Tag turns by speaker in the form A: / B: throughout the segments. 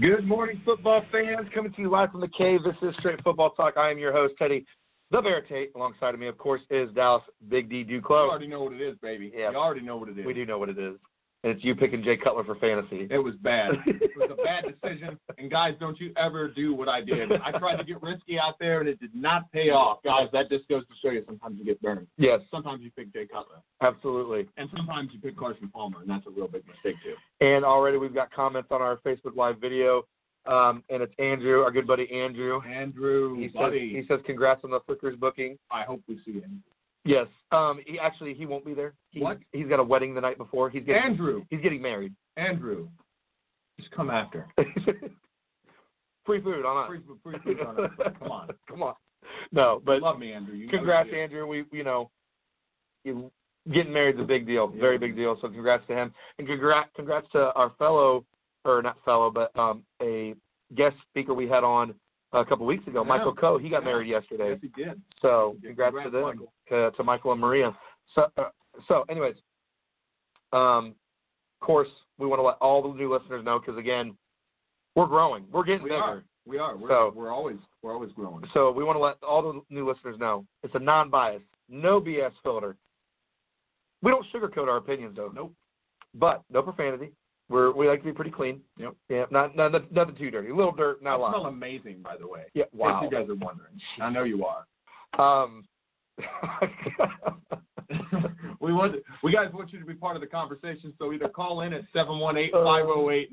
A: Good morning, football fans. Coming to you live from the cave. This is Straight Football Talk. I am your host, Teddy the Bear Tate. Alongside of me, of course, is Dallas Big D
B: You
A: Duclos.
B: already know what it is, baby.
A: Yeah.
B: You already know what it is.
A: We do know what it is. And it's you picking Jay Cutler for fantasy.
B: It was bad. it was a bad decision. And guys, don't you ever do what I did. I tried to get risky out there, and it did not pay off. Guys, that just goes to show you sometimes you get burned.
A: Yes,
B: Sometimes you pick Jay Cutler,
A: absolutely.
B: and sometimes you pick Carson Palmer, and that's a real big mistake too.
A: And already we've got comments on our Facebook Live video. Um, and it's Andrew, our good buddy Andrew.
B: Andrew,
A: He says,
B: buddy,
A: he says congrats on the Flickers booking.
B: I hope we see him.
A: Yes. Um, he actually he won't be there. He,
B: What?
A: He's got a wedding the night before. He's getting
B: Andrew,
A: he's getting married.
B: Andrew, just come after.
A: Free food on us.
B: Free, free food on us. Come on,
A: Come on. No, but
B: love me, Andrew. You know
A: congrats,
B: you.
A: Andrew. We you know, you, getting married's a big deal, very big deal. So congrats to him, and congrats congrats to our fellow, or not fellow, but um, a guest speaker we had on a couple weeks ago,
B: Yeah.
A: Michael Coe. He got
B: Yeah.
A: married yesterday,
B: Yes, he did.
A: so
B: Yeah,
A: congrats,
B: congrats,
A: to them,
B: Michael.
A: To, to Michael and Maria. So uh, so anyways, um, of course we want to let all the new listeners know because again, we're growing, we're getting
B: We
A: bigger.
B: are. We are. We're,
A: So-
B: we're always we're always growing.
A: So we want to let all the new listeners know it's a non-biased, no BS filter. We don't sugarcoat our opinions, though.
B: Nope.
A: But no profanity. We're we like to be pretty clean.
B: Yep.
A: Yeah. Not not not- nothing too dirty. A little dirt, not a
B: I
A: lot.
B: smell amazing, by the way.
A: Yeah. Wow.
B: In case you guys are wondering. I know you are.
A: Um.
B: we want we guys want you to be part of the conversation, so either call in at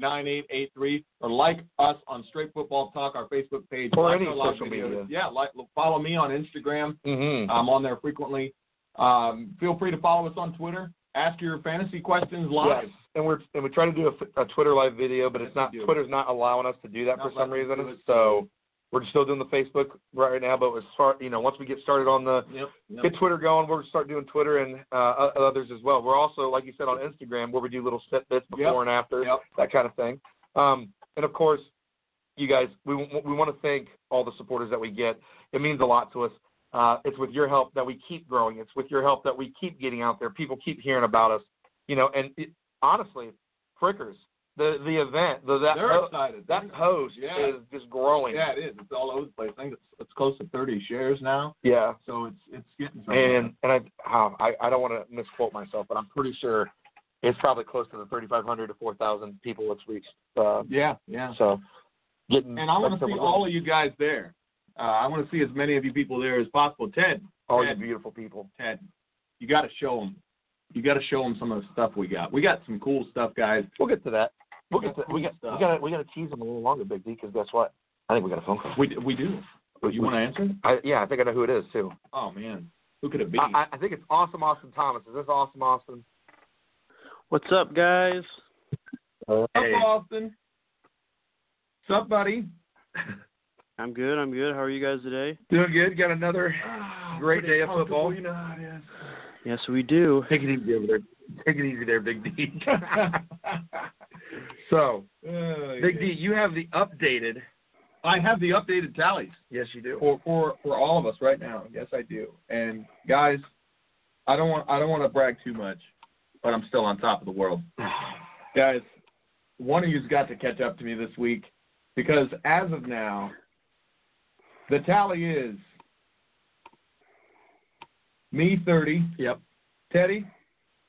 B: 718-508-9883 or like us on Straight Football Talk, our Facebook page.
A: Or
B: Like
A: any
B: our live
A: social
B: videos.
A: media.
B: Yeah, like follow me on Instagram.
A: mhm.
B: I'm on there frequently. Um, feel free to follow us on Twitter. Ask your fantasy questions live.
A: Yes. And we're and we try to do a f- a, Twitter live video, but it's
B: Yes, we
A: not
B: do.
A: Twitter's not allowing us to do that
B: Not
A: for some
B: letting us
A: reason.
B: do it.
A: So we're still doing the Facebook right now. But as far you know, once we get started on the
B: Yep. yep.
A: get Twitter going. We're gonna start doing Twitter and uh, o- others as well. We're also, like you said, on Instagram where we do little snippets before
B: Yep.
A: and after,
B: Yep.
A: that kind of thing. Um, and of course, you guys, we w- we want to thank all the supporters that we get. It means a lot to us. Uh, it's with your help that we keep growing. It's with your help that we keep getting out there. People keep hearing about us, you know. And it, honestly, Frickers, the the event, the that
B: They're
A: po-
B: excited.
A: that post
B: Yeah.
A: is just growing.
B: yeah, it is. It's all over the place. I think it's, it's close to 30 shares now,
A: yeah.
B: so it's it's getting somewhere.
A: and and I um, I, I don't want to misquote myself, but I'm pretty sure it's probably close to the 3,500 to 4,000 people it's reached. Uh,
B: yeah, yeah.
A: so getting
B: And I want to
A: like,
B: see
A: some-
B: all of you guys there. Uh, I want to see as many of you people there as possible. Ted,
A: all you
B: Ted.
A: beautiful people.
B: Ted, you got to show them. You got to show them some of the stuff we got. We got some cool stuff, guys.
A: We'll get to that. We'll get to we got we
B: Stuff.
A: got we got to tease them a little longer, Big D, because guess what? I think we got a phone call.
B: We we do. You want to answer?
A: I, yeah, I think I know who it is too.
B: Oh man, who could it be?
A: I, I- I think it's Awesome Austin Thomas. Is this Awesome Austin?
C: What's up, guys?
A: Hey.
B: Up, Austin. What's up, buddy?
C: I'm good. I'm good. How are you guys today?
A: Doing good. Got another Great day of football.
B: Ah, You know how it is.
C: Yes, we do.
A: take it easy over there. Take it easy there, Big D. so, Big D, you have the updated.
B: I have the updated tallies.
A: Yes, you do.
B: for, for for all of us right now. Yes, I do. And guys, I don't want I don't want to brag too much, but I'm still on top of the world. guys, one of you's got to catch up to me this week because as of now, the tally is me 30.
A: Yep.
B: Teddy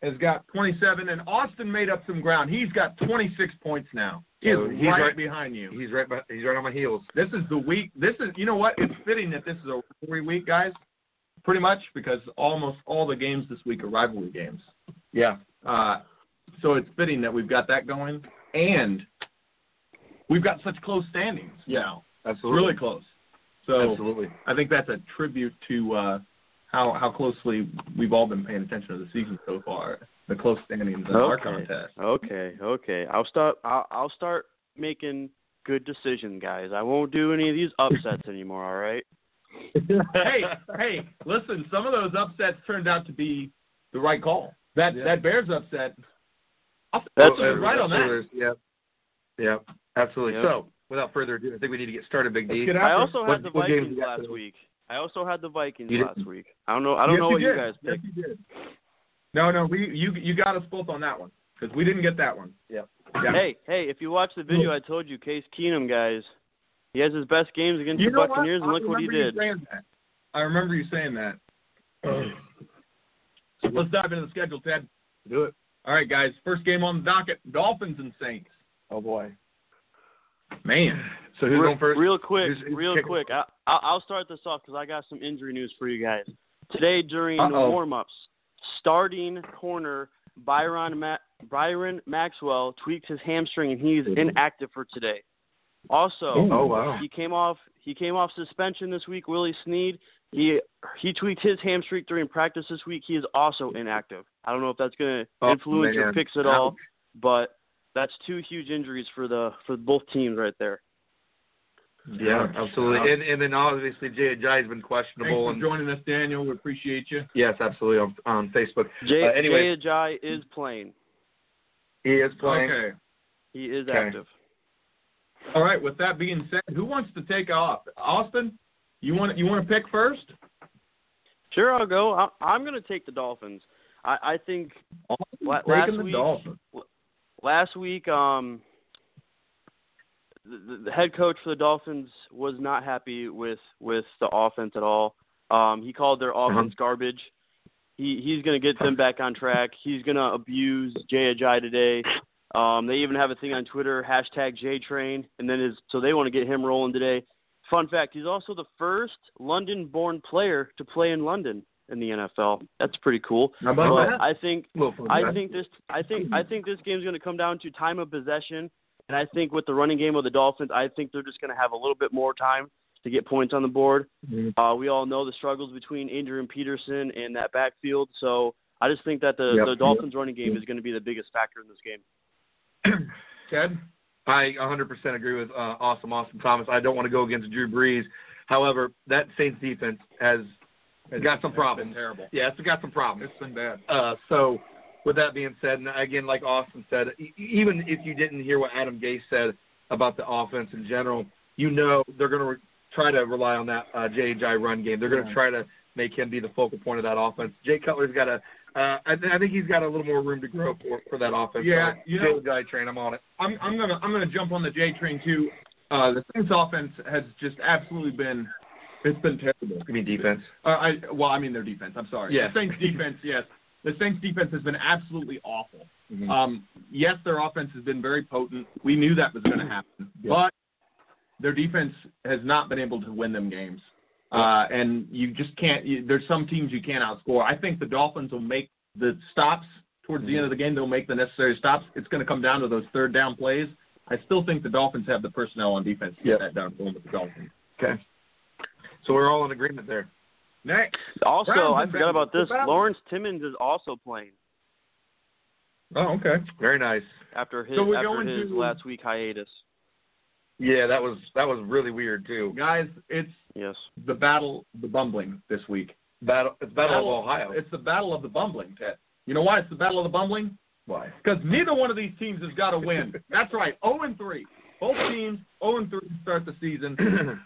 B: has got 27, and Austin made up some ground. He's got 26 points now. He's,
A: So he's
B: right,
A: right-
B: behind you.
A: He's right. beh- He's right on my heels.
B: This is the week. This is you know what? It's fitting that this is a rivalry week, guys. Pretty much because almost all the games this week are rivalry games.
A: Yeah.
B: Uh, so it's fitting that we've got that going, and we've got such close standings. Yeah,
A: Absolutely.
B: really close. So
A: Absolutely.
B: I think that's a tribute to uh, how how closely we've all been paying attention to the season so far, the close standings in our
C: Okay.
B: contest.
C: Okay, okay. I'll start. I'll, I'll start making good decisions, guys. I won't do any of these upsets anymore. All right.
B: hey, hey, listen, some of those upsets turned out to be the right call. That
A: Yeah.
B: that Bears upset. I'll
C: That's-
B: I'll be right on that.
A: Yeah. Yeah. Absolutely.
C: Yeah.
A: So without further ado, I think we need to get started, Big D.
B: Let's get out
C: I
B: there.
C: also
A: What-
C: had the
A: what games
C: Vikings
A: you got
C: last
A: today?
C: week. I also had the Vikings
A: You didn't-
C: last week. I don't know. I don't
B: Yes,
C: know what you
B: did.
C: guys
B: Yes,
C: picked.
B: you did. No, no, we you you got us both on that one because we didn't get that one.
A: Yep.
B: Yeah.
C: Hey, hey! If you watch the video, I told you Case Keenum, guys. He has his best games against
B: you
C: the
B: know what?
C: Buccaneers,
B: I
C: and look what he
B: remember you
C: did.
B: saying that. I remember you saying that. So let's dive into the schedule, Ted.
A: Do it.
B: All right, guys. First game on the docket: Dolphins and Saints.
A: Oh boy.
B: Man,
A: So who's
C: real,
A: going first?
C: real quick,
A: Who's- who's
C: real
A: kicking?
C: quick. I, I, I'll start this off because I got some injury news for you guys. Today during
B: Uh-oh.
C: the warm-ups, starting corner Byron Ma- Byron Maxwell tweaked his hamstring and he's inactive for today. Also,
A: Mm-hmm. Oh wow.
C: he came off he came off suspension this week. Willie Sneed he he tweaked his hamstring during practice this week. He is also inactive. I don't know if that's going to
A: Oh,
C: influence your
A: man.
C: picks at all, but that's two huge injuries for the for both teams right there.
A: Yeah,
B: Ouch.
A: absolutely.
B: Ouch.
A: And and then obviously Jay Ajayi's been
B: Thanks
A: questionable.
B: for
A: And,
B: joining us, Daniel. We appreciate you.
A: yes, absolutely on on Facebook.
C: Jay,
A: Uh, anyway,
C: Jay Ajayi is playing.
A: he is playing.
B: Okay.
C: He is
A: Okay.
C: active.
B: All right. With that being said, who wants to take off? Austin, you want you want to pick first?
C: Sure, I'll go. I, I'm going to take the Dolphins. I, I think La- last
B: Taking the
C: week-
B: Dolphins.
C: last week, um, the, the head coach for the Dolphins was not happy with with the offense at all. Um, he called their
A: Uh-huh.
C: offense garbage. He he's going to get them back on track. He's going to abuse Jay Ajayi today. Um, they even have a thing on Twitter hashtag J Train, and then his so they want to get him rolling today. Fun fact: He's also the first London-born player to play in London in the NFL. That's pretty cool.
A: How
C: But
A: about that?
C: I think
A: Little fun
C: I
A: fact.
C: think this I think
B: Mm-hmm.
C: I think this game's going to come down to time of possession, and I think with the running game of the Dolphins, I think they're just going to have a little bit more time to get points on the board.
B: Mm-hmm.
A: Mhm.
C: Uh, we all know the struggles between Andrew and Peterson and that backfield, so I just think that the,
A: Yep.
C: the Dolphins' running game is going to be the biggest factor in this game.
B: Ted.
A: I 100% agree with uh, Awesome Austin Thomas. I don't want to go against Drew Brees. However, that Saints defense has got some
B: That's been
A: problems.
B: terrible.
A: Yeah, it's got some problems.
B: It's been bad.
A: Uh, so, with that being said, and again, like Austin said, e- even if you didn't hear what Adam Gase said about the offense in general, you know they're going to re- try to rely on that uh, J.J. run game. They're going to
B: Yeah.
A: try to make him be the focal point of that offense. Jay Cutler's got a, uh, I, th- I think he's got a little more room to grow for, for that offense.
B: Yeah,
A: so,
B: you know-
A: J.J. train, I'm on it.
B: I'm I'm gonna I'm gonna jump on the J train too. Uh, the Saints offense has just absolutely been it's been terrible.
A: I mean defense.
B: Uh, I well, I mean their defense. I'm sorry.
A: Yeah.
B: The Saints defense, yes. The Saints defense has been absolutely awful. Um, yes, their offense has been very potent. We knew that was going to happen, but their defense has not been able to win them games. Uh, and you just can't. You, there's some teams you can't outscore. I think the Dolphins will make the stops towards the end of the game. They'll make the necessary stops. It's going to come down to those third down plays. I still think the Dolphins have the personnel on defense to
A: Yep.
B: get that done for them with the Dolphins.
A: Okay. So we're all in agreement there.
B: Next,
C: Also,
B: Browns
C: I
B: and
C: forgot about
B: Bengals.
C: this. Lawrence Timmons is also playing
B: Oh, okay.
A: Very nice.
C: after his
B: So we're
C: after
B: going
C: his
B: to-
C: last week hiatus.
A: Yeah, that was that was really weird too.
B: Guys, it's
C: Yes.
B: the battle, the bumbling this week.
A: Battle, it's Battle, of Ohio.
B: It's the battle of the bumbling, Ted. You know why it's the battle of the bumbling?
A: why?
B: Because neither one of these teams has got to win. That's right, 0 and 3. Both teams 0 and 3 to start the season.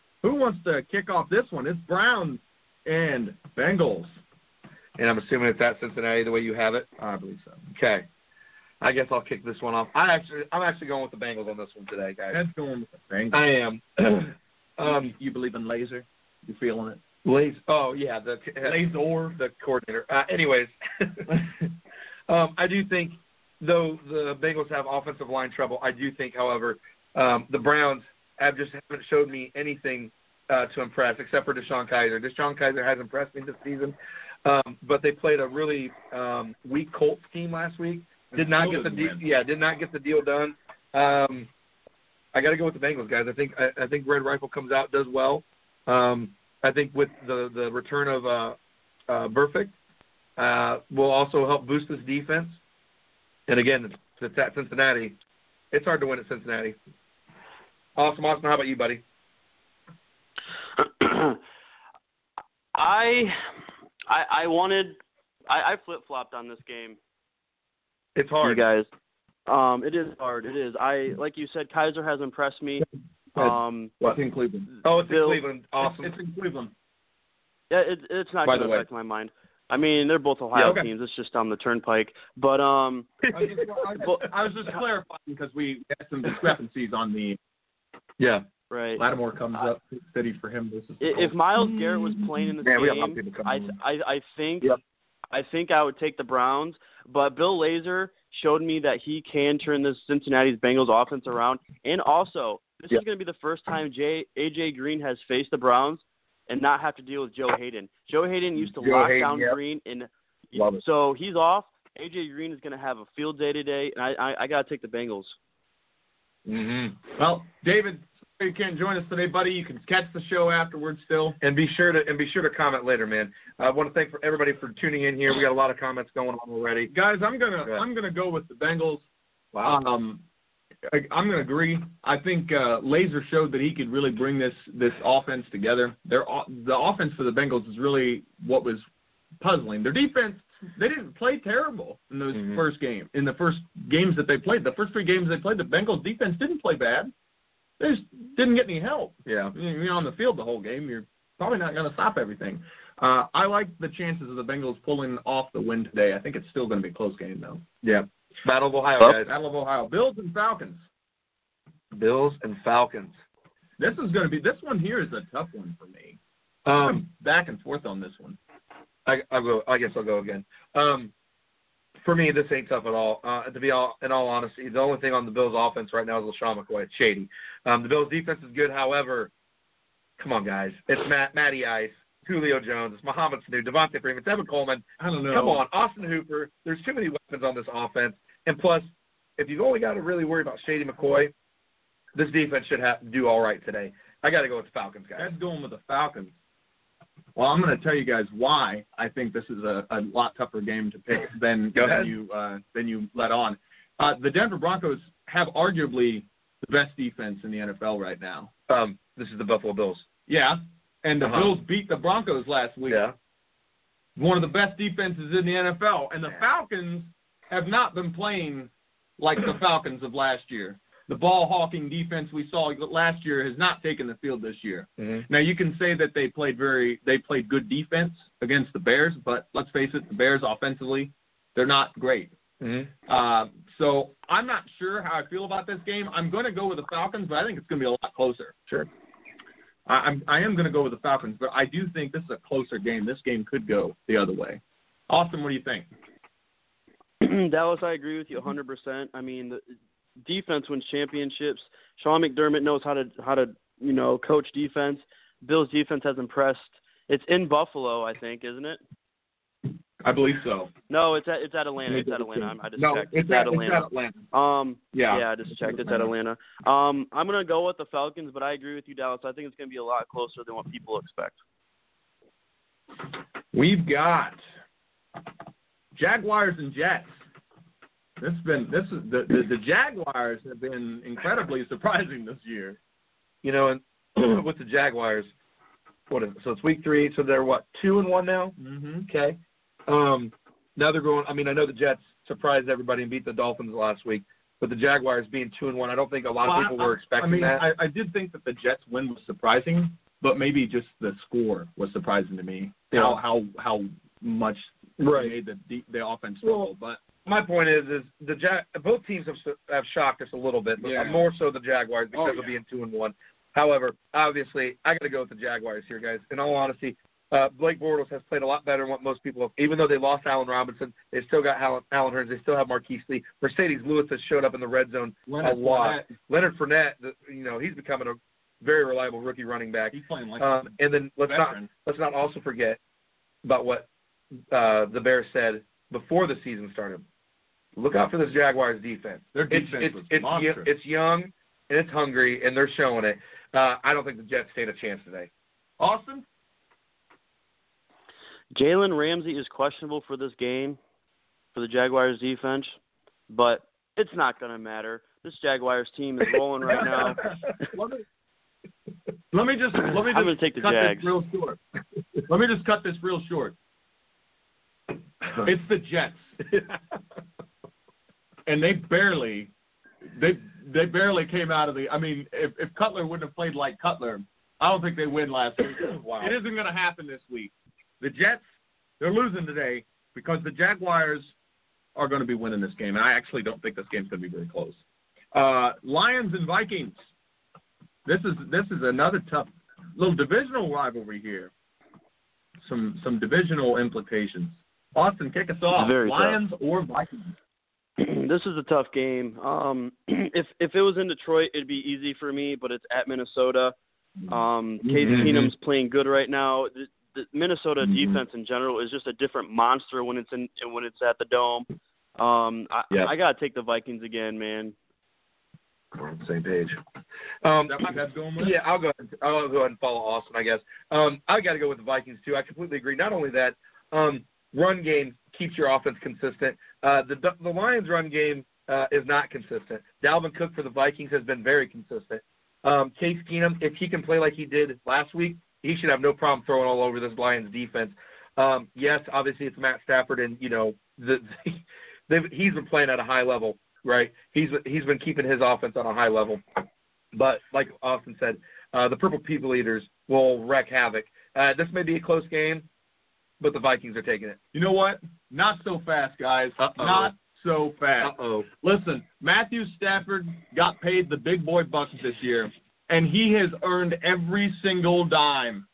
B: Who wants to kick off this one? It's Browns and Bengals.
A: And I'm assuming it's at Cincinnati the way you have it.
B: I believe so.
A: Okay. I guess I'll kick this one off. I actually I'm actually going with the Bengals on this one today, guys.
B: Ted's going with the Bengals.
A: I am. um
B: you believe in laser? You feeling it?
A: Lays oh yeah, the
B: Laser.
A: the coordinator. Uh, anyways, um, Uh, I do think though the Bengals have offensive line trouble, I do think, however, um, the Browns have just haven't showed me anything uh, to impress except for Deshaun Kaiser. Deshaun Kaiser has impressed me this season, um, but they played a really um, weak Colts team last week. Did not get the
B: Still
A: de-
B: didn't win.
A: yeah, did not get the deal done. Um, I got to go with the Bengals guys. I think I, I think Red Rifle comes out does well. Um, I think with the the return of uh, uh, Burfict, uh, will also help boost this defense. And again, it's, it's at Cincinnati. It's hard to win at Cincinnati. Awesome, Austin. How about you, buddy?
C: I I I wanted I, I flip flopped on this game,
A: It's hard.
C: you guys. Um, it is hard. It is. I like you said, Kaiser has impressed me. Um,
B: What's in Cleveland?
A: oh, it's in
C: Bill-
A: Cleveland. Awesome.
B: It's, it's in Cleveland.
C: yeah, it, it's not
B: By
C: going to
B: the way.
C: affect my mind. I mean, they're both Ohio
A: okay.
C: teams. It's just on the turnpike. But um,
B: I was just, I was just- I was just clarifying because we had some discrepancies on the
A: yeah.
C: right. I-
B: Lattimore comes up to city for him versus. the
C: If
B: Colts.
C: Miles Garrett was playing in this
A: Man, we got a lot of
C: game,
A: people
C: I
A: coming.
C: I I think
B: Yep.
C: I think I would take the Browns, but Bill Lazor showed me that he can turn this Cincinnati's Bengals offense around. And also, this
B: Yep.
C: is going to be the first time J, AJ Green has faced the Browns and not have to deal with Joe Hayden. Joe Hayden used to
A: Joe
C: lock
A: Hayden,
C: down
A: yep.
C: Green, and
B: Love it.
C: so he's off. AJ Green is going to have a field day today, and I I, I got to take the Bengals.
A: Mm-hmm.
B: well, David, sorry you can't join us today, buddy. You can catch the show afterwards. Still,
A: And be sure to and be sure to comment later, man. I want to thank for everybody for tuning in here. We got a lot of comments going on already.
B: guys, I'm gonna
A: Yeah.
B: I'm gonna go with the Bengals. Um, I, I'm gonna agree. I think uh, Laser showed that he could really bring this this offense together. Their o- the offense for the Bengals is really what was puzzling. Their defense they didn't play terrible in those
A: Mhm.
B: first game in the first games that they played. The first three games they played, the Bengals defense didn't play bad. They just didn't get any help.
A: Yeah.
B: You're on the field the whole game. You're probably not going to stop everything. Uh, I like the chances of the Bengals pulling off the win today. I think it's still going to be a close game though.
A: Yeah. Battle of Ohio, guys.
B: Battle of Ohio, Bills and Falcons.
A: Bills and Falcons.
B: This is going to be this one here is a tough one for me.
A: Um,
B: I'm back and forth on this one.
A: I, I'll go. I guess I'll go again. Um, for me, this ain't tough at all. Uh, to be all in all honesty, the only thing on the Bills' offense right now is LaShawn McCoy. It's shady. Um, the Bills' defense is good. However, come on, guys. It's Matt, Matty Ice, Julio Jones, it's Muhammad Sanu, Devontae Freeman, Devin Coleman.
B: I don't know.
A: Come on, Austin Hooper. There's too many weapons on this offense. And plus, if you've only got to really worry about Shady McCoy, this defense should have do all right today. I got to go with the Falcons, guys.
B: That's going with the Falcons. Well, I'm going to tell you guys why I think this is a, a lot tougher game to pick than
A: Go
B: than
A: ahead.
B: you uh, than you let on. Uh, the Denver Broncos have arguably the best defense in the NFL right now.
A: Um, this is the Buffalo Bills.
B: Yeah, and the
A: Uh-huh.
B: Bills beat the Broncos last week. one of the best defenses in the NFL, and the Falcons have not been playing like the Falcons of last year. The ball hawking defense we saw last year has not taken the field this year.
A: hmm
B: Now you can say that they played very they played good defense against the Bears, but let's face it, the Bears offensively, they're not great.
A: hmm
B: Uh, so I'm not sure how I feel about this game. I'm going to go with the Falcons, but I think it's going to be a lot closer.
A: Sure.
B: I, I'm I am going to go with the Falcons, but I do think this is a closer game. This game could go the other way. Austin, what do you think?
C: Dallas, I agree with you 100%. I mean, the defense wins championships. Sean McDermott knows how to how to you know coach defense. Bills defense has impressed. It's in Buffalo, I think, isn't it?
B: I believe so.
C: No, it's at it's at Atlanta. It's at Atlanta. I'm, I just
A: No,
C: checked.
A: it's at- it's
C: Atlanta.
A: at Atlanta.
C: Um,
B: Yeah.
C: I just checked. It's at Atlanta. Um, I'm gonna go with the Falcons, but I agree with you, Dallas. I think it's gonna be a lot closer than what people expect.
B: We've got Jaguars and Jets. This has been this is the, the the Jaguars have been incredibly surprising this year.
A: you know, and with the Jaguars, what is it? So it's week three. So they're what two and one now.
B: Mm-hmm.
A: Okay. Um, now they're going. I mean, I know the Jets surprised everybody and beat the Dolphins last week, but the Jaguars being two and one, I don't think a lot of people were expecting
B: I mean,
A: that.
B: I, I did think that the Jets win was surprising, but maybe just the score was surprising to me.
A: Yeah.
B: How how how much they
A: Right.
B: made the de- the offense struggle, but
A: My point is, is the Jag- both teams have s- have shocked us a little bit, but
B: Yeah.
A: more so the Jaguars because of
B: Oh, yeah.
A: being two and one. However, obviously, I got to go with the Jaguars here, guys. In all honesty, Uh, Blake Bortles has played a lot better than what most people have. Even though they lost Allen Robinson, they still got Allen, Allen Hearns. They still have Marquise Lee. Mercedes Lewis has showed up in the red zone
B: Leonard
A: a lot.
B: Fournette.
A: Leonard Fournette, the, you know, he's becoming a very reliable rookie running back.
B: He's playing like
A: Um, and then let's
B: Veteran.
A: not let's not also forget about what uh, the Bears said before the season started. Look out for this Jaguars defense.
B: Their
A: It's
B: defense
A: it's
B: was
A: it's, y-
B: monstrous.
A: it's young and it's hungry and they're showing it. Uh, I don't think the Jets stand a chance today.
B: Austin.
C: Jalen Ramsey is questionable for this game for the Jaguars defense, but it's not going to matter. This Jaguars team is rolling right now.
B: let me let me just let me
C: I'm gonna
B: just
C: take the
B: cut
C: Jags.
B: this real short. Let me just cut this real short. It's the Jets, and they barely they they barely came out of the. I mean, if, if Cutler wouldn't have played like Cutler, I don't think they win last week.
A: Wow.
B: It isn't going to happen this week. The Jets they're losing today because the Jaguars are going to be winning this game, and I actually don't think this game's going to be very close. Uh, Lions and Vikings. This is this is another tough little divisional rivalry here. Some some divisional implications. Austin, kick us off.
C: Very tough.
B: Lions or Vikings?
C: this is a tough game. Um, if if it was in Detroit, it'd be easy for me, but it's at Minnesota. Um, Case
A: Mhm.
C: Keenum's playing good right now. The, the Minnesota
A: Mhm.
C: defense in general is just a different monster when it's in when it's at the dome. Um, I,
A: Yeah.
C: I gotta take the Vikings again, man.
A: We're on the same page. Um,
B: Is that what that's going with?
A: Yeah, I'll go. Ahead, I'll go ahead and follow Austin, I guess. Um, I got to go with the Vikings too. I completely agree. Not only that, um, run game keeps your offense consistent. Uh, the the Lions' run game uh, is not consistent. Dalvin Cook for the Vikings has been very consistent. Um, Case Keenum, if he can play like he did last week, he should have no problem throwing all over this Lions defense. Um, yes, obviously it's Matt Stafford, and you know the, they've, he's been playing at a high level, right? He's he's been keeping his offense on a high level. But like Austin said, uh, the Purple People Eaters will wreak havoc. Uh, this may be a close game, but the Vikings are taking it.
B: You know what? Not so fast, guys.
A: Uh-oh.
B: Not so fast.
A: Uh oh.
B: Listen, Matthew Stafford got paid the big boy bucks this year, and he has earned every single dime.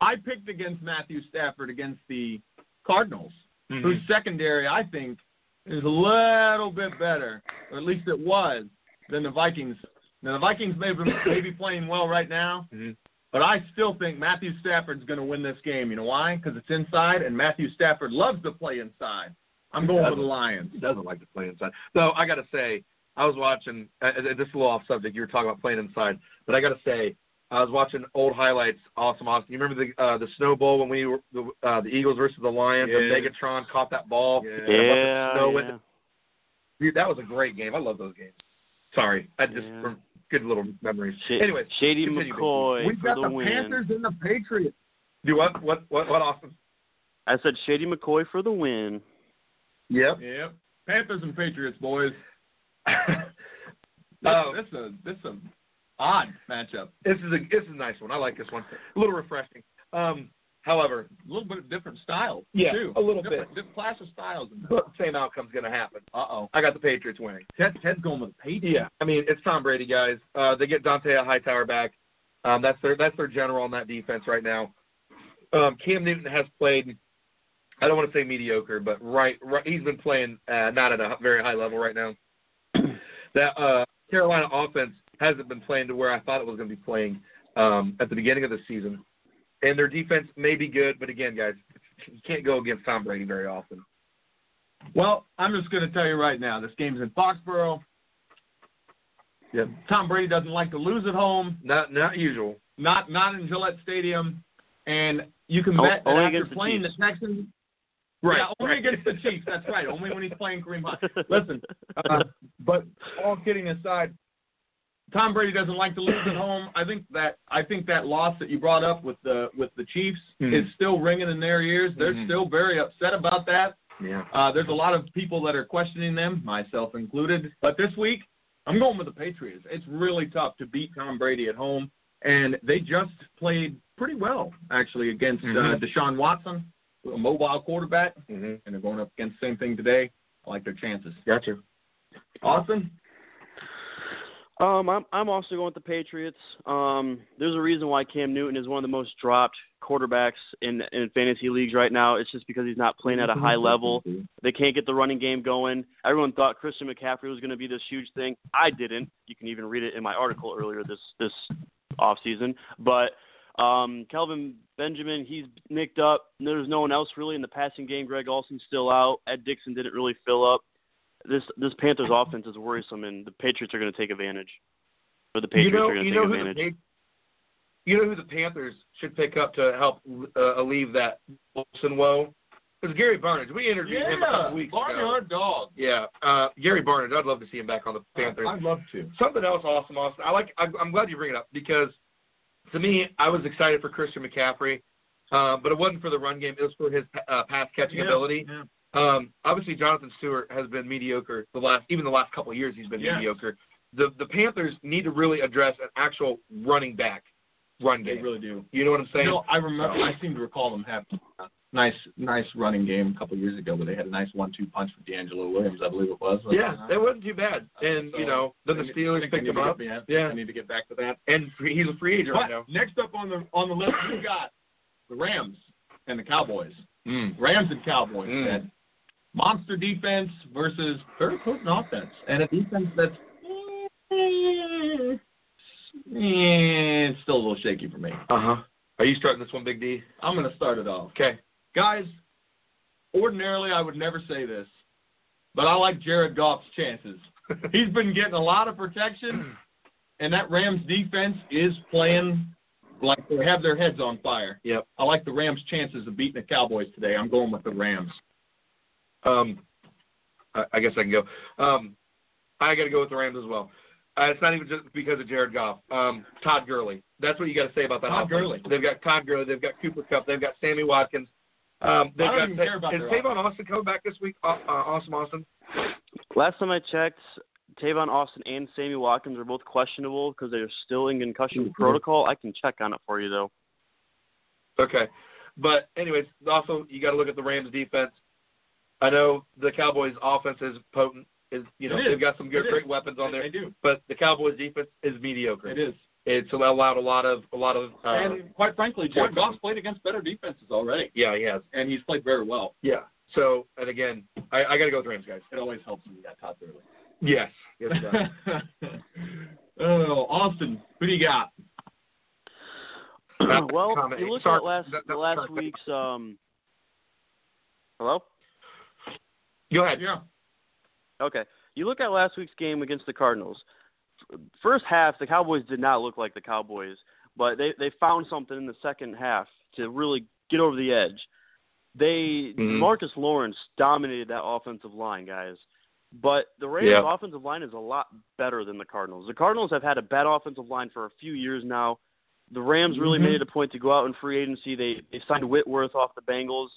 B: I picked against Matthew Stafford against the Cardinals,
A: Mm-hmm.
B: whose secondary I think is a little bit better, or at least it was, than the Vikings. Now the Vikings may be, may be playing well right now,
A: Mhm.
B: but I still think Matthew Stafford's going to win this game. You know why? Because it's inside, and Matthew Stafford loves to play inside. I'm going for the Lions.
A: He doesn't like to play inside. So I got to say, I was watching. Uh, uh, this is a little off subject. You were talking about playing inside, but I got to say, I was watching old highlights. Awesome, Austin. You remember the uh, the Snow Bowl when we were the, uh, the Eagles versus the Lions?
B: Yeah.
A: And Megatron caught that ball.
C: Oh, Yeah,
A: And a bunch of snow went-
C: yeah.
A: Dude, that was a great game. I love those games. Sorry, I just
C: Yeah.
A: rem- good little memories.
C: Sha-
A: Anyways,
C: Shady
A: continue, baby.
C: McCoy
B: We've
C: for
B: got
C: the,
B: the
C: win.
B: Panthers and the Patriots.
A: do what? What? What? What? Austin?
C: I said Shady McCoy for the win.
A: Yep.
B: Yep. Panthers and Patriots, boys. This,
A: Oh.
B: this a this a odd matchup.
A: This is a this is a nice one. I like this one. A little refreshing. Um, however,
B: A little bit of different styles.
A: Yeah,
B: too.
A: a little
B: different, Different clash of styles.
A: same outcome's gonna happen.
B: Uh oh.
A: I got the Patriots winning.
B: Ted, Ted's going with the Patriots.
A: Yeah, I mean it's Tom Brady, guys. Uh, they get Dante Hightower back. Um, that's their that's their general on that defense right now. Um, Cam Newton has played. I don't want to say mediocre, but right, right he's been playing uh, not at a very high level right now. that uh, Carolina offense hasn't been playing to where I thought it was going to be playing um, at the beginning of the season, and their defense may be good, but again, guys, you can't go against Tom Brady very often.
B: Well, I'm just going to tell you right now, this game's in Foxborough.
A: Yep.
B: Tom Brady doesn't like to lose at home.
A: Not not usual.
B: Not not in Gillette Stadium, and you can
C: O-
B: bet that
C: only
B: after
C: against the
B: playing
C: Chiefs.
B: the Texans.
A: Right.
B: Yeah, only
A: right.
B: against the Chiefs. That's right. Only when he's playing Kareem Hunt. Listen, uh, but all kidding aside, Tom Brady doesn't like to lose at home. I think that I think that loss that you brought up with the with the Chiefs
A: Mhm.
B: is still ringing in their ears. They're
A: Mhm.
B: still very upset about that.
A: Yeah.
B: Uh, there's a lot of people that are questioning them, myself included. But this week, I'm going with the Patriots. It's really tough to beat Tom Brady at home, and they just played pretty well actually against
A: Mhm.
B: uh, Deshaun Watson, a mobile quarterback,
A: Mm-hmm.
B: and they're going up against the same thing today. I like their chances.
A: Gotcha.
B: Austin,
C: Um, I'm I'm also going with the Patriots. Um, there's a reason why Cam Newton is one of the most dropped quarterbacks in in fantasy leagues right now. It's just because he's not playing at a high level. They can't get the running game going. Everyone thought Christian McCaffrey was going to be this huge thing. I didn't. You can even read it in my article earlier this this off season. But um, Kelvin Benjamin, he's nicked up. There's no one else really in the passing game. Greg Olson's still out. Ed Dixon didn't really fill up. This this Panthers offense is worrisome, and the Patriots are going to take advantage. Or the Patriots
A: you know,
C: are going to
A: you
C: take
A: know who
C: advantage.
A: The, Pa- you know who the Panthers should pick up to help uh, alleviate that Wilson woe? It's Gary Barnage. We interviewed him a
B: Yeah,
A: couple weeks ago.
B: barnyard dog.
A: Yeah, uh, Gary Barnard. I'd love to see him back on the Panthers.
B: I'd love to.
A: Something else awesome, Austin. I like. I'm, I'm glad you bring it up because to me, I was excited for Christian McCaffrey, uh, but it wasn't for the run game. It was for his uh, pass catching ability.
B: yeah.
A: Um, obviously, Jonathan Stewart has been mediocre the last, even the last couple of years. He's been
B: Yeah.
A: mediocre. The the Panthers need to really address an actual running back run
B: They
A: game.
B: really do.
A: you know what I'm saying?
B: No, I remember. I seem to recall them having a nice, nice running game a couple of years ago where they had a nice one-two punch with D'Angelo Williams, I believe it was. wasn't
A: yeah,
B: it?
A: that wasn't too bad. And
B: So,
A: you know, then the
B: I
A: Steelers
B: think I
A: picked
B: need
A: him
B: to get-
A: up,
B: Yeah,
A: Yeah.
B: I need to get back to that.
A: and free- he's a free agent right now.
B: But next up on the on the list, we got the Rams and the Cowboys.
A: Mm.
B: Rams and Cowboys.
A: Mm.
B: That monster defense versus very potent offense, and a defense that's eh, it's still a little shaky for me.
A: Uh huh. Are you starting this one, Big D?
B: I'm going to start it off.
A: Okay.
B: Guys, ordinarily I would never say this, but I like Jared Goff's chances. He's been getting a lot of protection, and that Rams defense is playing like they have their heads on fire.
A: Yep.
B: I like the Rams' chances of beating the Cowboys today. I'm going with the Rams.
A: Um, I, I guess I can go. Um, I got to go with the Rams as well. Uh, it's not even just because of Jared Goff. Um, Todd Gurley. That's what you got to say about that.
B: Todd
A: offense.
B: Gurley.
A: They've got Todd Gurley. They've got Cooper Cup. They've got Sammy Watkins. Um, they've
B: I don't
A: got
B: even care about
A: is
B: their
A: Tavon Austin coming back this week? Uh, uh, awesome, Austin.
C: Last time I checked, Tavon Austin and Sammy Watkins are both questionable because they're still in concussion
A: Mm-hmm.
C: protocol. I can check on it for you though.
A: Okay, but anyways, also you got to look at the Rams defense. I know the Cowboys offense is potent. Is you know
B: It is.
A: they've got some good
B: It is.
A: great weapons on there,
B: They do.
A: but the Cowboys defense is mediocre.
B: It is.
A: It's allowed a lot of a lot of. Uh,
B: and quite frankly,
A: Jared
B: Jared
A: Goff
B: Goff's played against better defenses already,
A: Yeah, he has.
B: and he's played very well.
A: Yeah. So, and again, I, I got to go with Rams, guys.
B: It always helps when you got Todd Gurley.
A: Yes. Yes, it does.
B: oh, Austin, who do you got?
A: That's
C: Uh, well,
A: comment.
C: you look
A: Sorry,
C: at last
A: that-
C: the
A: that's
C: last
A: sarcasm.
C: week's um. Hello.
A: go ahead.
B: Yeah.
C: Okay. You look at last week's game against the Cardinals. F- First half, the Cowboys did not look like the Cowboys, but they they found something in the second half to really get over the edge. They
A: Mhm.
C: Marcus Lawrence dominated that offensive line, guys. But the Rams'
A: Yeah.
C: offensive line is a lot better than the Cardinals. The Cardinals have had a bad offensive line for a few years now. The Rams really
B: Mhm.
C: made it a point to go out in free agency. They they signed Whitworth off the Bengals.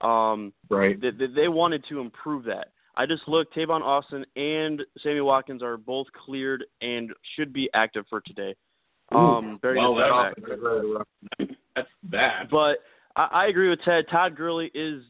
C: Um,
A: Right.
C: they, they, they wanted to improve that. I just looked. Tavon Austin and Sammy Watkins are both cleared and should be active for today. Um, very
B: well,
C: good
B: that
C: comeback.
A: Offense is really rough.
B: That's bad.
C: But I, I agree with Ted. Todd Gurley is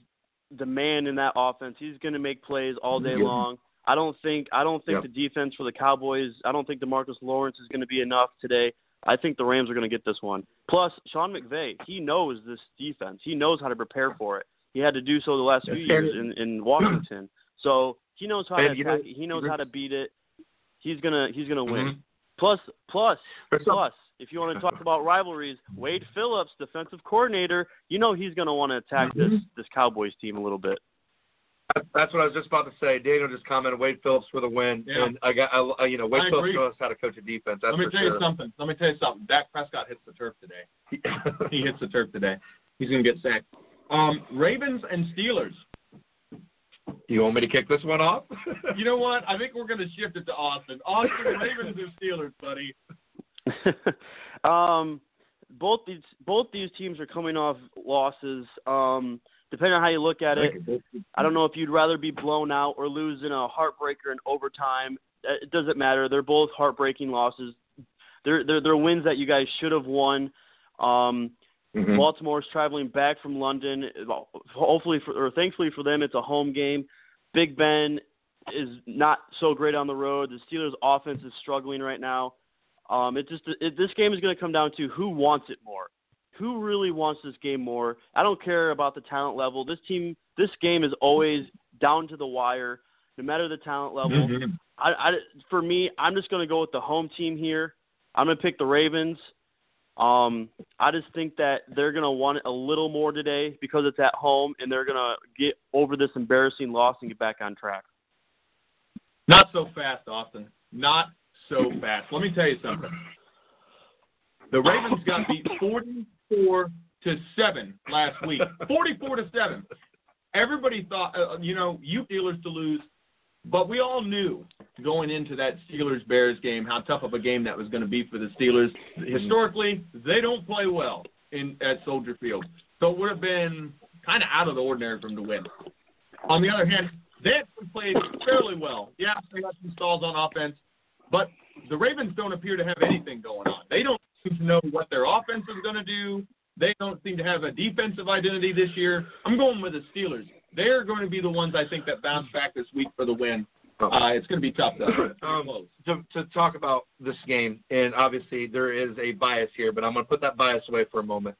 C: the man in that offense. He's going to make plays all day
A: Yeah.
C: long. I don't think I don't think
A: Yep.
C: the defense for the Cowboys. I don't think Demarcus Lawrence is going to be enough today. I think the Rams are going to get this one. Plus, Sean McVay, he knows this defense. He knows how to prepare for it. He had to do so the last few
A: Yes,
C: years in, in Washington, so he knows how to
A: And you know- Mm-hmm.
C: attack it. He knows how to beat it. He's gonna he's gonna win. Plus, plus,
A: There's some-
C: plus, if you want to talk about rivalries, Wade Phillips, defensive coordinator, you know he's going to want to attack this this Cowboys team a little bit.
A: That's- That's what I was just about to say. Daniel just commented. Wade Phillips for the win,
B: Yeah.
A: and I got I, I- you know Wade
B: I
A: Phillips
B: agree.
A: knows how to coach a defense. That's
B: Let me
A: for
B: tell
A: sure.
B: you something. Let me tell you something. Dak Prescott hits the turf today. He hits the turf today. He's gonna get sacked. Um, Ravens and Steelers.
A: you want me to kick this one off?
B: You know what? I think we're gonna shift it to Austin. Austin, Ravens or Steelers, buddy?
C: um, both these both these teams are coming off losses. Um, depending on how you look at it, I don't know if you'd rather be blown out or lose in a heartbreaker in overtime. Uh, It doesn't matter. They're both heartbreaking losses. They're they're, they're wins that you guys should have won. Um,
B: Mm-hmm.
A: Mm-hmm.
C: Baltimore's traveling back from London. Hopefully, for, or thankfully for them, it's a home game. Big Ben is not so great on the road. The Steelers' offense is struggling right now. Um, it just it, this game is going to come down to who wants it more, who really wants this game more. I don't care about the talent level. This team, this game is always down to the wire, no matter the talent
B: Mm-hmm.
C: level.
A: Mm-hmm.
C: I, I, for me, I'm just going to go with the home team here. I'm going to pick the Ravens. Um, I just think that they're going to want it a little more today because it's at home, and they're going to get over this embarrassing loss and get back on track.
B: Not so fast, Austin. Not so fast. Let me tell you something. The Ravens got beat 44 to 7 last week. 44 to 7. Everybody thought, uh, you know, you Steelers to lose, but we all knew going into that Steelers Bears game how tough of a game that was going to be for the Steelers. Historically, they don't play well in at Soldier Field. So it would have been kind of out of the ordinary for them to win. On the other hand, they actually played fairly well. Yeah, they got some stalls on offense, but the Ravens don't appear to have anything going on. They don't seem to know what their offense is going to do. They don't seem to have a defensive identity this year. I'm going with the Steelers. They're going to be the ones I think that bounce back this week for the win.
A: Oh.
B: Uh, it's going to be tough though. It's gonna be close.
A: to, to talk about this game, and obviously there is a bias here, but I'm going to put that bias away for a moment.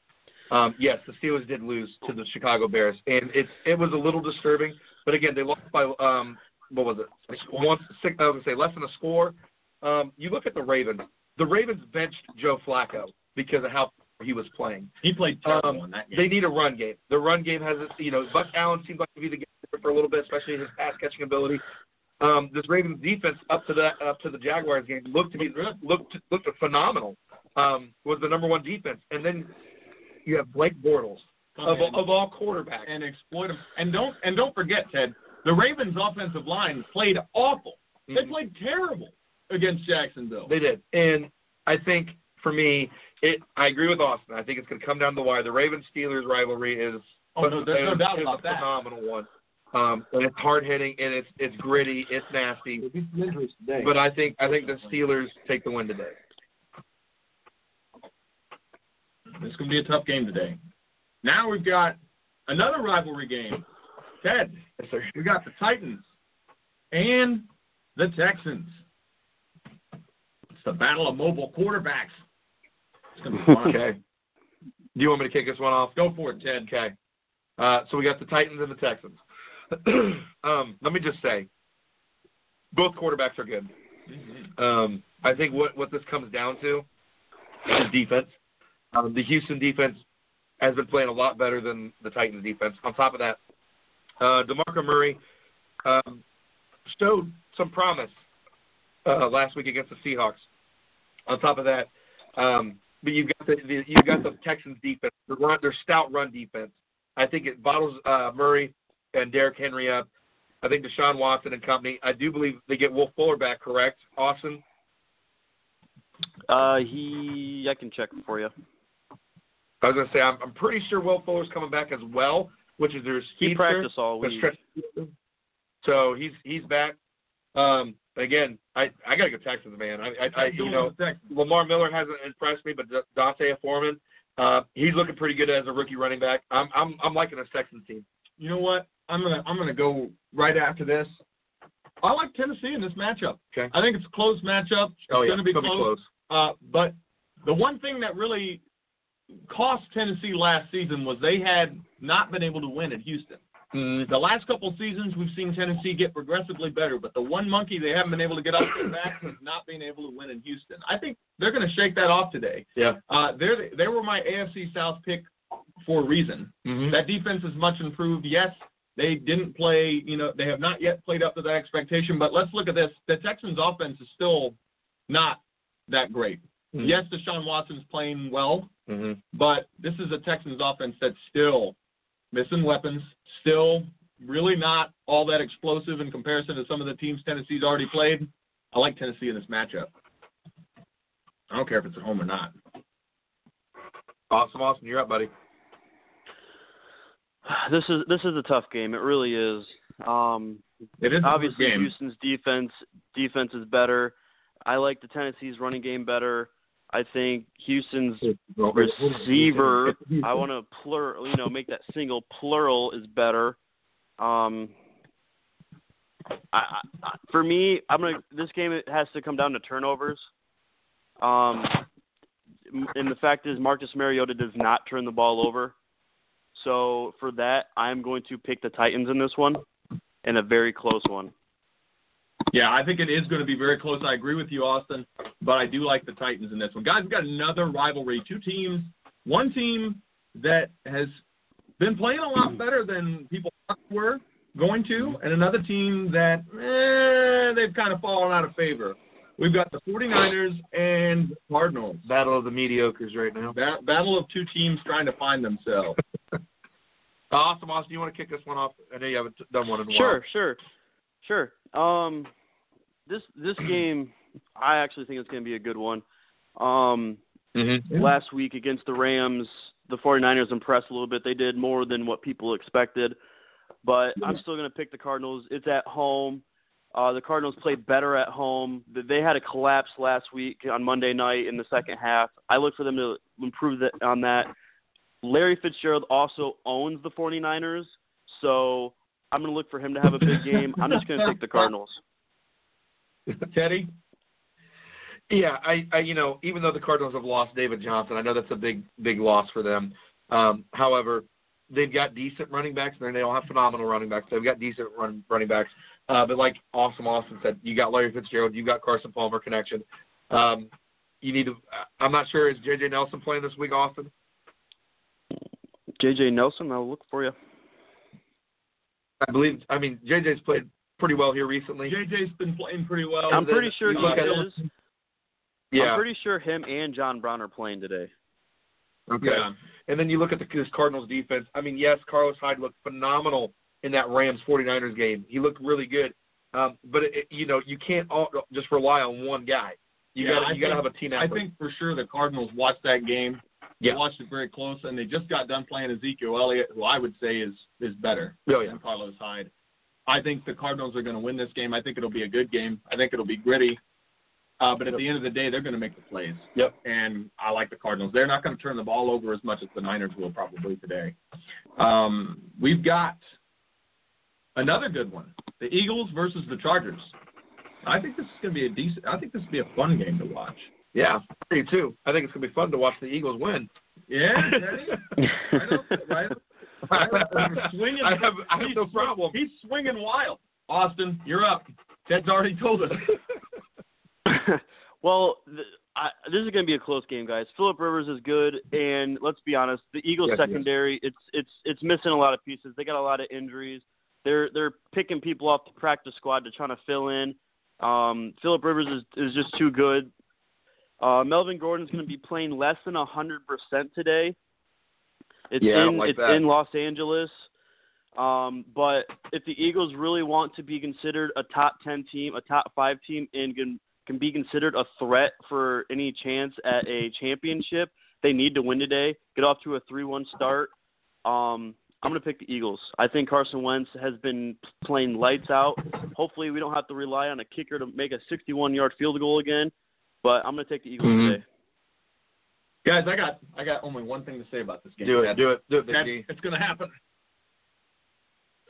A: Um, yes, the Steelers did lose to the Chicago Bears, and it's it was a little disturbing. But again, they lost by um, what was it? Six Once, six, I was going to say less than a score. Um, you look at the Ravens. The Ravens benched Joe Flacco because of how he was playing.
B: He played terrible
A: Um,
B: in that game.
A: they need a run game. The run game has, a, you know, Buck Allen seems like to be the game for a little bit, especially his pass catching ability. Um, this Ravens defense up to the up to the Jaguars game looked to be looked looked phenomenal. Um, was the number one defense, and then you have Blake Bortles
B: Come
A: of,
B: in.
A: of all quarterbacks.
B: and exploit them. And don't and don't forget, Ted, the Ravens' offensive line played awful. They
A: Mhm.
B: played terrible against Jacksonville.
A: They did, and I think for me, it. I agree with Austin. I think it's going to come down to the wire. The Ravens Steelers rivalry is
B: Oh, no, there's no
A: is-
B: doubt
A: is
B: about
A: a
B: that.
A: phenomenal one. Um, and it's hard hitting, and it's it's gritty, it's nasty.
D: There'll be some injuries today.
B: uh,
A: But I think I think the Steelers take the win today.
B: It's going to be a tough game today. Now we've got another rivalry game. Ted,
A: Yes, sir.
B: we've got the Titans and the Texans. It's the battle of mobile quarterbacks. It's going to be fun.
A: Okay. Do you want me to kick this one off?
B: Go for it, Ted.
A: Okay. Uh, so we got the Titans and the Texans. um, let me just say, both quarterbacks are good.
B: Mm-hmm.
A: Um, I think what what this comes down to is defense. Um, the Houston defense has been playing a lot better than the Titans defense. On top of that, uh, Demarco Murray um, showed some promise uh, last week against the Seahawks. On top of that, um, but you've got the, the you've got the Texans defense, their, run, their stout run defense. I think it bottles uh, Murray and Derrick Henry up. I think Deshaun Watson and company. I do believe they get Wolf Fuller back, correct? Austin.
C: Uh, he, I can check for you.
A: I was gonna say I'm, I'm pretty sure Will Fuller's coming back as well, which is their
C: He
A: speedster.
C: practiced all week.
A: So he's he's back. Um, again, I I gotta go Texans, man. I I, I you know
B: the Texans.
A: Lamar Miller hasn't impressed me, but Da- Dante Foreman, uh, he's looking pretty good as a rookie running back. I'm I'm I'm liking this Texans team.
B: you know what? I'm gonna I'm gonna go right after this. I like Tennessee in this matchup.
A: Okay.
B: I think it's a close matchup. It's
A: Oh yeah,
B: gonna be
A: it's
B: close. Uh, but the one thing that really cost Tennessee last season was they had not been able to win at Houston.
A: Mm,
B: The last couple seasons we've seen Tennessee get progressively better, but the one monkey they haven't been able to get off their back is not being able to win in Houston. I think they're gonna shake that off today.
A: yeah.
B: Uh, they're they were my AFC South pick for a reason.
A: Mm-hmm.
B: That defense is much improved. Yes, they didn't play, you know, they have not yet played up to that expectation, but let's look at this. The Texans offense is still not that great.
C: Hmm.
A: Mhm.
B: Yes, Deshaun Watson's playing well,
A: hmm
B: but this is a Texans offense that's still missing weapons, still really not all that explosive in comparison to some of the teams Tennessee's already played. I like Tennessee in this matchup. I don't care if it's at home or not.
A: Awesome, awesome. You're up, buddy.
C: This is this is a tough game. It really is. Um,
B: It is a good
C: obviously
B: game.
C: Houston's defense defense is better. I like the Tennessee's running game better. I think Houston's receiver. I want to plur, you know, make that single plural is better. Um, I, I, for me, I'm gonna. This game it has to come down to turnovers. Um, and the fact is, Marcus Mariota does not turn the ball over. So for that, I'm going to pick the Titans in this one, and a very close one.
B: Yeah, I think it is going to be very close. I agree with you, Austin, but I do like the Titans in this one. Guys, we've got another rivalry. Two teams, one team that has been playing a lot better than people thought they were going to, and another team that eh, they've kind of fallen out of favor. We've got the 49ers and Cardinals.
A: Battle of the mediocres right now.
B: Ba- battle of two teams trying to find themselves.
A: Awesome, Austin. You want to kick this one off? I know you haven't done one in a while.
C: Sure, sure, sure. Um, this this game, I actually think it's going to be a good one. Um,
B: Mm-hmm.
C: last week against the Rams, the 49ers impressed a little bit. They did more than what people expected, but I'm still going to pick the Cardinals. It's at home. Uh, the Cardinals played better at home. Th- They had a collapse last week on Monday night in the second half. I look for them to improve that, on that. Larry Fitzgerald also owns the 49ers, so I'm going to look for him to have a big game. I'm just going to pick the Cardinals.
B: Teddy?
A: Yeah, I, I, you know, even though the Cardinals have lost David Johnson, I know that's a big, big loss for them. Um, however, they've got decent running backs, and they don't have phenomenal running backs. They've got decent run, running backs, uh, but like Awesome Austin said, you got Larry Fitzgerald, you got Carson Palmer connection. Um, you need to. I'm not sure is JJ Nelson playing this week, Austin.
C: J.J. Nelson, I'll look for you.
A: I believe. I mean, JJ's played pretty well here recently.
B: JJ's been playing pretty well.
C: I'm
A: then
C: pretty sure
A: you look at
C: he is.
A: Yeah.
C: I'm pretty sure him and John Brown are playing today.
A: okay.
B: Yeah.
A: And then you look at the, this Cardinals defense. I mean, yes, Carlos Hyde looked phenomenal in that Rams 49ers game. He looked really good. Um, but it, it- you know, you can't all, just rely on one guy. You
B: Yeah, I
A: got you got to have
B: think-
A: a team
B: I
A: effort.
B: think for sure the Cardinals watched that game. They
A: Yeah.
B: watched it very close, and they just got done playing Ezekiel Elliott, who I would say is is better
A: Oh, yeah.
B: than Carlos Hyde. I think the Cardinals are going to win this game. I think it'll be a good game. I think it'll be gritty. Uh, but at the end of the day, they're going to make the plays.
A: Yep.
B: And I like the Cardinals. They're not going to turn the ball over as much as the Niners will probably today. Um, we've got another good one: the Eagles versus the Chargers. I think this is going to be a decent. I think this will be a fun game to watch.
A: Yeah, me too. I think it's gonna be fun to watch the Eagles win.
B: Yeah, Teddy. right up, right up.
A: I
B: swinging.
A: have I have no problem.
B: He's swinging wild. Austin, you're up. Ted's already told us.
C: well, th- I, this is going to be a close game, guys. Philip Rivers is good, and let's be honest, the Eagles
B: Yes, he is.
C: secondary it's it's it's missing a lot of pieces. They got a lot of injuries. They're they're picking people off the practice squad to trying to fill in. Um, Philip Rivers is is just too good. Uh, Melvin Gordon's going to be playing less than hundred percent today. It's
A: Yeah, I don't
C: in
A: like
C: it's
A: that.
C: in Los Angeles. Um, but if the Eagles really want to be considered a top ten team, a top five team, and can, can be considered a threat for any chance at a championship, they need to win today. Get off to a three-one start. Um, I'm going to pick the Eagles. I think Carson Wentz has been playing lights out. Hopefully, we don't have to rely on a kicker to make a 61-yard field goal again. But I'm going to take the Eagles
A: Mhm.
C: today.
B: Guys, I got I got only one thing to say about this game.
A: Do it,
B: Ted.
A: do it, do it, Big
B: Ted,
A: D.
B: it's gonna happen.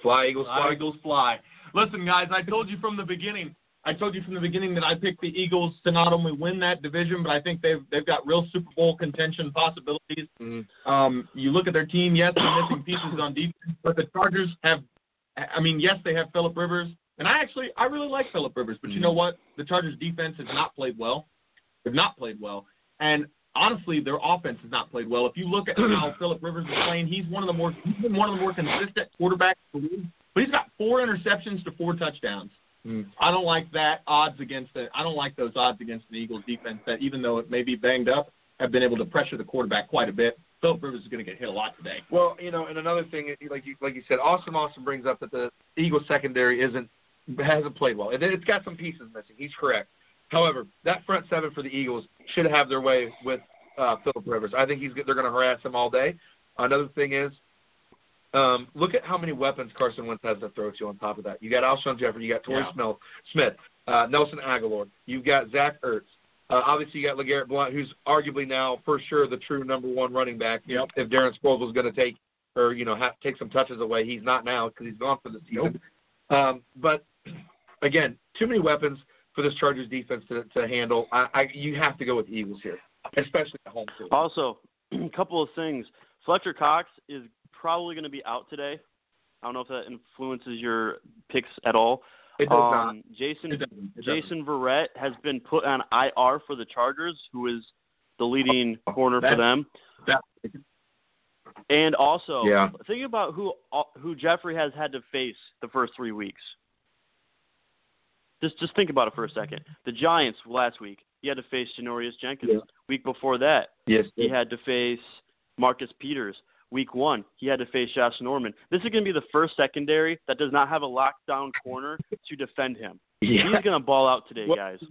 A: Fly Eagles,
B: Fly
A: fly.
B: Eagles fly. Listen, guys, I told you from the beginning. I told you from the beginning that I picked the Eagles to not only win that division, but I think they've they've got real Super Bowl contention possibilities.
A: Mhm.
B: Um, you look at their team. Yes, they're missing pieces on defense, but the Chargers have. I mean, yes, they have Philip Rivers, and I actually I really like Philip Rivers, but you know what? The Chargers defense has not played well. They've not played well, and honestly, their offense has not played well. If you look at how Philip Rivers is playing, he's one of the more he's been one of the more consistent quarterbacks in the league. But he's got four interceptions to four touchdowns.
A: Mm.
B: I don't like that odds against the I don't like those odds against the Eagles defense that even though it may be banged up, have been able to pressure the quarterback quite a bit. Philip Rivers is going to get hit a lot today.
A: Well, you know, and another thing, like you like you said, Austin Austin brings up that the Eagles secondary isn't hasn't played well. It, it's got some pieces missing. He's correct. However, that front seven for the Eagles should have their way with uh, Philip Rivers. I think he's they're going to harass him all day. Another thing is, um, look at how many weapons Carson Wentz has to throw at you. On top of that, you got Alshon Jeffrey, you got Torrey
B: Yeah.
A: Smith, Smith, uh, Nelson Aguilar, you've got Zach Ertz. Uh, obviously, you got Legarrette Blunt, who's arguably now for sure the true number one running back.
B: Yep.
A: If Darren Sproles was going to take or you know have, take some touches away, he's not now because he's gone for the season. Um, but again, too many weapons for this Chargers defense to, to handle. I, I, you have to go with the Eagles here, especially at home field.
C: Also, a couple of things. Fletcher Cox is probably going to be out today. I don't know if that influences your picks at all.
A: It does not.
C: Um, Jason
B: It doesn't. It doesn't.
C: Jason Verrett has been put on IR for the Chargers, who is the leading corner for
B: Oh, That-
C: them.
B: that-
C: and also,
A: Yeah.
C: think about who uh, who Jeffrey has had to face the first three weeks. Just just think about it for a second. The Giants last week, he had to face Janorius Jenkins.
A: Yeah.
C: Week before that,
A: Yes,
C: he had to face Marcus Peters. Week one, he had to face Josh Norman. This is going to be the first secondary that does not have a lockdown corner to defend him. He's going to ball out today,
A: Well-
C: guys.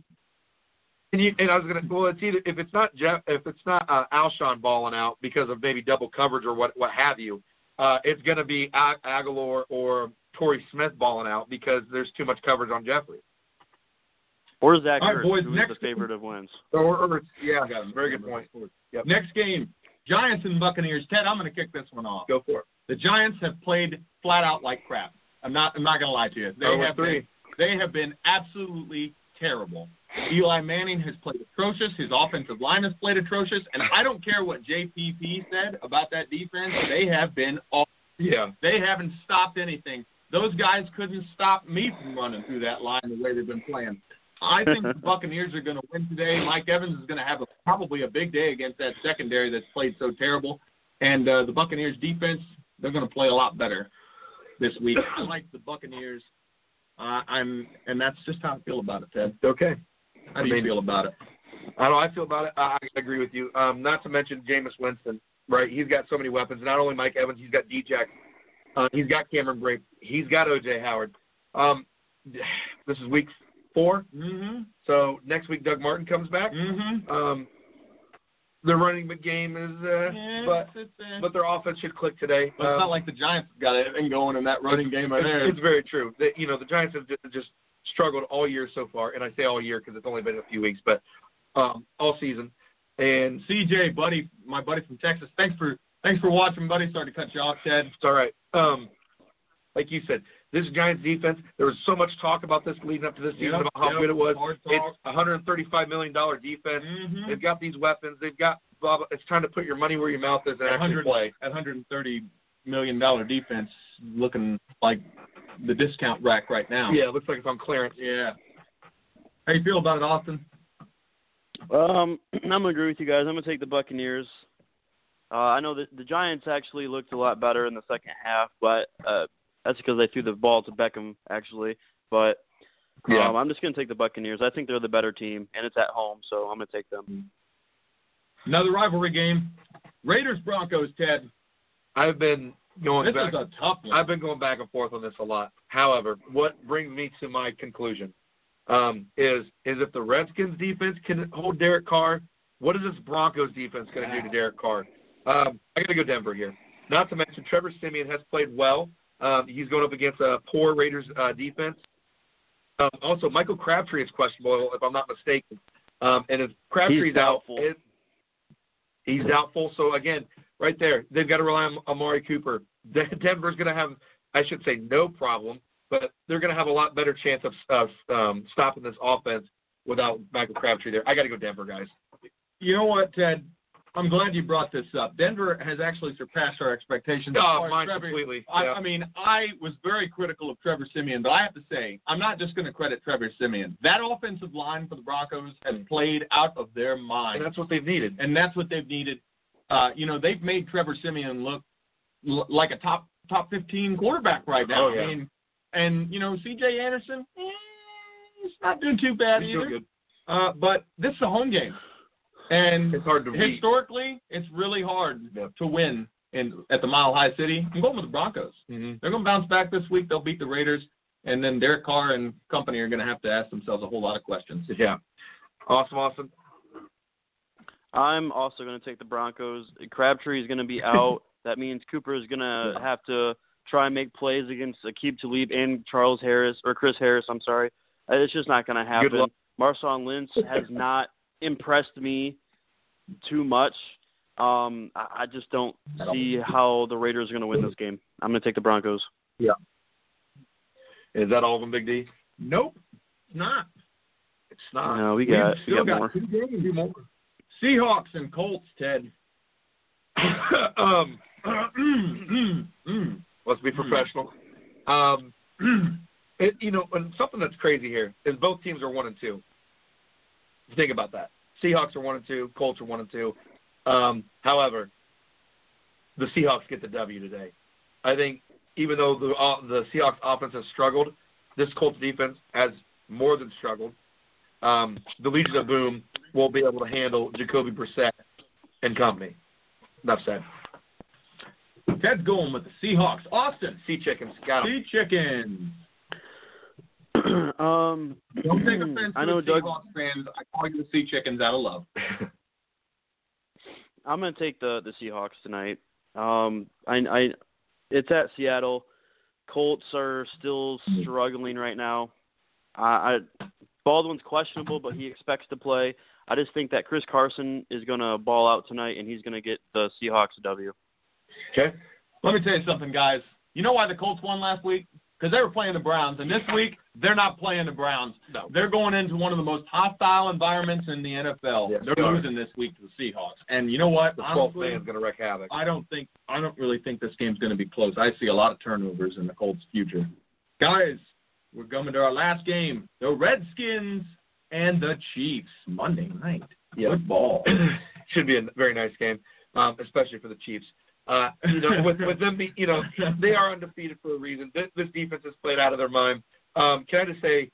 A: And, you, and I was gonna. Well, it's either if it's not Jeff, if it's not uh, Alshon balling out because of maybe double coverage or what what have you, uh, it's gonna be Ag- Aguilar or Torrey Smith balling out because there's too much coverage on Jeffrey.
C: Or Zach
B: All right,
C: Ertz,
B: boys,
C: who's
B: next-
C: the favorite of wins.
A: Or, or yeah,
B: Got him.
A: very good point. Yep.
B: Next game, Giants and Buccaneers. Ted, I'm going to kick this one off.
A: Go for it.
B: The Giants have played flat out like crap. I'm not. I'm not going to lie to you. They
A: Oh,
B: have
A: three.
B: Been, they have been absolutely terrible. Eli Manning has played atrocious. His offensive line has played atrocious, and I don't care what JPP said about that defense. They have been awful.
A: Yeah,
B: They haven't stopped anything. Those guys couldn't stop me from running through that line the way they've been playing. I think the Buccaneers are going to win today. Mike Evans is going to have a, probably a big day against that secondary that's played so terrible. And uh, the Buccaneers defense, they're going to play a lot better this week. I like the Buccaneers. Uh, I'm, and that's just how I feel about it, Ted.
A: okay.
B: How do you feel about it?
A: I know I feel about it. I, I agree with you. Um, not to mention Jameis Winston, right? He's got so many weapons. Not only Mike Evans, he's got D-Jack. Uh, he's got Cameron Brake. He's got O.J. Howard. Um, this is week four,
B: Mm-hmm.
A: so next week Doug Martin comes back.
B: Mm-hmm.
A: Um, the running back game is, uh, but
B: it's, uh,
A: but their offense should click today.
B: but it's
A: Um,
B: not like the Giants got anything going in that running game right
A: it's,
B: there.
A: it's very true. That you know the Giants have just, just struggled all year so far, and I say all year because it's only been a few weeks, but um, all season. And
B: CJ, buddy, my buddy from Texas. Thanks for thanks for watching, buddy. Sorry to cut you off, Ted.
A: It's all right. Um, like you said, this Giants defense. There was so much talk about this leading up to this season
B: Yeah,
A: about how
B: yeah,
A: good it was.
B: hard talk.
A: It's a 135 million dollar defense.
B: Mm-hmm.
A: They've got these weapons. They've got blah, blah. It's time to put your money where your mouth is and
B: At
A: actually
B: 100
A: play.
B: at 130 million dollar defense, looking like the discount rack right now.
A: Yeah, it looks like it's on clearance.
B: Yeah. How you feel about it, Austin?
C: Um, I'm gonna agree with you guys. I'm gonna take the Buccaneers. Uh, I know that the Giants actually looked a lot better in the second half, but uh, that's because they threw the ball to Beckham actually. But um,
A: Yeah.
C: I'm just gonna take the Buccaneers. I think they're the better team, and it's at home, so I'm gonna take them.
B: Another rivalry game. Raiders Broncos, Ted.
A: I've been going
B: This
A: back.
B: is a tough one.
A: I've been going back and forth on this a lot. However, what brings me to my conclusion um, is is if the Redskins defense can hold Derek Carr, what is this Broncos defense going to do to Derek Carr? Um, I got to go Denver here. Not to mention Trevor Simeon has played well. Um, he's going up against a poor Raiders uh, defense. Um, also, Michael Crabtree is questionable if I'm not mistaken, um, and if Crabtree's out,
C: doubtful.
A: it, he's doubtful. So again, right there, they've got to rely on Amari Cooper. De- Denver's going to have, I should say, no problem, but they're going to have a lot better chance of, of um, stopping this offense without Michael Crabtree there. I got to go Denver, guys.
B: you know what, Ted? I'm glad you brought this up. Denver has actually surpassed our expectations. As far
A: Oh,
B: as
A: mine
B: Trevor-
A: completely.
B: I,
A: Yeah.
B: I mean, I was very critical of Trevor Simeon, but I have to say, I'm not just going to credit Trevor Simeon. That offensive line for the Broncos has played out of their mind,
A: Mm. and that's what they've needed.
B: and that's what they've needed. Uh, you know, they've made Trevor Simeon look l- like a top top 15 quarterback right now.
A: Oh, yeah.
B: I mean, and you know, C.J. Anderson, eh, he's not doing too bad
A: He's
B: either.
A: doing good.
B: Uh, but this is a home game, and
A: It's hard to read.
B: historically, it's really hard
A: Yep.
B: to win in at the Mile High City. I'm going with the Broncos.
A: Mhm.
B: They're going to bounce back this week. They'll beat the Raiders, and then Derek Carr and company are going to have to ask themselves a whole lot of questions.
A: Yeah. Awesome, awesome.
C: I'm also gonna take the Broncos. Crabtree is gonna be out. that means Cooper is gonna have to try and make plays against Akib Talib and Charles Harris or Chris Harris. I'm sorry. Uh, It's just not gonna happen.
A: luck.
C: Marshawn Lynch has not impressed me too much. Um, I, I just don't see how the Raiders are going to win this game. I'm going to take the Broncos.
A: Is that all of them, Big D?
B: Nope, it's not.
A: It's not.
C: No, we got
B: We've
C: we
B: still
C: got
B: got
C: more.
B: two games and do more. Seahawks and Colts, Ted.
A: um,
B: Mm, mm,
A: let's be professional. Um,
B: mm.
A: it, you know, and something that's crazy here is both teams are one and two. Think about that. Seahawks are one and two. Colts are one and two. Um, however, the Seahawks get the W today. I think even though the uh, the Seahawks offense has struggled, this Colts defense has more than struggled. Um, the Legion of Boom won't be able to handle Jacoby Brissett and company. Enough said.
B: Ted's going with the Seahawks. Austin,
A: Sea chickens got 'em.
B: Sea Chickens.
C: um,
B: Don't take offense
C: I know
B: to the
C: Doug.
B: Seahawks fans. I call you the Sea Chickens out of love.
C: I'm gonna take the the Seahawks tonight. Um, I, I, it's at Seattle. Colts are still struggling right now. I, I Baldwin's questionable, but he expects to play. I just think that Chris Carson is gonna ball out tonight, and he's gonna get the Seahawks a W.
B: Okay. Let me tell you something, guys. You know why the Colts won last week? Because they were playing the Browns, and this week they're not playing the Browns.
A: No.
B: They're going into one of the most hostile environments in the NFL.
A: Yes, they
B: they're
A: are.
B: losing this week to the Seahawks. And you know what?
A: The 12th
B: Honestly,
A: man is going to wreak havoc.
B: I don't think I don't really think this game's going to be close. I see a lot of turnovers in the Colts' future. Guys, we're coming to our last game: the Redskins and the Chiefs Monday night
A: Yeah.
B: football.
A: should be a very nice game, um, especially for the Chiefs. Uh, you know, with with them, be, you know, they are undefeated for a reason. This, this defense has played out of their mind. Um, can I just say,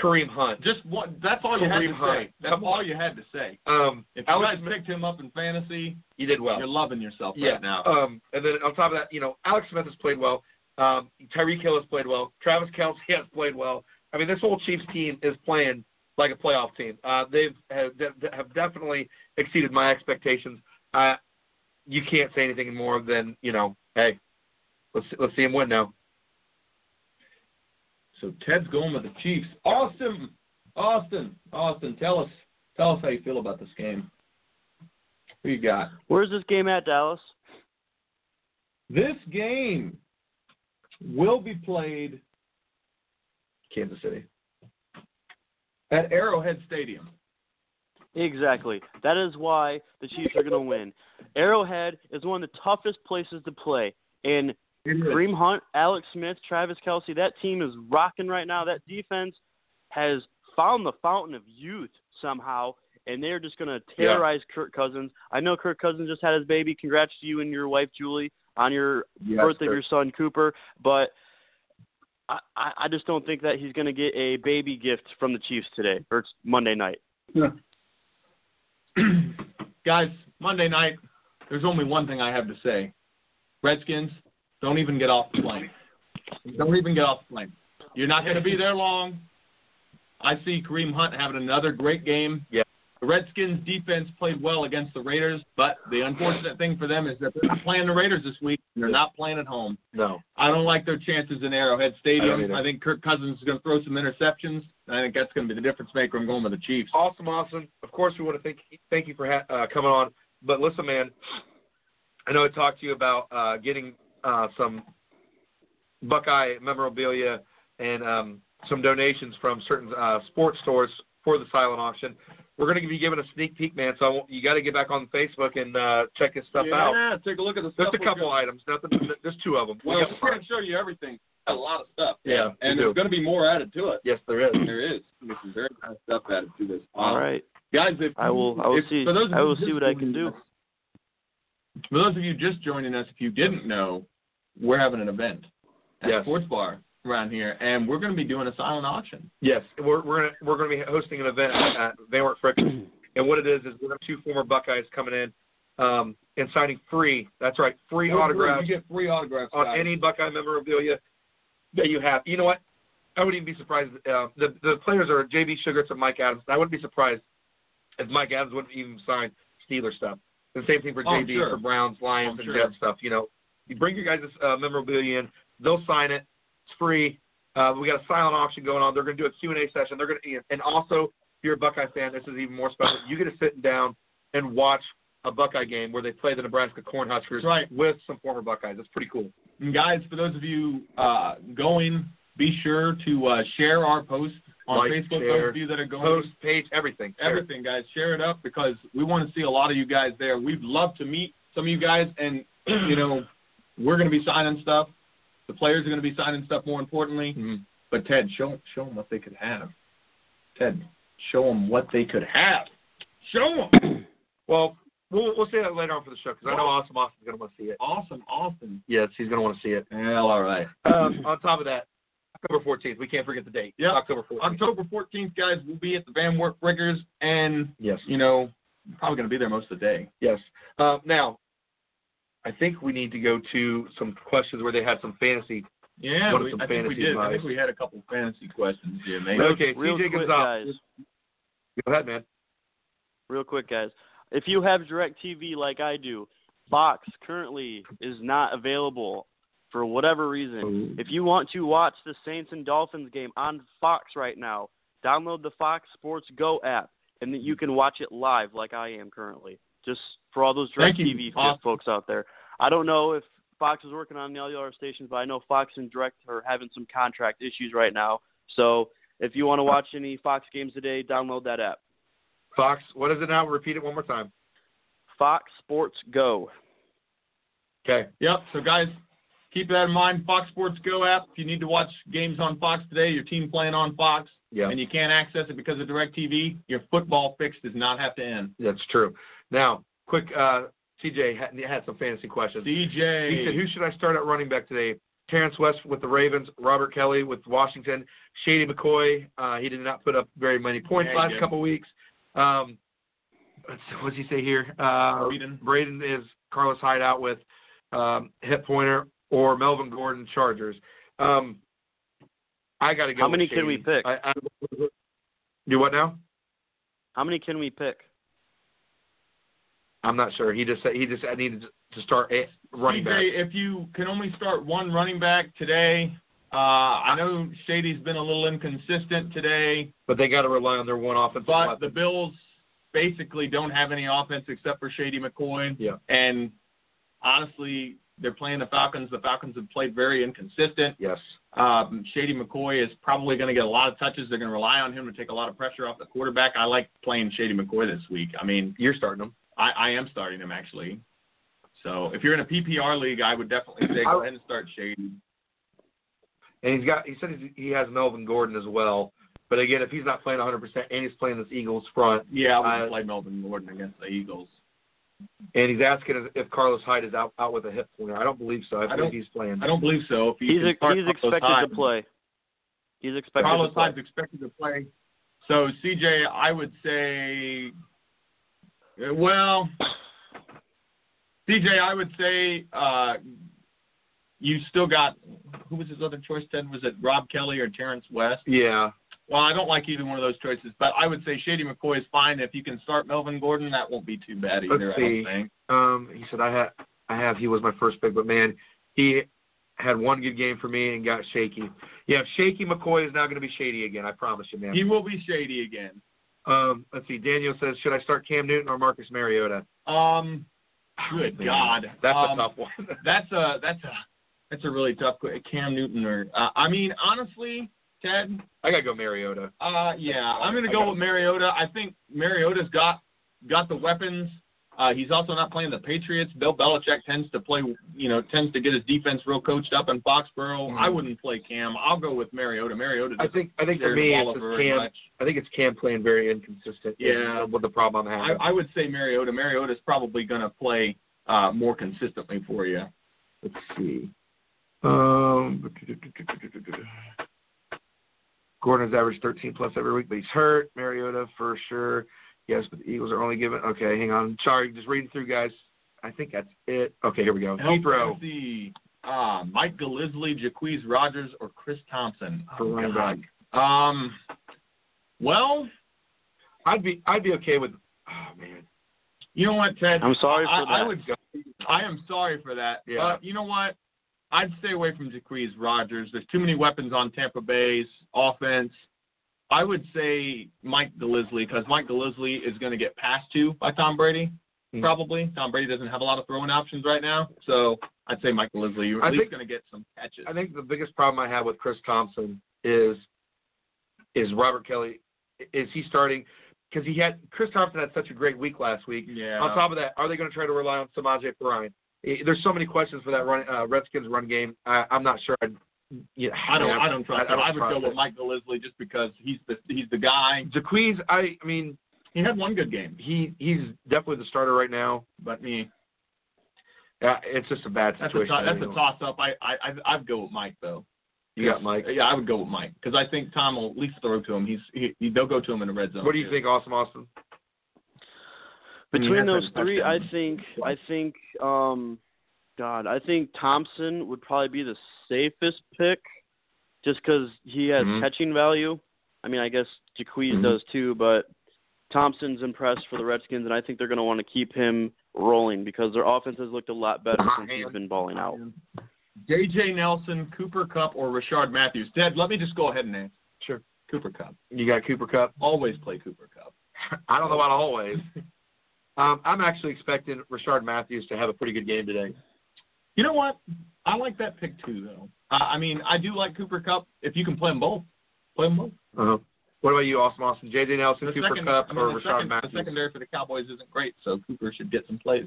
A: Kareem Hunt?
B: Just what? That's all you had
A: Kareem
B: to
A: Hunt.
B: say. That's all you had to say.
A: Um,
B: If you
A: Alex,
B: guys picked him up in fantasy,
A: you did well.
B: you're loving yourself
A: yeah.
B: right now.
A: Um, and then on top of that, you know, Alex Smith has played well. Um, Tyreek Hill has played well. Travis Kelsey has played well. I mean, this whole Chiefs team is playing like a playoff team. Uh, they've have, de- have definitely exceeded my expectations. Uh, you can't say anything more than you know. Hey, let's let's see him win now.
B: So Ted's going with the Chiefs. Austin, Austin, Austin, tell us, tell us how you feel about this game. Who you got?
C: Where's this game at, Dallas?
B: This game will be played
A: Kansas City.
B: at Arrowhead Stadium.
C: Exactly. That is why the Chiefs are going to win. Arrowhead is one of the toughest places to play. And Kareem Hunt, Alex Smith, Travis Kelsey, that team is rocking right now. That defense has found the fountain of youth somehow, and they're just going to terrorize Kirk Cousins. I know Kirk Cousins just had his baby. Congrats to you and your wife, Julie, on your birthday of your son, Cooper. But I, I I just don't think that he's going to get a baby gift from the Chiefs today or it's Monday night.
B: Guys, Monday night, there's only one thing I have to say. Redskins, don't even get off the plane. Don't even get off the plane. You're not going to be there long. I see Kareem Hunt having another great game.
A: Yeah.
B: The Redskins defense played well against the Raiders, but the unfortunate thing for them is that they're not playing the Raiders this week. They're not playing at home.
A: No.
B: I don't like their chances in Arrowhead
A: I don't
B: Stadium.
A: either.
B: I, think Kirk Cousins is going to throw some interceptions. and I think that's going to be the difference maker. I'm going with the Chiefs.
A: Awesome, awesome. Of course, we want to thank thank you for ha- uh, coming on. But listen, man, I know I talked to you about uh, getting uh, some Buckeye memorabilia and um, some donations from certain uh, sports stores for the silent auction. We're going to be giving a sneak peek, man. So I won't- you got to get back on Facebook and uh, check this stuff out.
B: Yeah, take a look at the stuff.
A: There's a
B: we're
A: couple items. Nothing. There's two of them.
B: Well,
A: We got
B: we're going to show you everything. Got a lot of stuff.
A: Yeah, we
B: and
A: do.
B: there's going to be more added to it.
A: yes, there is.
B: There is. There's some very nice stuff added to this.
C: All
B: Um,
C: right.
B: guys. If
C: I will- I will
B: if-
C: see-
B: For those of
C: I
B: you
C: will see
B: just
C: what I
B: joining
C: can do.
B: us- for those of you just joining us, if you didn't know, we're having an event at
A: Yes.
B: Sports Bar around here, and we're going to be doing a silent auction.
A: Yes, we're we're gonna, we're going to be hosting an event at Van Wert Frick, and what it is is we have two former Buckeyes coming in um, and signing free. That's right, free autographs
B: You get free autographs
A: on
B: guys.
A: any Buckeye memorabilia that you have. You know what? I wouldn't even be surprised. Uh, the the players are J.B. Sugarts and Mike Adams. I wouldn't be surprised if Mike Adams wouldn't even sign Steeler stuff. The same thing for
B: Oh,
A: J.B.
B: sure.
A: for Browns, Lions,
B: I'm
A: and
B: sure.
A: Jets stuff. You know, you bring your guys' uh, memorabilia in. They'll sign it. It's free. Uh, we got a silent auction going on. They're going to do a Q and A session. They're going to, and also if you're a Buckeye fan, this is even more special. You get to sit down and watch a Buckeye game where they play the Nebraska Cornhuskers
B: That's right.
A: with some former Buckeyes. It's pretty cool.
B: And guys, for those of you uh, going Be sure to uh, share our post on
A: Like,
B: Facebook.
A: share,
B: Those of you that are going
A: Post, page, everything. Sure.
B: Um, everything, guys. Share it up because we want to see a lot of you guys there. We'd love to meet some of you guys, and you know, we're going to be signing stuff. The players are going to be signing stuff. More importantly,
A: Mm-hmm.
D: Mhm.
B: but Ted, show show them what they could have. Ted, show them what they could have. Show them.
A: Well, we'll we'll say that later on for the show because I know Awesome Austin's going to want to see it.
B: Awesome, awesome.
A: Yes, he's going to want to see it.
B: Hell, all right.
A: Um, on top of that, October 14th. We can't forget the date.
B: Yep.
A: October 14th.
B: October 14th, guys, we'll be at the Van Wert Breakers, and
A: Yes.
B: you know, probably going to be there most of the day.
A: Yes. Uh, now, I think we need to go to some questions where they had some fantasy.
B: Yeah,
A: What are
B: we,
A: some
B: I think we
A: fantasy
B: did. I
A: advice?
B: think we had a couple fantasy questions here, maybe.
A: Okay,
C: real
A: CJ
C: quick,
A: Gonzalez.
C: guys.
A: Go ahead, man.
C: Real quick, guys. If you have DirecTV like I do, Box currently is not available for whatever reason.
B: Mm.
C: If you want to watch the Saints and Dolphins game on Fox right now, download the Fox Sports Go app, and then you can watch it live like I am currently. Just for all those
B: Thank you.
C: DirecTV
B: Awesome.
C: folks out there. I don't know if Fox is working on the other stations, but I know Fox and Direct are having some contract issues right now. So if you want to watch any Fox games today, download that app.
A: Fox, what is it now? Repeat it one more time.
C: Fox Sports Go.
A: Okay.
B: Yep. So guys, keep that in mind. Fox Sports Go app. If you need to watch games on Fox today, your team playing on Fox,
A: Yeah.
B: and you can't access it because of DirecTV, your football fix does not have to end.
A: That's true. Now, quick, uh, CJ had, had some fantasy questions. He said,
B: DJ.
A: "Who should I start at running back today? Terrence West with the Ravens, Robert Kelly with Washington, Shady McCoy. Uh, he did not put up very many points
B: Yeah, he
A: last
B: didn't.
A: couple weeks. Um, let's- what does he say here? Uh,
B: Braden.
A: Braden is Carlos Hyde out with um, hit pointer or Melvin Gordon Chargers. Um, I got to go.
C: How
A: with
C: many can
A: Shady.
C: we pick?
A: I, I, do what now?
C: How many can we pick?
A: I'm not sure. He just said he just I needed to start a running back.
B: DJ, if you can only start one running back today, uh, I know Shady's been a little inconsistent today,
A: but they got to rely on their one offensive
B: but
A: weapon.
B: the Bills basically don't have any offense except for Shady McCoy.
A: Yeah.
B: And honestly, they're playing the Falcons. The Falcons have played very inconsistent.
A: yes.
B: Um, Shady McCoy is probably going to get a lot of touches. They're going to rely on him to take a lot of pressure off the quarterback. I like playing Shady McCoy this week. I mean,
A: You're starting them.
B: I, I am starting him actually. So if you're in a PPR league, I would definitely say go ahead and start Shady.
A: And he's got he said he's- he has Melvin Gordon as well. But again, if he's not playing 100% and he's playing this Eagles front,
B: Yeah, I would
A: Uh,
B: play Melvin Gordon against the Eagles.
A: and he's asking if Carlos Hyde is out, out with a hip pointer, I don't believe so. I,
B: don't-
A: believe he's playing.
B: I don't believe so. If you
C: He's
B: can start
C: he's
B: Carlos
C: expected to
B: Hyde.
C: play. He's expected
B: Carlos
C: to play.
B: Hyde's expected to play. So CJ, I would say, uh, well, CJ, I would say uh, you still got who was his other choice? Ted was it Rob Kelly or Terrence West?
A: yeah.
B: Well, I don't like either one of those choices, but I would say Shady McCoy is fine. If you can start Melvin Gordon, that won't be too bad either.
A: Let's
B: I don't
A: see.
B: think.
A: Um, he said I had I have he was my first pick, but man, he had one good game for me and got shaky. Yeah, shaky McCoy is now going to be shady again. I promise you, man.
B: He will be shady again.
A: Um, let's see. Daniel says, should I start Cam Newton or Marcus Mariota?
B: Um, good
A: Man,
B: God,
A: that's
B: um,
A: a tough one.
B: that's a that's a that's a really tough que- Cam Newton or uh, I mean honestly, Ted.
A: I gotta go Mariota.
B: Uh, yeah, I'm gonna go with Mariota. I think Mariota's got got the weapons. Uh, he's also not playing the Patriots. Bill Belichick tends to play, you know, tends to get his defense real coached up in Foxborough.
A: Mhm.
B: I wouldn't play Cam. I'll go with Mariota. Mariota.
A: I
B: doesn't
A: think I think
B: share
A: for
B: the
A: me
B: ball
A: it's just
B: very
A: Cam.
B: much.
A: I think it's Cam playing very inconsistent. is
B: Yeah.
A: what the problem I'm having.
B: I, I would say Mariota. Mariota's probably gonna play uh, more consistently for you.
A: Let's see. Um, Gordon has averaged 13 plus every week, but he's hurt. Mariota for sure. Yes, but the Eagles are only given. Okay, hang on. Sorry, just reading through, guys. I think that's it. Okay, here we go.
B: Help
A: Heathrow.
B: see. Uh, Mike Gillespie, Jaquez Rogers, or Chris Thompson.
A: For running back.
B: Um, well,
A: I'd be I'd be okay with. Oh man.
B: you know what, Ted?
C: I'm sorry for
B: I, I
C: that.
B: would go. I am sorry for that.
A: Yeah.
B: But you know what? I'd stay away from Jaquez Rogers. There's too many weapons on Tampa Bay's offense. I would say Mike Gillespie because Mike Gillespie is going to get passed to by Tom Brady,
A: Hmm.
B: probably. Tom Brady doesn't have a lot of throwing options right now, so I'd say Michael Leslie. You're at
A: I
B: least
A: think-
B: going to get some catches.
A: I think the biggest problem I have with Chris Thompson is is Robert Kelly. Is he starting? Because he had Chris Thompson had such a great week last week.
B: Yeah.
A: On top of that, are they going to try to rely on Samaje Perine? Eh, There's so many questions for that run, uh, Redskins run game. I, I'm not sure. I'd, yeah,
B: I don't. I don't trust.
A: I,
B: him. I,
A: don't
B: would go
A: trust
B: with Michael Leslie just because he's the he's the guy.
A: it. Jaquez, I, I mean,
B: He had one good game,
A: he he's definitely the starter right now.
B: but me.
A: Uh, it's just a bad
B: That's a,
A: situation.
B: to- that's a
A: You
B: toss up. I I I- I'd go with Mike though.
A: got Mike.
B: Yeah, I would go with Mike because I think Tom will at least throw to him. He's he, he- they'll go to him in the red zone.
A: What do you
B: too.
A: think, Awesome Austin?
B: mean, that's
C: Between those
B: a
C: three, I
B: touchdown.
C: think I think um, God, I think Thompson would probably be the safest pick, just because he has
B: Mhm.
C: catching value. I mean, I guess Jaquez
B: Mhm.
C: does too, but Thompson's impressed for the Redskins, and I think they're going to want to keep him rolling because their offense has looked a lot better since he's been balling out.
B: J.J. Nelson, Cooper Cup, or Rashard Matthews? Dad, let me just go ahead and answer.
A: Sure.
B: Cooper Cup.
A: You got Cooper Cup.
B: Always play Cooper Cup.
A: I don't know about always. Um, I'm actually expecting Richard Matthews to have a pretty good game today.
B: You know what? I like that pick too, though. Uh, I mean, I do like Cooper Cup. If you can play them both, play them both.
A: Uh-huh. What about you, Austin Austin? J.J. Nelson,
B: The
A: Cooper
B: second-
A: Cup,
B: I mean,
A: or
B: the
A: Richard
B: second-
A: Matthews?
B: The secondary for the Cowboys isn't great, so Cooper should get some plays.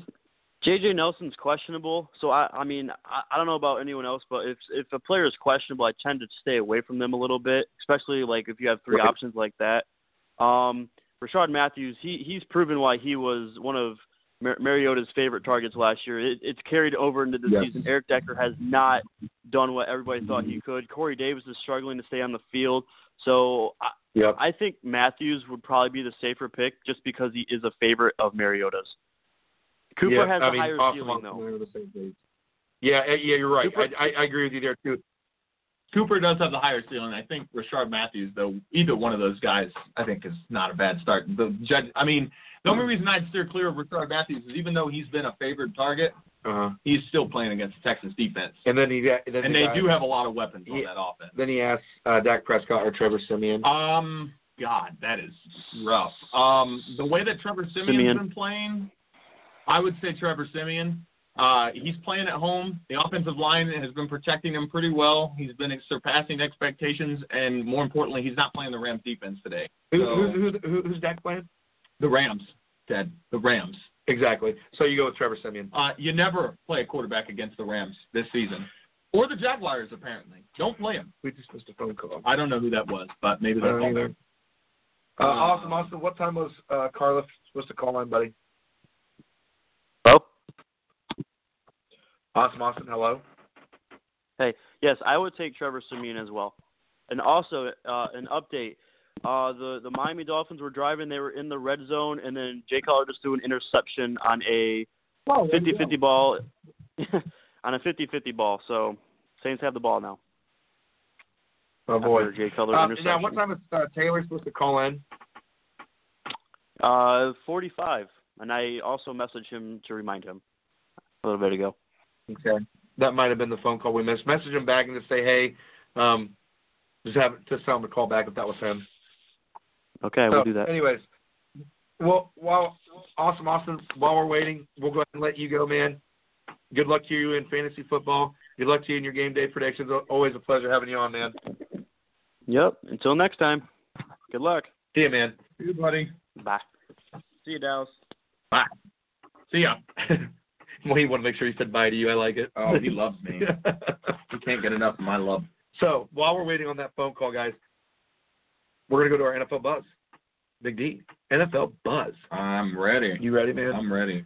C: JJ Nelson's questionable, so I I mean I, I don't know about anyone else, but if if a player is questionable, I tend to stay away from them a little bit, especially like if you have three
A: Right.
C: options like that. Um, Rashad Matthews, he he's proven why he was one of Mar- Mariota's favorite targets last year. It, it's carried over into this
B: Yes.
C: season. Eric Decker has not done what everybody thought he could. Corey Davis is struggling to stay on the field, so I,
A: Yep.
C: I think Matthews would probably be the safer pick just because he is a favorite of Mariota's. Cooper
A: Yeah,
C: has
A: I
C: a
A: mean,
C: higher
A: Austin
C: ceiling
A: Austin,
C: though.
A: we're on the same page. Yeah, eh, yeah, you're right.
C: Cooper-
A: I, I, I agree with you there too.
B: Cooper does have the higher ceiling. I think Rashard Matthews, though, either one of those guys, I think is not a bad start. The judge, I mean, the only reason I'd steer clear of Rashard Matthews is even though he's been a favored target,
A: Uh-huh.
B: he's still playing against the Texas defense,
A: And then he got- then
B: and
A: he
B: they
A: got-
B: do have a lot of weapons on
A: Yeah.
B: that offense.
A: Then he asked uh, Dak Prescott or Trevor Simeon.
B: Um, God, that is rough. Um, the way that Trevor Simeon's
C: Simeon.
B: been playing, I would say Trevor Simeon. Uh, he's playing at home. The offensive line has been protecting him pretty well. He's been surpassing expectations, and more importantly, he's not playing the Rams defense today.
A: who,
B: so-
A: who, who, who, who's Dak playing?
B: The Rams, Ted. The Rams.
A: Exactly. So you go with Trevor Simeon.
B: Uh, you never play a quarterback against the Rams this season, or the Jaguars. Apparently, don't play them.
A: We just missed a phone call.
B: I don't know who that was, but maybe
A: I
B: that's
A: don't
B: all
A: either. Uh, Austin Austin, what time was uh, Carla supposed to call in, buddy?
C: Well,
A: Awesome, Austin. Hello.
C: Hey, yes, I would take Trevor Simeon as well. And also, uh, an update: uh, the the Miami Dolphins were driving; they were in the red zone, and then Jay Collar just threw an interception on a 50-50 ball, on a 50-50 ball. So Saints have the ball now.
A: Oh
C: after Jay Cutler
A: Uh,
C: interception.
A: now, what time is uh, Taylor supposed to call in?
C: Uh, 45. And I also messaged him to remind him a little bit ago.
A: Okay. That might have been the phone call we missed. Message him back and just say, hey, um, just have just tell him to call back if that was him.
C: Okay,
A: so,
C: we'll do that.
A: Anyways, well, while awesome, Austin. While we're waiting, we'll go ahead and let you go, man. Good luck to you in fantasy football. Good luck to you in your game day predictions. Always a pleasure having you on, man.
C: Yep. Until next time. Good luck.
A: See you, man.
B: See you, buddy.
C: Bye. See you, Dallas.
B: Bye. See ya.
A: well, he wanted to make sure he said bye to you. I like it.
B: Oh, he loves me. he can't get enough of my love.
A: So while we're waiting on that phone call, guys, we're gonna go to our NFL buzz. Big D, NFL buzz.
B: I'm ready.
A: You ready, man?
B: I'm ready.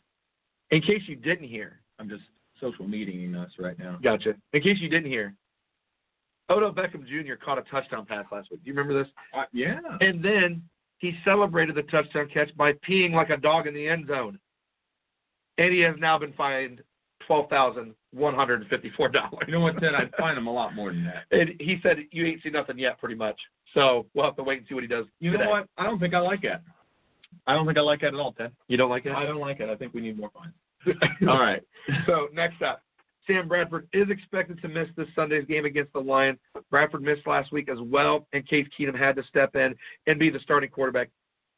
A: In case you didn't hear,
B: I'm just social meeting us right now.
A: gotcha. In case you didn't hear, Odo Beckham Jr. caught a touchdown pass last week. Do you remember this?
B: Uh, yeah.
A: And then he celebrated the touchdown catch by peeing like a dog in the end zone. And he has now been fined twelve thousand one hundred and fifty-four dollars.
B: You know what, Ted? I'd find him a lot more than that.
A: And he said, "You ain't seen nothing yet, pretty much." So we'll have to wait and see what he does.
B: You
A: today.
B: know what? I don't think I like that. I don't think I like that at all, Ted.
A: You don't like it?
B: I don't like it. I think we need more fines. All right.
A: So next up, Sam Bradford is expected to miss this Sunday's game against the Lions. Bradford missed last week as well, and Case Keenum had to step in and be the starting quarterback.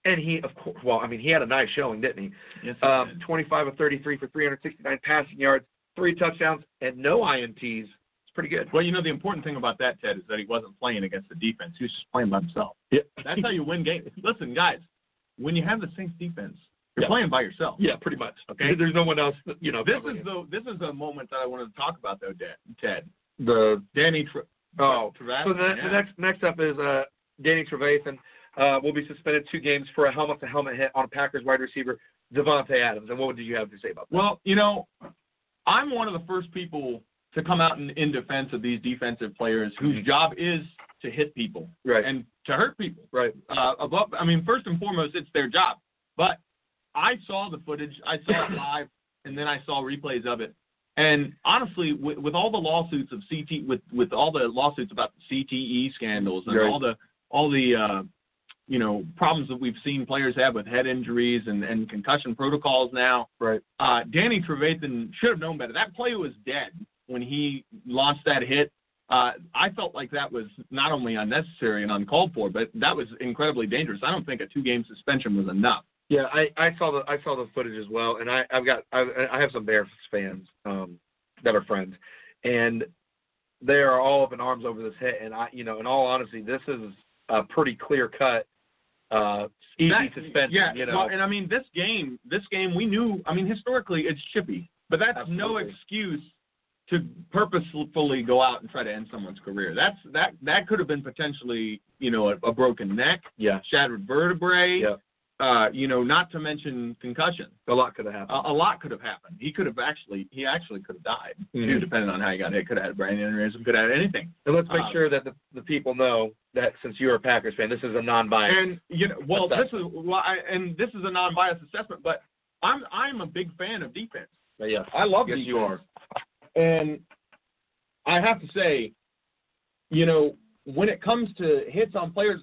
A: And he, of course, well, I mean, he had a nice showing, didn't he?
B: Yes,
A: Um, 25 of 33 for 369 passing yards three touchdowns and no ints. It's pretty good.
B: Well, you know the important thing about that, Ted, is that he wasn't playing against the defense. He was just playing by himself.
A: Yeah.
B: That's how you win games. Listen, guys, when you have the Saints defense, you're playing by yourself.
A: Yeah, pretty much.
B: Okay.
A: There's no one else. that- You know,
B: This
A: covering
B: is
A: it.
B: the this is a moment that I wanted to talk about though, Ted. Ted.
A: the
B: Danny. Tr-
A: oh.
B: Travaskin,
A: So the, the
B: yeah.
A: next next up is uh, Danny Trevathan. Uh, will be suspended two games for a helmet to helmet hit on Packers wide receiver Devontae Adams. And what do you have to say about that?
B: Well, you know, I'm one of the first people to come out in, in defense of these defensive players whose job is to hit people
A: Mm-hmm. Right.
B: and to hurt people.
A: right.
B: Uh, above, I mean, first and foremost, it's their job. But I saw the footage, I saw it live, and then I saw replays of it. And honestly, with, with all the lawsuits of CT, with with all the lawsuits about the CTE scandals and
A: Right.
B: all the all the uh, you know problems that we've seen players have with head injuries and, and concussion protocols now,
A: Right.
B: uh, Danny Trevathan should have known better. That play was dead when he launched that hit. Uh, I felt like that was not only unnecessary and uncalled for, but that was incredibly dangerous. I don't think a two-game suspension was enough.
A: Yeah, I, I saw the I saw the footage as well, and I I've got I, I have some Bears fans um, that are friends, and they are all up in arms over this hit. And I you know, in all honesty, this is a pretty clear cut, uh, easy
B: That-
A: suspension.
B: Yeah,
A: you know,
B: well, and I mean this game, this game we knew. I mean historically it's chippy, but that's no
A: Absolutely.
B: excuse to purposefully go out and try to end someone's career. That's that that could have been potentially you know a, a broken neck,
A: yeah,
B: shattered vertebrae,
A: Yeah.
B: uh, you know, not to mention concussion.
A: a lot could have happened.
B: a, a lot could have happened. He could have actually he actually could have died.
A: Mhm.
B: too, depending on how he got hit, could have had brain aneurysm, could have had anything.
A: and let's make
B: uh,
A: sure that the, the people know that since you're a Packers fan, this is a non-biased.
B: And you know, well, this
A: Assessment.
B: is well, I, and this is a non-biased assessment, but I'm I'm a big fan of defense.
A: But yeah,
B: I love
A: Yes,
B: defense.
A: you are.
B: And I have to say, you know, when it comes to hits on players,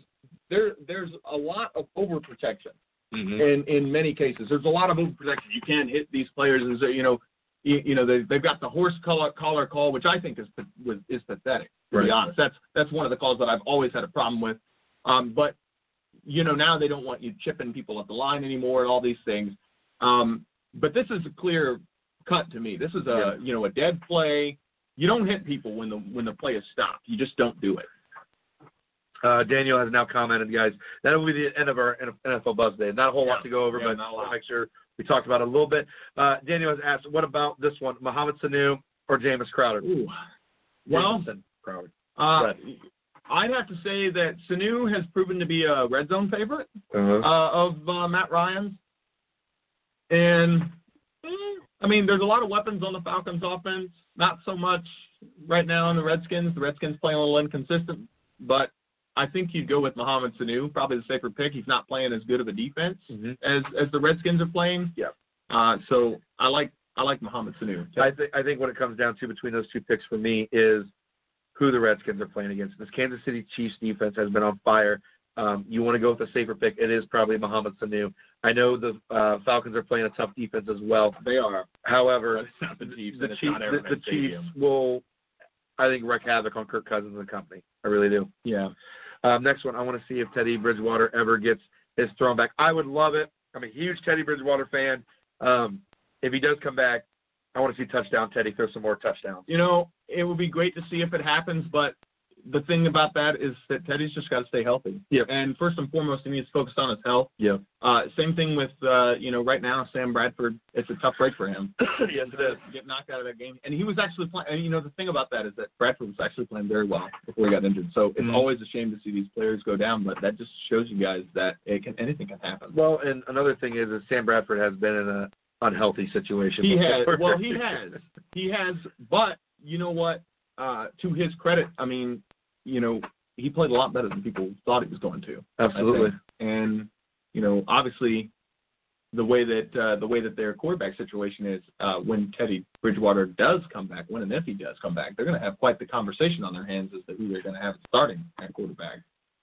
B: there there's a lot of overprotection. in
A: Mm-hmm.
B: in many cases. There's a lot of overprotection. You can't hit these players, and so you know, you, you know they they've got the horse collar collar call, which I think is pa- was, is pathetic. To
A: Right.
B: be honest, that's that's one of the calls that I've always had a problem with. Um, but you know now they don't want you chipping people at the line anymore and all these things. Um, but this is a clear cut to me. This is a you know a dead play. You don't hit people when the when the play is stopped. You just don't do it.
A: Uh, Daniel has now commented, guys. That will be the end of our NFL Buzz Day. Not a whole lot
B: Yeah.
A: to go over,
B: Yeah,
A: but
B: not a
A: I want
B: lot.
A: to make sure we talked about it a little bit. Uh, Daniel has asked, what about this one, Mohamed Sanu or Jameis Crowder?
B: Ooh. Well,
A: Jamison Crowder.
B: uh,
A: Right.
B: I'd have to say that Sanu has proven to be a red zone favorite.
A: Uh,
B: uh, of uh, Matt Ryan's. And eh, I mean, there's a lot of weapons on the Falcons' offense. Not so much right now in the Redskins. The Redskins playing a little inconsistent, but I think you'd go with Mohamed Sanu, probably the safer pick. He's not playing as good of a defense
A: Mhm.
B: as as the Redskins are playing.
A: Yeah.
B: Uh, so I like I like Mohamed Sanu.
A: I, th- I think what it comes down to between those two picks for me is who the Redskins are playing against. This Kansas City Chiefs defense has been on fire. Um, you want to go with a safer pick. It is probably Mohamed Sanu. I know the uh, Falcons are playing a tough defense as well.
B: They are.
A: Uh, However,
B: It's not the Chiefs.
A: the
B: and it's
A: Chiefs,
B: not
A: the,
B: Arrowhead
A: the Chiefs
B: Stadium.
A: will, I think, wreak havoc on Kirk Cousins and company. I really do.
B: Yeah.
A: Um, next one, I want to see if Teddy Bridgewater ever gets his throne back. I would love it. I'm a huge Teddy Bridgewater fan. Um, if he does come back, I want to see touchdown Teddy throw some more touchdowns.
B: you know, it would be great to see if it happens, but the thing about that is that Teddy's just got to stay healthy.
A: Yep.
B: And first and foremost, he needs to focus on his health.
A: Yep.
B: Uh, same thing with, uh, you know, right now, Sam Bradford, it's a tough break for him.
A: yes, it is.
B: Get knocked out of that game. And he was actually playing, and you know, the thing about that is that Bradford was actually playing very well before he got injured. So it's
A: Mhm.
B: always a shame to see these players go down, but that just shows you guys that it can, anything can happen.
A: Well, and another thing is, is Sam Bradford has been in a unhealthy situation.
B: He
A: before.
B: has. Well, he has. He has. But you know what? Uh, to his credit, I mean, you know, he played a lot better than people thought he was going to.
A: Absolutely.
B: And you know, obviously, the way that uh, the way that their quarterback situation is, uh, when Teddy Bridgewater does come back, when and if he does come back, they're going to have quite the conversation on their hands as to who they're going to have starting at quarterback.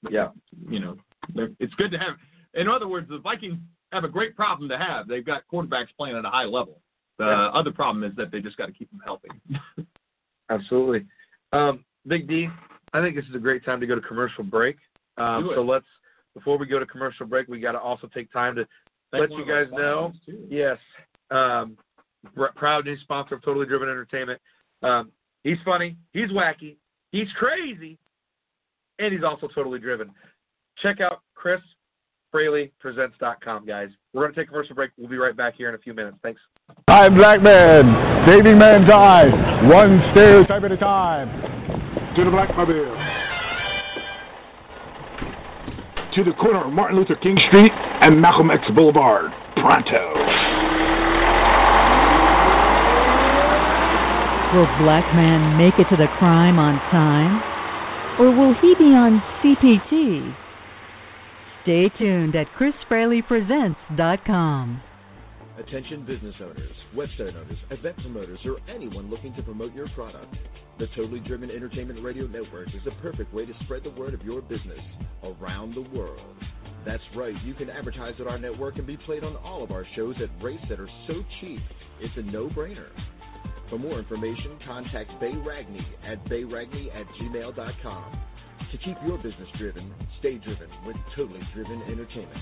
A: Yeah.
B: You know, they're- it's good to have. In other words, the Vikings have a great problem to have. They've got quarterbacks playing at a high level. The
A: Yeah.
B: other problem is that they just got to keep them healthy.
A: Absolutely. Um, Big D, I think this is a great time to go to commercial break. Um,
B: Do it.
A: so let's, before we go to commercial break, we got to also take time to
B: Thank
A: Let
B: one
A: you
B: of our
A: guys know.
B: sponsors, too.
A: Yes. Um, We're proud new sponsor of Totally Driven Entertainment. Um, he's funny. He's wacky. He's crazy. And he's also totally driven. Check out Chris FraleyPresents.com, guys. We're going to take a commercial break. We'll be right back here in a few minutes. Thanks.
D: I'm Black Man, saving mankind, one stereotype at a time. To the Blackmobile. To the corner of Martin Luther King Street and Malcolm X Boulevard. Pronto.
E: Will Black Man make it to the crime on time? Or will he be on CPT? Stay tuned at ChrisFraleyPresents.com.
F: Attention business owners, website owners, event promoters, or anyone looking to promote your product. The Totally Driven Entertainment Radio Network is the perfect way to spread the word of your business around the world. That's right, you can advertise at our network and be played on all of our shows at rates that are so cheap, it's a no brainer. For more information, contact Bay Ragney at bayragney at gmail.com. To keep your business driven, stay driven with Totally Driven Entertainment.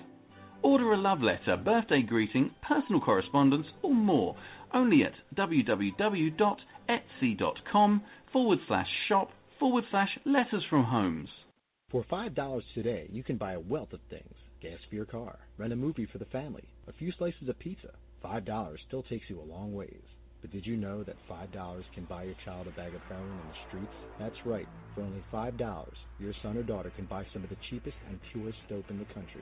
G: Order a love letter, birthday greeting, personal correspondence, or more only at www.etsy.com forward slash shop forward slash letters from homes.
B: For $5 today, you can buy a wealth of things gas for your car, rent a movie for the family, a few slices of pizza. $5 still takes you a long ways. But did you know that $5 can buy your child a bag of heroin on the streets? That's right. For only $5, your son or daughter can buy some of the cheapest and purest dope in the country.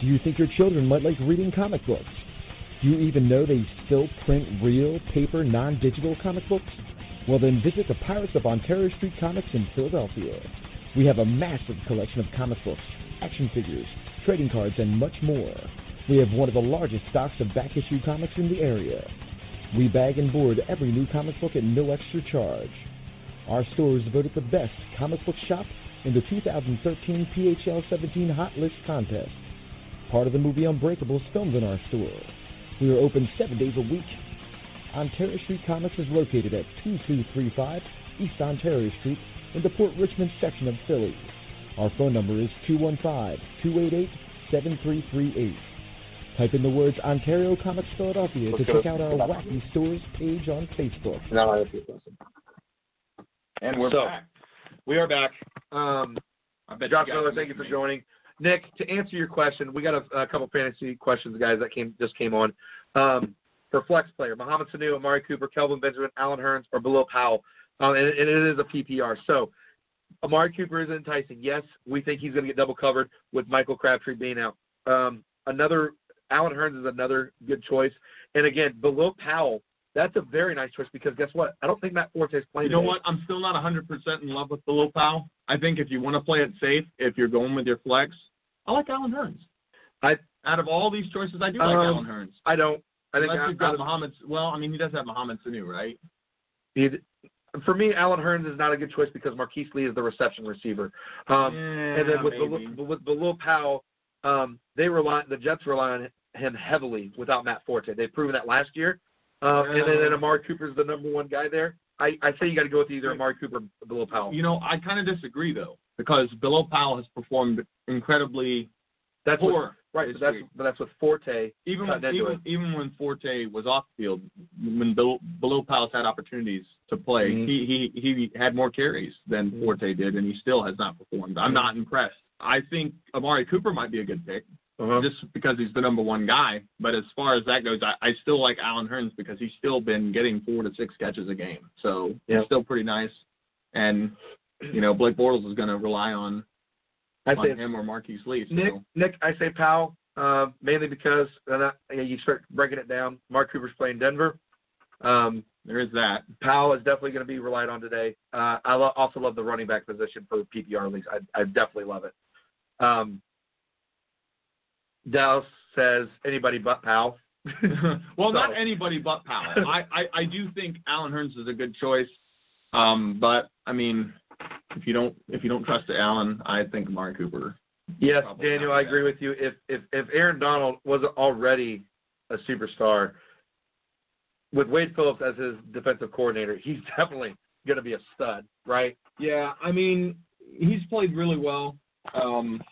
B: Do you think your children might like reading comic books? Do you even know they still print real, paper, non digital comic books? Well, then visit the Pirates of Ontario Street Comics in Philadelphia. We have a massive collection of comic books, action figures, trading cards, and much more. We have one of the largest stocks of back issue comics in the area. We bag and board every new comic book at no extra charge. Our store is voted the best comic book shop in the 2013 PHL 17 Hot List contest. Part of the movie Unbreakable is filmed in our store. We are open seven days a week. Ontario Street Comics is located at 2235 East Ontario Street in the Port Richmond section of Philly. Our phone number is 215-288-7338. Type in the words Ontario Comics Philadelphia
A: Let's
B: to
A: go.
B: check out our Wacky Stores page on Facebook.
A: Now I ask you a question.
H: And we're
A: So,
H: back.
A: We are back. Um,
H: I bet
A: Josh
H: you guys
A: Miller,
H: are
A: thank you for
H: making-
A: joining. Nick, to answer your question, we got a, a couple fantasy questions, guys, that came just came on. Um, for flex player, Mohamed Sanu, Amari Cooper, Kelvin Benjamin, Alan Hearns, or Bilal Powell. Um, and, and it is a PPR. So Amari Cooper is enticing. Yes, we think he's going to get double covered with Michael Crabtree being out. Um, another Alan Hearns is another good choice. And again, Bilal Powell, that's a very nice choice because guess what? I don't think Matt Forte is playing.
H: You know
A: today.
H: what? I'm still not 100% in love with Bilal Powell. I think if you want to play it safe, if you're going with your flex, I like Alan Hearns.
A: I-
H: out of all these choices, I do like
A: Um,
H: Alan Hearns.
A: I don't. I think
H: Unless
A: I-
H: you've got
A: I-
H: Muhammad. Well, I mean, he does have Muhammad Sanu, right?
A: He, for me, Alan Hearns is not a good choice because Marquise Lee is the reception receiver. Um, and then with
H: maybe.
A: Bel- with Belil Powell, um, they rely the Jets rely on him heavily without Matt Forte. They've proven that last year. Um, and then and Amari Cooper's the number one guy there. I, I say you got to go with either Amari Cooper or Bill Powell.
B: You know, I kind of disagree though because Bill O'Powell has performed incredibly
A: that's
B: poor.
A: What, right,
B: this
A: but that's
B: week.
A: but that's with Forte.
B: even
A: cutting
B: when,
A: into
B: even,
A: it.
B: even when Forte was off the field, when Bill, Bill O'Powell's had opportunities to play,
A: Mhm.
B: he, he he had more carries than
A: Mm-hmm.
B: Forte did, and he still has not performed. I'm not impressed. I think Amari Cooper might be a good pick
A: Uh-huh.
B: just because he's the number one guy. But as far as that goes, I, I still like Alan Hearns because he's still been getting four to six catches a game, so
A: Yeah.
B: it's still pretty nice. And you know, Blake Bortles is going to rely on
A: I
B: on
A: say
B: him or Marquise Lee. So.
A: Nick, Nick, I say Powell uh, mainly because and I, you, know, you start breaking it down. Mark Cooper's playing Denver. Um,
B: there is that.
A: Powell is definitely going to be relied on today. Uh, I lo- also love the running back position for PPR leagues. I, I definitely love it. Um, Dallas says anybody but Powell.
B: well,
A: So-
B: not anybody but Powell. I, I, I do think Alan Hearns is a good choice. Um, but I mean, if you don't if you don't trust Allen, I think Amari Cooper.
A: Yes, Daniel, I agree with you. If if if Aaron Donald wasn't already a superstar, with Wade Phillips as his defensive coordinator, he's definitely going to be a stud, right?
B: Yeah, I mean, he's played really well. Um,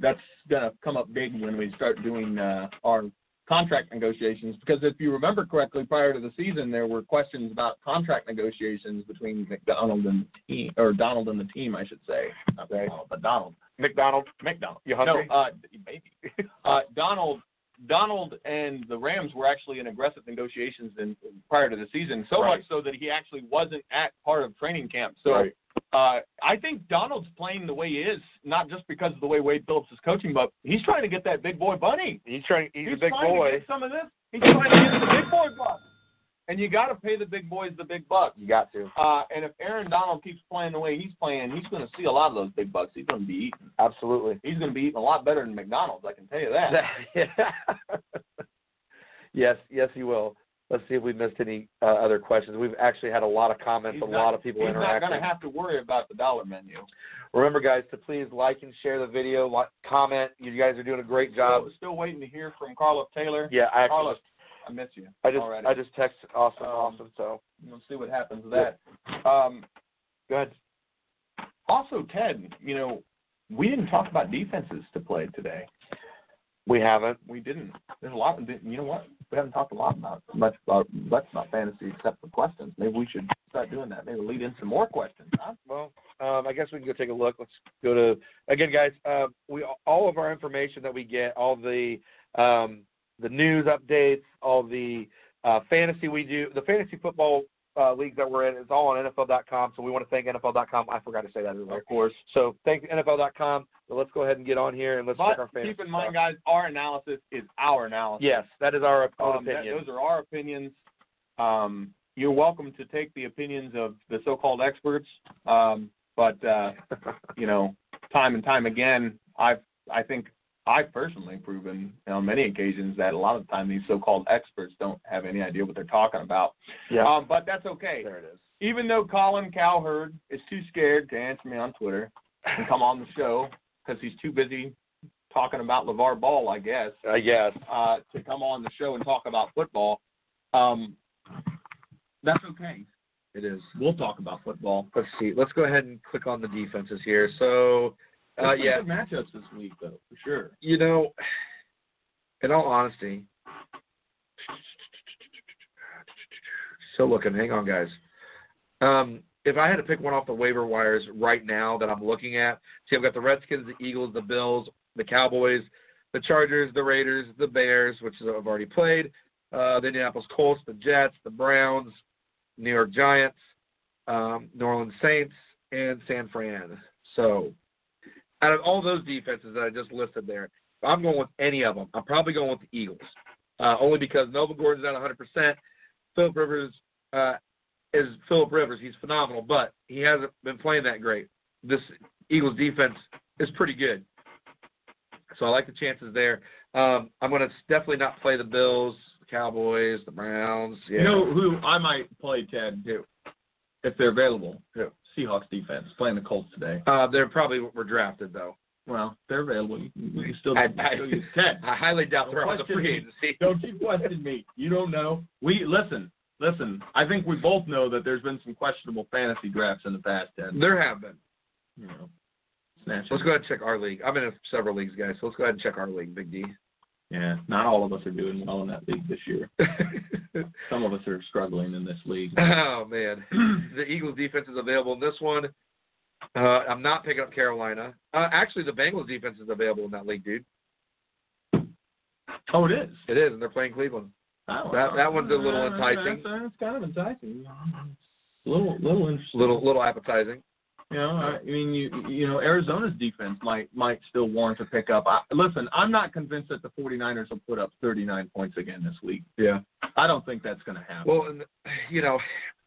B: that's gonna come up big when we start doing uh, our contract negotiations because if you remember correctly, prior to the season, there were questions about contract negotiations between McDonald and the team, or Donald and the team, I should say, not McDonald, but Donald.
A: McDonald, McDonald. You hungry?
B: No, uh, maybe. uh, Donald, Donald, and the Rams were actually in aggressive negotiations in, prior to the season. So
A: Right.
B: much so that he actually wasn't at part of training camp. So
A: Right.
B: uh, I think Donald's playing the way he is, not just because of the way Wade Phillips is coaching, but he's trying to get that big boy bunny.
A: He's trying. He's, a big
B: trying to
A: boy.
B: get some of this. He's trying to get the big boy buck. And you got to pay the big boys the big bucks.
A: you got to.
B: Uh, and if Aaron Donald keeps playing the way he's playing, he's going to see a lot of those big bucks. He's going to be eating.
A: Absolutely.
B: He's going to be eating a lot better than McDonald's. I can tell you that.
A: yes, yes, he will. Let's see if we missed any uh, other questions. We've actually had a lot of comments, a lot of people
B: he's not
A: interacting.
B: going to have to worry about the dollar menu.
A: Remember, guys, to please like and share the video, like, comment. You guys are doing a great job.
B: Still, still waiting to hear from Carlos Taylor.
A: Yeah, I actually-
B: Carlos, I miss you.
A: I just
B: already.
A: I just texted awesome,
B: Um,
A: awesome. So
B: We'll see what happens with that. Um,
A: good.
B: Also, Ted, you know, we didn't talk about defenses to play today.
A: we haven't.
B: We didn't. There's a lot. You know what? We haven't talked a lot about much about much about fantasy except for questions. Maybe we should start doing that. Maybe lead in some more questions. Huh?
A: Well, um, I guess we can go take a look. Let's go to again, guys. Uh, we all of our information that we get, all the um, the news updates, all the uh, fantasy we do, the fantasy football uh, leagues that we're in is all on NFL.com. So we want to thank NFL.com. I forgot to say that. Of
B: course.
A: So thank NFL.com. But let's go ahead and get on here and let's check our
B: But
A: fantasy.
B: keep in mind,
A: stuff.
B: guys, our analysis is our analysis.
A: Yes, that is our own
B: Um, that-
A: opinion.
B: those are our opinions. Um, you're welcome to take the opinions of the so-called experts, um, but uh, you know, time and time again, I've I think I've personally proven on many occasions that a lot of the time these so-called experts don't have any idea what they're talking about.
A: yeah.
B: Um, but that's okay.
A: there it is.
B: Even though Colin Cowherd is too scared to answer me on Twitter and come on the show because he's too busy talking about LeVar Ball, I guess
A: I guess.
B: uh, to come on the show and talk about football. Um, that's okay.
A: It is.
B: We'll talk about football.
A: Let's see. Let's go ahead and click on the defenses here. So, uh,
B: There's some
A: yeah,
B: good matchups this week though, for sure.
A: you know, in all honesty, still looking. Hang on, guys. Um, if I had to pick one off the waiver wires right now that I'm looking at, see, I've got the Redskins, the Eagles, the Bills, the Cowboys, the Chargers, the Raiders, the Bears, which is- I've already played, uh, the Indianapolis Colts, the Jets, the Browns, New York Giants, um, New Orleans Saints, and San Fran. So, out of all those defenses that I just listed there, if I'm going with any of them. I'm probably going with the Eagles, uh, only because Nova Gordon's not 100%. Philip Rivers uh, is Philip Rivers. He's phenomenal, but he hasn't been playing that great. This Eagles defense is pretty good, so I like the chances there. Um, I'm going to definitely not play the Bills, Cowboys, the Browns. Yeah.
B: You know who I might play, Ted,
A: Who?
B: if they're available.
A: Who?
B: Seahawks defense playing the Colts today.
A: uh, they're probably what we're drafted though.
B: Well, they're available. You, you can still,
A: I-
B: you can still use Ted.
A: I highly doubt
B: Don't
A: they're on the
B: question
A: free
B: me.
A: agency.
B: Don't you question me. You don't know. We listen.
D: listen, I think we both know that there's been some questionable fantasy drafts in the past. Ed.
A: There have been.
D: You know,
A: Let's go ahead and check our league. I'm in several leagues, guys. So let's go ahead and check our league, Big D.
D: yeah, not all of us are doing well in that league this year. some of us are struggling in this league.
A: Oh man, the Eagles defense is available in this one. Uh, I'm not picking up Carolina. Uh, actually, the Bengals defense is available in that league, dude.
D: Oh, it is.
A: It is, and they're playing Cleveland.
D: Oh,
A: that
D: oh,
A: that one's a little
D: uh,
A: enticing.
D: That's, that's kind of enticing. Little, little interesting.
A: Little, little appetizing.
D: You know, I I mean, you you know, Arizona's defense might might still warrant a pickup. I, listen, I'm not convinced that the 49ers will put up 39 points again this week.
A: Yeah.
D: I don't think that's going to happen.
A: Well, and, you know,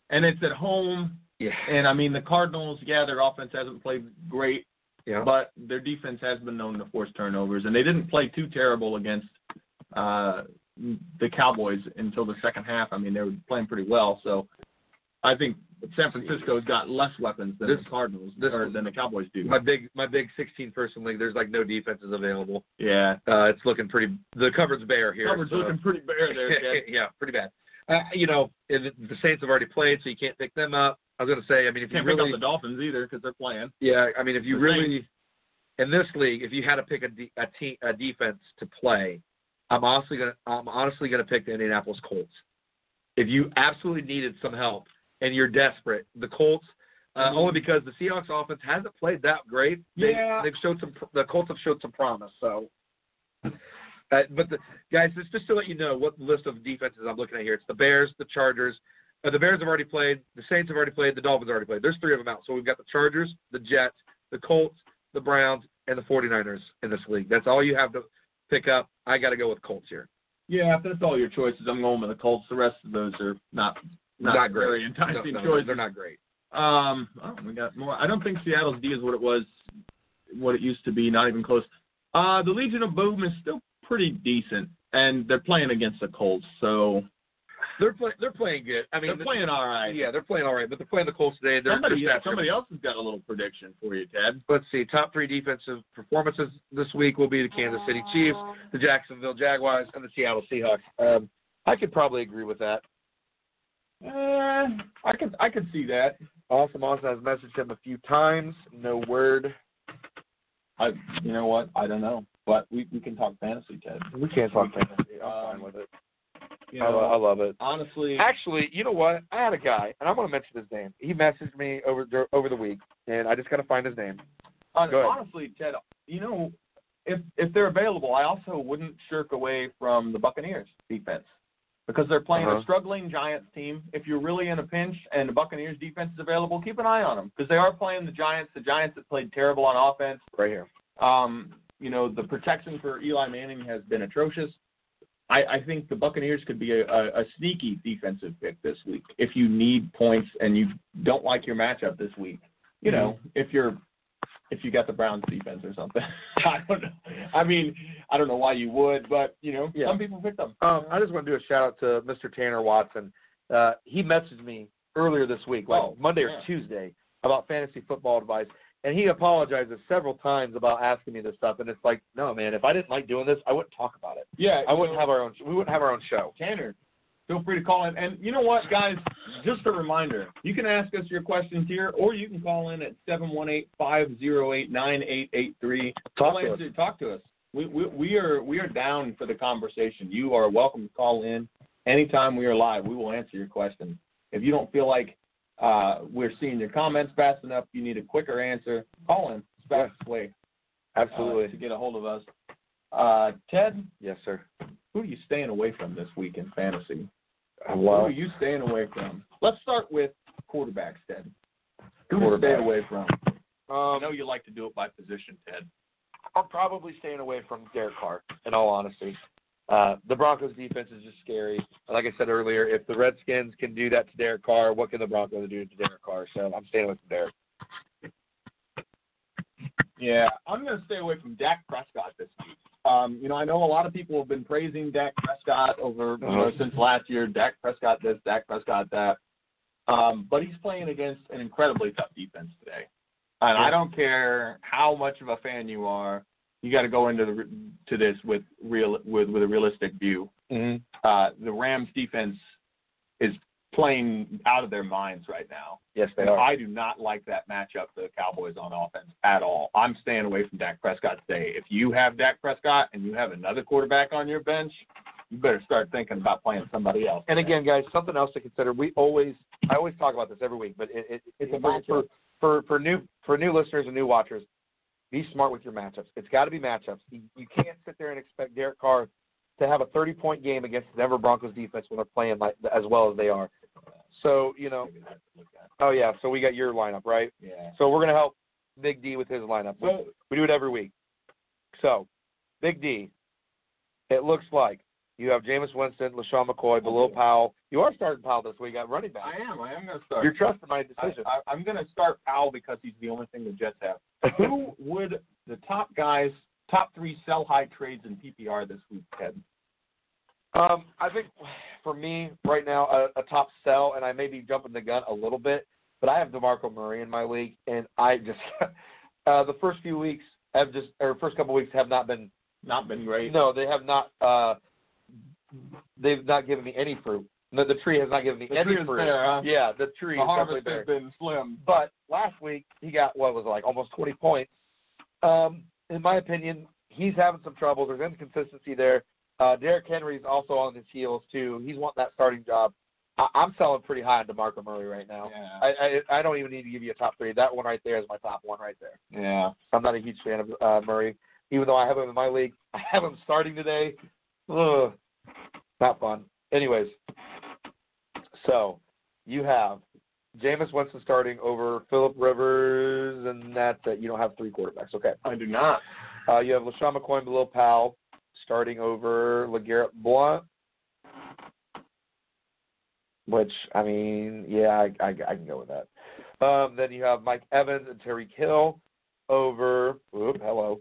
D: and it's at home.
A: Yeah.
D: And I mean, the Cardinals, yeah, their offense hasn't played great,
A: Yeah.
D: but their defense has been known to force turnovers, and they didn't play too terrible against uh, the Cowboys until the second half. I mean, they were playing pretty well, so I think San Francisco's got less weapons than
A: This-
D: the Cardinals
A: this-
D: or than the Cowboys do.
A: my big my big 16 person league. There's like no defenses available.
D: yeah,
A: Uh, it's looking pretty. The cover's bare here.
D: Coverage
A: so-
D: looking pretty bare there, Jed.
A: yeah, pretty bad. Uh, you know, and the the Saints have already played, so you can't pick them up. I was going to say, I mean, if
D: Can't
A: you
D: pick
A: really,
D: up the Dolphins either because they're playing.
A: yeah, I mean, if you
D: The
A: really in this league, if you had to pick a de- a, te- a defense to play, I'm honestly going to I'm honestly going to pick the Indianapolis Colts. If you absolutely needed some help and you're desperate, the Colts. Uh,
D: Mm-hmm.
A: only because the Seahawks offense hasn't played that great. They,
D: Yeah.
A: they've showed some. pr- The Colts have showed some promise. So, uh, but the, guys, it's just to let you know what list of defenses I'm looking at here. It's the Bears, the Chargers. Uh, the Bears have already played. The Saints have already played. The Dolphins have already played. There's three of them out. So we've got the Chargers, the Jets, the Colts, the Browns, and the 49ers in this league. That's all you have to pick up. I got to go with Colts here.
D: Yeah, if that's all your choices, I'm going with the Colts. The rest of those are not not, very enticing
A: No, no,
D: choices.
A: They're not great.
D: Um, oh, we got more. I don't think Seattle's D is what it was, what it used to be. Not even close. Uh, the Legion of Boom is still pretty decent, and they're playing against the Colts, so
A: They're play, They're playing good. I mean,
D: they're playing all right.
A: Yeah, they're playing all right, but they're playing the Colts today. They're,
D: somebody,
A: they're stacked.
D: somebody else has got a little prediction for you, Ted.
A: Let's see. Top three defensive performances this week will be the Kansas City Chiefs, the Jacksonville Jaguars, and the Seattle Seahawks. Um, I could probably agree with that.
D: Uh, I could I could see that.
A: Awesome Austin has messaged him a few times. No word.
D: I, you know what? I don't know, but we we can talk fantasy, Ted. Um,
A: We can't talk fantasy. I'm fine with it.
D: You
A: I,
D: know,
A: lo- I love it.
D: honestly,
A: Actually, you know what? I had a guy, and I'm going to mention his name. He messaged me over dur- over the week, and I just got to find his name.
D: Hon-
A: Go ahead.
D: honestly, Ted, you know, if if they're available, I also wouldn't shirk away from the Buccaneers defense because they're playing
A: Uh-huh.
D: a struggling Giants team. If you're really in a pinch and the Buccaneers defense is available, keep an eye on them because they are playing the Giants. The Giants have played terrible on offense.
A: Right here.
D: Um, you know, the protection for Eli Manning has been atrocious. I, I think the Buccaneers could be a, a, a sneaky defensive pick this week if you need points and you don't like your matchup this week. You
A: Mm-hmm.
D: know, if you're if you got the Browns defense or something. I don't know. I mean, I don't know why you would, but you know,
A: Yeah.
D: some people pick them.
A: Um, I just want to do a shout out to Mr. Tanner Watson. Uh, he messaged me earlier this week, like
D: Oh,
A: Monday or
D: yeah.
A: Tuesday, about fantasy football advice, and he apologizes several times about asking me this stuff. And it's like, no, man, if I didn't like doing this, I wouldn't talk about it.
D: Yeah,
A: I wouldn't have our own. We wouldn't have our own show.
D: Tanner. Feel free to call in. And you know what, guys? Just a reminder, you can ask us your questions here, or you can call in at 718-508-9883.
A: Talk
D: Call
A: to
D: in
A: us.
D: Talk to us. We, we, we are we are down for the conversation. You are welcome to call in anytime we are live. We will answer your question. If you don't feel like uh, we're seeing your comments fast enough, you need a quicker answer, call in. It's the fastest way uh,
A: Absolutely.
D: to get a hold of us. Uh, Ted,
A: yes, sir.
D: who are you staying away from this week in fantasy?
A: I
D: Who
A: love
D: are you staying away from? Let's start with quarterbacks, Ted. Who do you stay
A: quarterback.
D: away from? I
A: Um,
D: know you like to do it by position, Ted.
A: I'm probably staying away from Derek Carr, in all honesty. Uh, the Broncos defense is just scary. Like I said earlier, if the Redskins can do that to Derek Carr, what can the Broncos do to Derek Carr? So I'm staying away from Derek.
D: Yeah, I'm going to stay away from Dak Prescott this week. Um, you know, I know a lot of people have been praising Dak Prescott over you know
A: Uh-huh.
D: since last year. Dak Prescott this, Dak Prescott that. Um, but he's playing against an incredibly tough defense today, and I don't care how much of a fan you are. You got to go into the, to this with real with with a realistic view.
A: Mm-hmm.
D: uh, the Rams defense is playing out of their minds right now.
I: Yes, they
D: And
I: are.
D: I do not like that matchup for the Cowboys on offense at all. I'm staying away from Dak Prescott today. If you have Dak Prescott and you have another quarterback on your bench, you better start thinking about playing somebody else.
A: And again, guys, something else to consider. We always, I always talk about this every week, but it, it,
I: It's a
A: for,
I: matchup.
A: for for for new for new listeners and new watchers. Be smart with your matchups. It's got to be matchups. You, you can't sit there and expect Derek Carr to have a 30 point game against the Denver Broncos defense when they're playing like as well as they are. So you know, oh yeah. So we got your lineup right.
D: Yeah.
A: So we're gonna help Big D with his lineup. We,
D: Well-
A: we do it every week. So Big D, it looks like you have Jameis Winston, LaShawn McCoy, Below Powell. You are starting Powell this week at running back.
D: I am. I am going to start.
A: You're trusting my decision.
D: I, I, I'm going to start Powell because he's the only thing the Jets have. Who would the top guys, top three sell high trades in PPR this week, Ted?
A: Um, I think for me right now, a, a top sell, and I may be jumping the gun a little bit, but I have Demarco Murray in my league, and I just uh, the first few weeks have just or first couple weeks have not been
D: not been great.
A: No, they have not. Uh, they've not given me any fruit. No, the tree has not given me
D: The
A: any
D: tree is
A: fruit.
D: there, huh?
A: Yeah, the tree
D: The
A: is
D: harvest
A: definitely
D: has
A: there.
D: been slim.
A: But last week he got what was it, like almost 20 points. Um, in my opinion, he's having some trouble. There's inconsistency there. Uh, Derrick Henry's also on his heels too. He's wanting that starting job. I- I'm selling pretty high on Demarco Murray right now. I-, I I don't even need to give you a top three. That one right there is my top one right there.
D: Yeah.
A: I'm not a huge fan of uh, Murray, even though I have him in my league. I have him starting today. Ugh, not fun. Anyways, so you have Jameis Winston starting over Philip Rivers, and that's it. You don't have three quarterbacks. Okay.
D: I do not.
A: Uh, you have LaShawn McCoy and Below Powell starting over LeGarrette Blunt, which, I mean, yeah, I, I, I can go with that. Um, then you have Mike Evans and Terry Hill over. Oop, hello.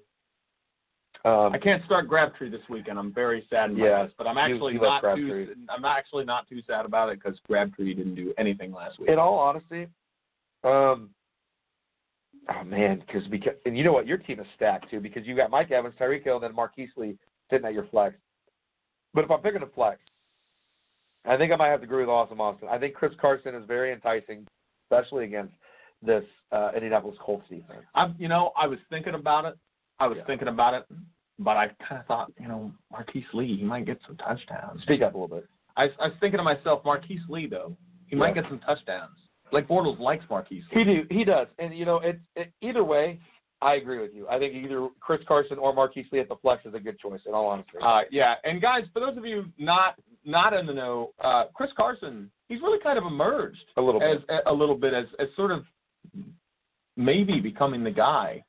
A: Um,
D: I can't start Crabtree this weekend. I'm very sad in my
A: Yeah,
D: list, but I'm
A: you-
D: actually
A: you left
D: not
A: Crabtree.
D: too. I'm actually not too sad about it because Crabtree didn't do anything last week.
A: In all honesty, um, oh man, cause because and you know what, your team is stacked too because you got Mike Evans, Tyreek Hill, and then Marquise Lee sitting at your flex. But if I'm picking a flex, I think I might have to agree with Awesome Austin. I think Chris Carson is very enticing, especially against this uh, Indianapolis Colts defense.
D: I, you know, I was thinking about it. I was thinking about it, but I kind of thought, you know, Marquise Lee, he might get some touchdowns.
A: Speak up a little bit.
D: I, I was thinking to myself, Marquise Lee though, he might
A: Yeah.
D: get some touchdowns. Like Bortles likes Marquise. Lee.
A: He do he does, and you know it, it. Either way, I agree with you. I think either Chris Carson or Marquise Lee at the flex is a good choice. In all honesty,
D: Uh, yeah, and guys, for those of you not not in the know, uh, Chris Carson, he's really kind of emerged
A: a little
D: as a, a little bit as, as sort of maybe becoming the guy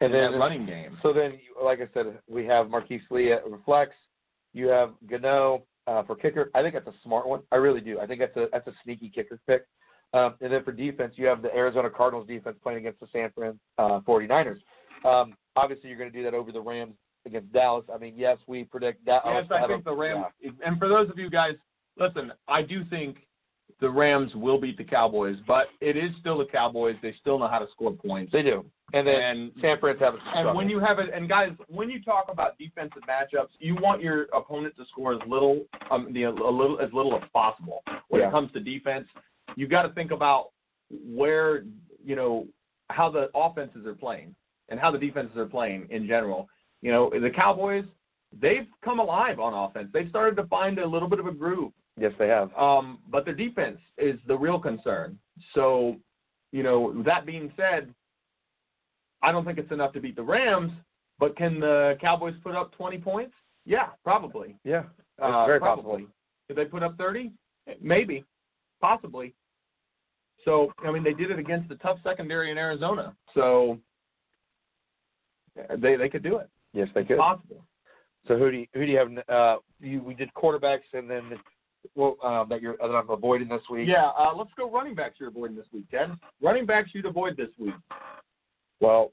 A: and
D: in
A: then
D: that running game.
A: So then, you- like I said, we have Marquise Lee at Reflex. You have Gano uh, for kicker. I think that's a smart one. I really do. I think that's a that's a sneaky kicker pick. Um, and then for defense, you have the Arizona Cardinals defense playing against the San Fran uh, 49ers. Um, obviously, you're going to do that over the Rams against Dallas. I mean, yes, we predict that.
D: Yes, I think the Rams. And for those of you guys, listen, I do think the Rams will beat the Cowboys, but it is still the Cowboys. They still know how to score points.
A: They do. And then San Fran's having some
D: And
A: trouble.
D: when you have it, and guys, when you talk about defensive matchups, you want your opponent to score as little, um, the, a little as little as possible. When
A: Yeah.
D: it comes to defense, you got to think about where you know how the offenses are playing and how the defenses are playing in general. You know, the Cowboys, they've come alive on offense. They've started to find a little bit of a groove.
A: Yes, they have.
D: Um, but their defense is the real concern. So, you know, that being said, I don't think it's enough to beat the Rams, but can the Cowboys put up 20 points? Yeah, probably.
A: Yeah, it's
D: Uh,
A: very
D: probably.
A: possible.
D: Did they put up 30? Maybe, possibly. So, I mean, they did it against the tough secondary in Arizona. So they they could do it.
A: Yes, they could.
D: Possible.
A: So who do you, who do you have? Uh, you, we did quarterbacks, and then well um, that you're that I'm avoiding this week.
D: Yeah, uh, let's go running backs you're avoiding this week, Ted. Running backs you'd avoid this week.
A: Well,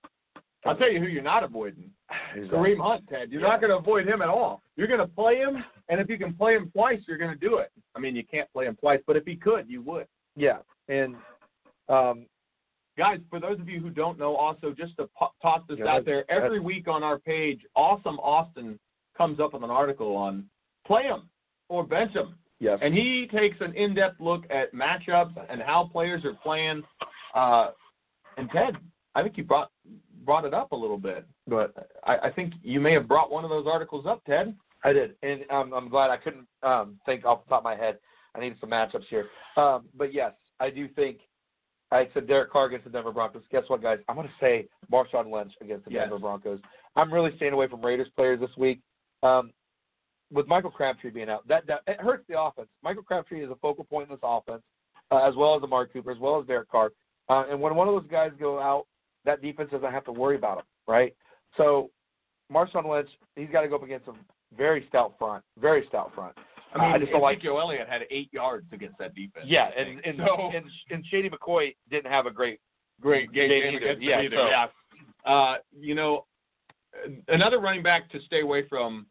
D: I'll tell you who you're not avoiding.
A: Who's that?
D: Kareem Hunt, Ted. You're not going to avoid him at all. You're going to play him, and if you can play him twice, you're going to do it. I mean, you can't play him twice, but if he could, you would.
A: Yeah, and um,
D: Guys, for those of you who don't know, also just to po- toss this
A: Yeah,
D: out there,
A: that-
D: every week on our page, Awesome Austin comes up with an article on play him or bench him.
J: Yes.
D: And he takes an in-depth look at matchups and how players are playing. Uh, and Ted, I think you brought brought it up a little bit, but I, I think you may have brought one of those articles up, Ted.
A: I did, and um, I'm glad I couldn't um, think off the top of my head. I needed some matchups here, um, but yes, I do think I said Derek Carr against the Denver Broncos. Guess what, guys? I'm going to say Marshawn Lynch against the
D: Yes.
A: Denver Broncos. I'm really staying away from Raiders players this week. Um, with Michael Crabtree being out, that, that it hurts the offense. Michael Crabtree is a focal point in this offense, uh, as well as Amari Cooper, as well as Derek Carr. Uh, and when one of those guys go out, that defense doesn't have to worry about him, right? So Marshawn Lynch, he's got to go up against a very stout front, very stout front.
D: I mean,
A: I just don't like
D: Ezekiel Elliott had eight yards against that defense.
A: yeah,
D: I
A: and
D: think.
A: and,
D: so,
A: and and Shady McCoy didn't have a great
D: great game,
A: either.
D: against them
A: Yeah,
D: either,
A: so-
D: yeah. Uh, you know, another running back to stay away from,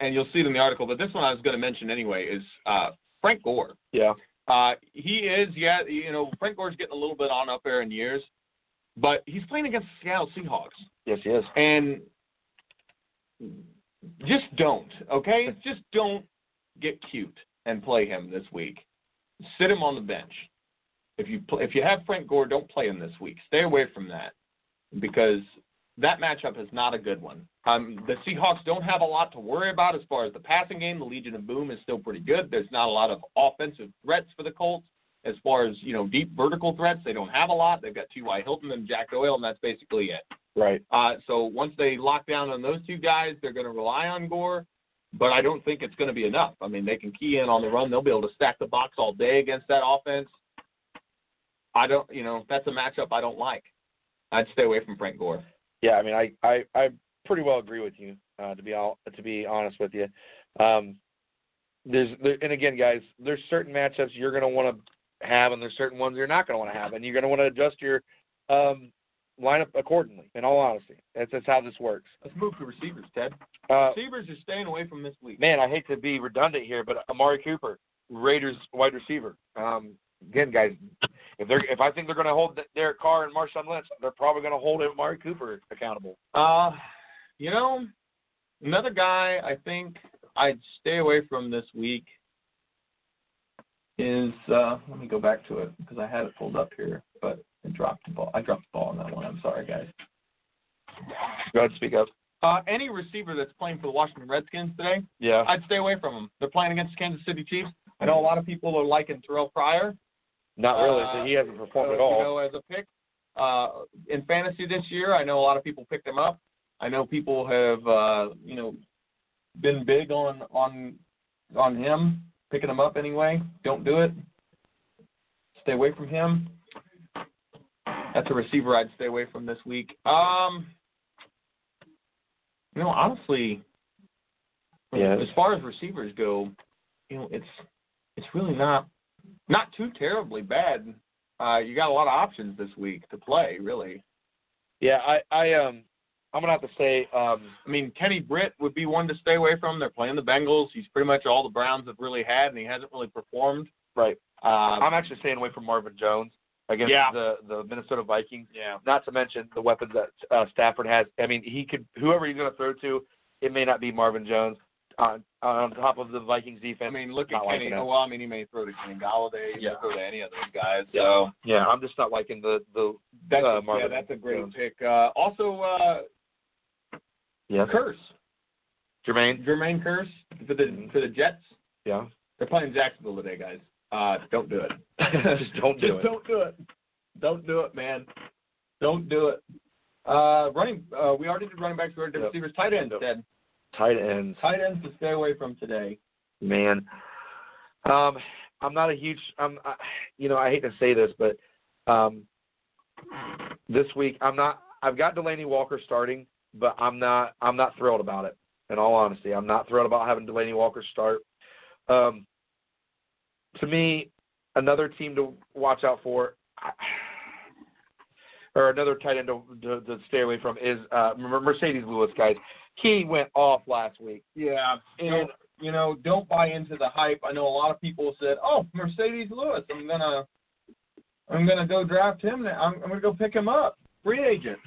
D: and you'll see it in the article, but this one I was going to mention anyway is uh, Frank Gore.
A: yeah.
D: Uh, he is, yeah, you know, Frank Gore's getting a little bit on up there in years, but he's playing against the Seattle Seahawks.
A: Yes, he is.
D: And just don't, okay? Just don't get cute and play him this week. Sit him on the bench. If you pl- if you have Frank Gore, don't play him this week. Stay away from that because that matchup is not a good one. Um, the Seahawks don't have a lot to worry about as far as the passing game. The Legion of Boom is still pretty good. There's not a lot of offensive threats for the Colts as far as you know deep vertical threats. They don't have a lot. They've got T.Y. Hilton and Jack Doyle, and that's basically it.
A: Right.
D: Uh, so once they lock down on those two guys, they're going to rely on Gore, but I don't think it's going to be enough. I mean, they can key in on the run. They'll be able to stack the box all day against that offense. I don't, you know, that's a matchup I don't like. I'd stay away from Frank Gore.
A: Yeah, I mean, I I, I pretty well agree with you. Uh, to be all to be honest with you, um, there's there, and again, guys, there's certain matchups you're going to want to have, and there's certain ones you're not going to want to have, and you're going to want to adjust your um, lineup accordingly. In all honesty, that's that's how this works.
D: Let's move to receivers, Ted.
A: Uh,
D: receivers are staying away from this week.
A: man, I hate to be redundant here, but Amari Cooper, Raiders wide receiver. Um, again, guys, if they're if I think they're going to hold Derek Carr and Marshawn Lynch, they're probably going to hold Amari Cooper accountable.
D: Uh, you know, another guy I think I'd stay away from this week is uh, let me go back to it because I had it pulled up here, but I dropped the ball. I dropped the ball on that one. I'm sorry, guys.
A: Go ahead, speak up.
D: Uh, any receiver that's playing for the Washington Redskins today,
A: Yeah.
D: I'd stay away from them. They're playing against the Kansas City Chiefs. I know a lot of people are liking Terrell Pryor.
A: Not really.
D: Uh,
A: so he hasn't performed
D: so,
A: at all.
D: You know, as a pick uh, in fantasy this year, I know a lot of people picked him up. I know people have uh, you know been big on on on him picking him up anyway. Don't do it. Stay away from him. That's a receiver I'd stay away from this week. Um, you know, honestly,
A: Yes.
D: as far as receivers go, you know, it's it's really not not too terribly bad. Uh, you got a lot of options this week to play, really.
A: Yeah, I, I um, I'm gonna have to say, um,
D: I mean, Kenny Britt would be one to stay away from. They're playing the Bengals. He's pretty much all the Browns have really had, and he hasn't really performed.
A: right. um,
D: Uh,
A: I'm actually staying away from Marvin Jones against
D: Yeah.
A: the the Minnesota Vikings.
D: yeah.
A: Not to mention the weapons that uh, Stafford has. I mean, he could whoever he's gonna throw to, it may not be Marvin Jones. On on top of the Vikings defense.
D: I mean, look at
A: not
D: Kenny.
A: liking it.
D: Oh, well, I mean, he may throw to Kenny Galladay. He
A: Yeah.
D: may throw to any of those guys.
A: Yeah.
D: So
A: yeah, I'm just not liking the the
D: that's
A: uh,
D: yeah,
A: Marvin.
D: that's a great
A: Jones.
D: pick. Uh, also, uh,
A: Yeah.
D: Curse
A: Jermaine.
D: Jermaine Curse for the for the Jets.
A: Yeah.
D: They're playing Jacksonville today, guys. Uh, don't do it.
A: just don't do
D: Just
A: it.
D: don't do it. Don't do it, man. Don't do it. Uh, running. Uh, we already did running backs. We already did
A: Yep.
D: receivers. Tight ends. Ted.
A: Tight ends.
D: Tight ends to stay away from today.
A: man. Um, I'm not a huge. I'm, I, you know, I hate to say this, but um, this week I'm not. I've got Delaney Walker starting, but I'm not. I'm not thrilled about it. In all honesty, I'm not thrilled about having Delaney Walker start. Um, to me, another team to watch out for, I- or another tight end to, to, to stay away from is uh, Mercedes Lewis. Guys, he went off last week.
D: Yeah. And you know, don't buy into the hype. I know a lot of people said, "Oh, Mercedes Lewis, I'm gonna, I'm gonna go draft him. Now. I'm, I'm gonna go pick him up, free agent."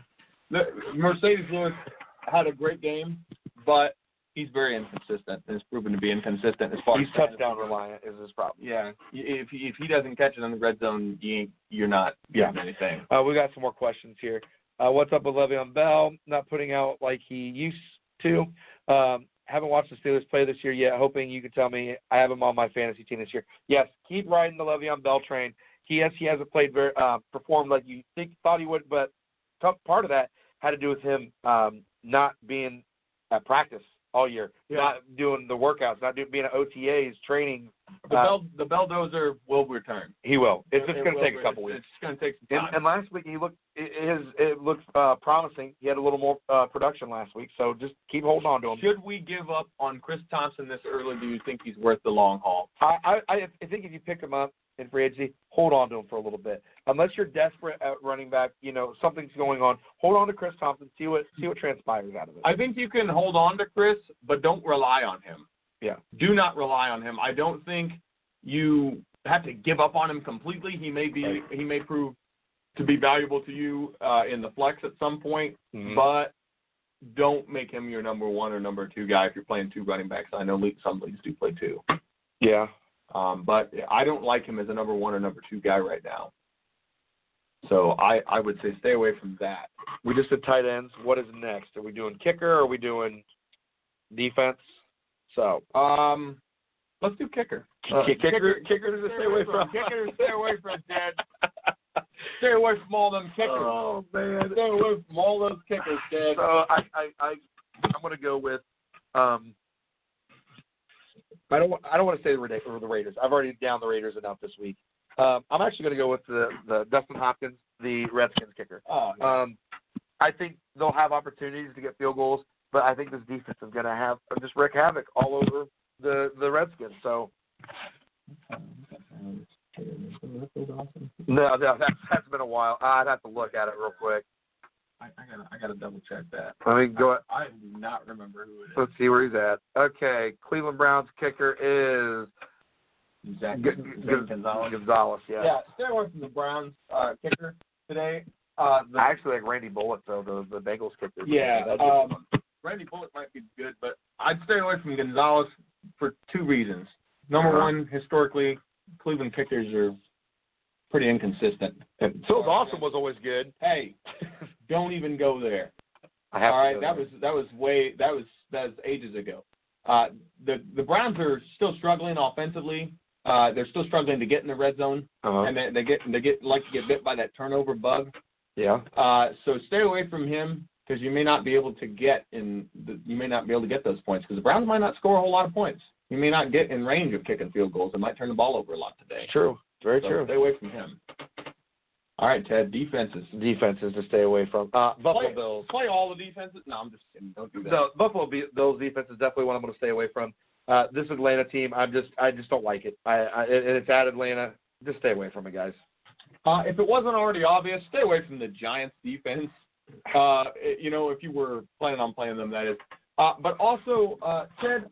D: The, Mercedes Lewis had a great game, but he's very inconsistent. and It's proven to be inconsistent as far
A: He's
D: as
A: touchdown reliant is his problem.
D: Yeah, if he, if he doesn't catch it in the red zone, you ain't, you're not
A: Yeah.
D: getting anything.
A: Uh, we got some more questions here. Uh, what's up with Le'Veon Bell? Not putting out like he used to. Um, haven't watched the Steelers play this year yet. Hoping you can tell me I have him on my fantasy team this year. Yes, keep riding the Le'Veon Bell train. He yes, he hasn't played very uh, performed like you think thought he would, but tough part of that had to do with him um, not being at practice all year,
D: Yeah.
A: not doing the workouts, not doing being at OTAs, training.
D: The
A: Uh,
D: Bel the Belldozer will return.
A: He will. It's just
D: It
A: going to
D: will
A: take a
D: re-
A: couple
D: it's-
A: weeks.
D: It's going to take some time.
A: And, and last week he looked it, it- his it looked uh, promising. He had a little more uh, production last week, so just keep holding on to him.
D: Should we give up on Chris Thompson this early? Do you think he's worth the long haul?
A: I, I I think if you pick him up in free agency, hold on to him for a little bit. Unless you're desperate at running back, you know something's going on. Hold on to Chris Thompson. See what see what transpires out of it.
D: I think you can hold on to Chris, but don't rely on him.
A: yeah.
D: Do not rely on him. I don't think you have to give up on him completely. He may be he may prove to be valuable to you uh, in the flex at some point,
A: Mhm.
D: but don't make him your number one or number two guy if you're playing two running backs. I know league, some leagues do play two,
A: Yeah.
D: um, but I don't like him as a number one or number two guy right now. So I I would say stay away from that.
A: We just did tight ends. What is next? Are we doing kicker? Are we doing defense? So
D: um, let's do kicker. Uh,
A: kicker.
D: kickers to stay away from. Kickers stay away from, Dad. Stay away from all them kickers.
A: Oh, man.
D: Stay away from all those kickers, Dad.
A: So I I, I I'm going to go with um. I don't wa- I don't want to say the Ra- or the Raiders. I've already downed the Raiders enough this week. Um, I'm actually going to go with the the Dustin Hopkins, the Redskins kicker.
D: Oh,
A: Um, I think they'll have opportunities to get field goals, but I think this defense is going to have just wreak havoc all over the the Redskins. So no, no, that's that's been a while. I'd have to look at it real quick.
D: I, I gotta, I gotta double check that.
A: I mean, go.
D: I, I do not remember who it is.
A: Let's see where he's at. Okay, Cleveland Browns kicker is
D: Zach,
A: G-
D: Zach Gonzalez.
A: Gonzalez, yeah.
D: Yeah, stay away from the Browns uh, kicker today. Uh, the,
A: I actually like Randy Bullock though, the the Bengals kicker.
D: Yeah,
A: That's just-
D: um, Randy Bullock might be good, but I'd stay away from Gonzalez for two reasons. Number
A: Uh-huh.
D: one, historically, Cleveland kickers are pretty inconsistent.
A: Phil Dawson was always good.
D: Hey, don't even go there.
A: I have
D: All
A: to
D: right,
A: go
D: that
A: there.
D: was that was way that was that was ages ago. Uh, the the Browns are still struggling offensively. Uh, they're still struggling to get in the red zone,
A: Uh-huh.
D: and they, they get they get like to get bit by that turnover bug.
A: yeah.
D: Uh, so stay away from him because you may not be able to get in. The, you may not be able to get those points because the Browns might not score a whole lot of points. You may not get in range of kicking field goals. They might turn the ball over a lot today.
A: It's true. Very
D: So
A: true.
D: Stay away from him. All right, Ted. Defenses.
A: Defenses to stay away from. Uh, Buffalo
D: play,
A: Bills.
D: Play all the defenses. No, I'm just kidding. Don't do that.
A: No, Buffalo Be- Bills defense is definitely one I'm going to stay away from. Uh, this Atlanta team, I'm just I just don't like it. I, I and it's at Atlanta. Just stay away from it, guys.
D: Uh, if it wasn't already obvious, stay away from the Giants defense. Uh, it- you know, if you were planning on playing them, that is. Uh, but also, uh, Ted,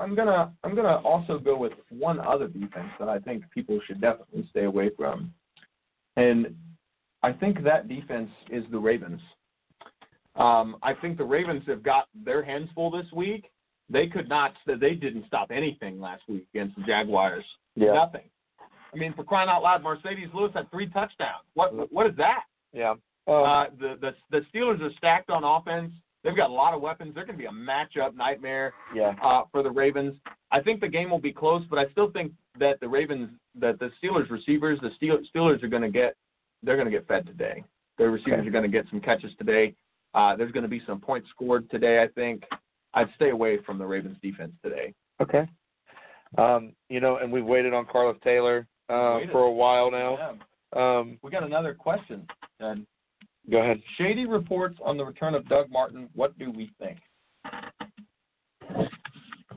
D: I'm gonna I'm gonna also go with one other defense that I think people should definitely stay away from, and I think that defense is the Ravens. Um, I think the Ravens have got their hands full this week. They could not. They didn't stop anything last week against the Jaguars.
A: Yeah.
D: Nothing. I mean, for crying out loud, Mercedes Lewis had three touchdowns. What what is that?
A: Mm-hmm. Yeah. Um,
D: Uh, the the the Steelers are stacked on offense. They've got a lot of weapons. They're going to be a matchup nightmare
A: yeah.
D: uh, for the Ravens. I think the game will be close, but I still think that the Ravens, that the Steelers receivers, the Steel- Steelers are going to get, they're going to get fed today. Their receivers
A: Okay.
D: are going to get some catches today. Uh, there's going to be some points scored today. I think I'd stay away from the Ravens defense today.
A: Okay. Um, you know, and we've waited on Carlos Taylor uh,
D: Waited.
A: for a while now. Um,
D: We got another question. Ted.
A: go ahead.
D: Shady reports on the return of Doug Martin. What do we think?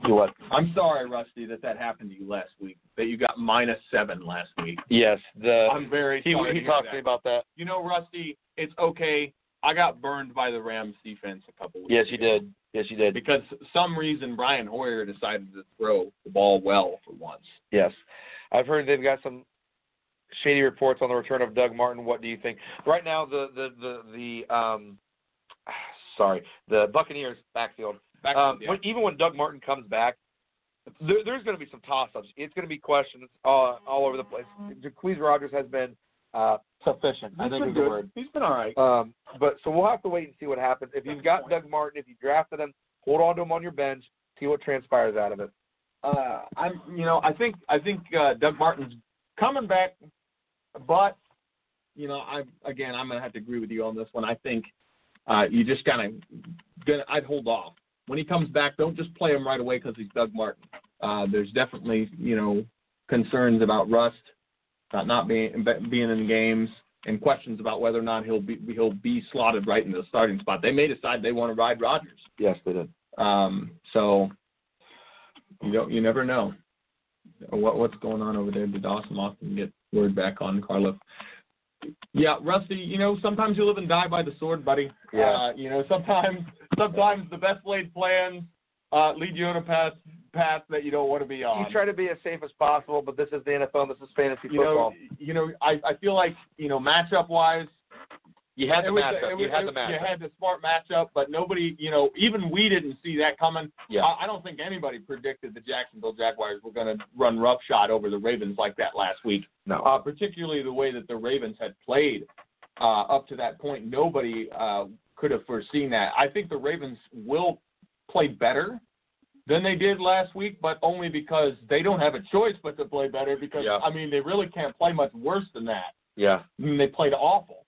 A: Do what?
D: I'm sorry, Rusty, that that happened to you last week. That you got minus seven last week.
A: Yes. The
D: I'm very
A: he
D: sorry. to
A: he
D: hear
A: talked to
D: that.
A: me about that.
D: You know, Rusty, it's okay. I got burned by the Rams defense a couple weeks.
A: Yes, you
D: ago.
A: did. Yes, you did.
D: Because some reason Brian Hoyer decided to throw the ball well for once.
A: Yes. I've heard they've got some shady reports on the return of Doug Martin. What do you think? Right now the the the, the um sorry, the Buccaneers backfield
B: Back-
D: Uh,
A: um,
B: yeah.
A: when, even when Doug Martin comes back, there, there's going to be some toss-ups. It's going to be questions all, all over the place. Jaquez Rogers has been uh, sufficient. I
D: He's
A: think
D: been
A: is the
D: good.
A: word.
D: He's been all right.
A: Um, but so we'll have to wait and see what happens. If you've got Doug Martin, if you drafted him, hold on to him on your bench. See what transpires out of it.
D: Uh, I'm, you know, I think I think uh, Doug Martin's coming back, but you know, I again, I'm gonna have to agree with you on this one. I think uh, you just kind of gonna. I'd hold off when he comes back. Don't just play him right away because he's Doug Martin. Uh, there's definitely you know concerns about rust, about not being being in the games, and questions about whether or not he'll be he'll be slotted right into the starting spot. They may decide they want to ride Rodgers.
A: Yes, they did.
D: Um, so you don't, you never know what what's going on over there. Did Dawson Austin get word back on Carlo? Yeah, Rusty. You know, sometimes you live and die by the sword, buddy.
B: Yeah.
D: Uh, you know, sometimes sometimes the best laid plans uh, lead you on a path path that you don't want to be on.
A: You try to be as safe as possible, but this is the NFL. And this is fantasy
D: Um, You know,
A: football.
D: you know, I I feel like you know matchup wise.
A: You had the
D: it was-
A: matchup.
D: it
A: You
D: was-
A: had the
D: it- You
A: matchup.
D: had the smart matchup, but nobody, you know, even we didn't see that coming.
A: Yeah.
D: I, I don't think anybody predicted the Jacksonville Jaguars were going to run roughshod over the Ravens like that last week.
A: No.
D: Uh, particularly the way that the Ravens had played uh, up to that point, nobody uh, could have foreseen that. I think the Ravens will play better than they did last week, but only because they don't have a choice but to play better. Because
A: Yeah.
D: I mean, they really can't play much worse than that.
A: yeah.
D: I mean, they played awful.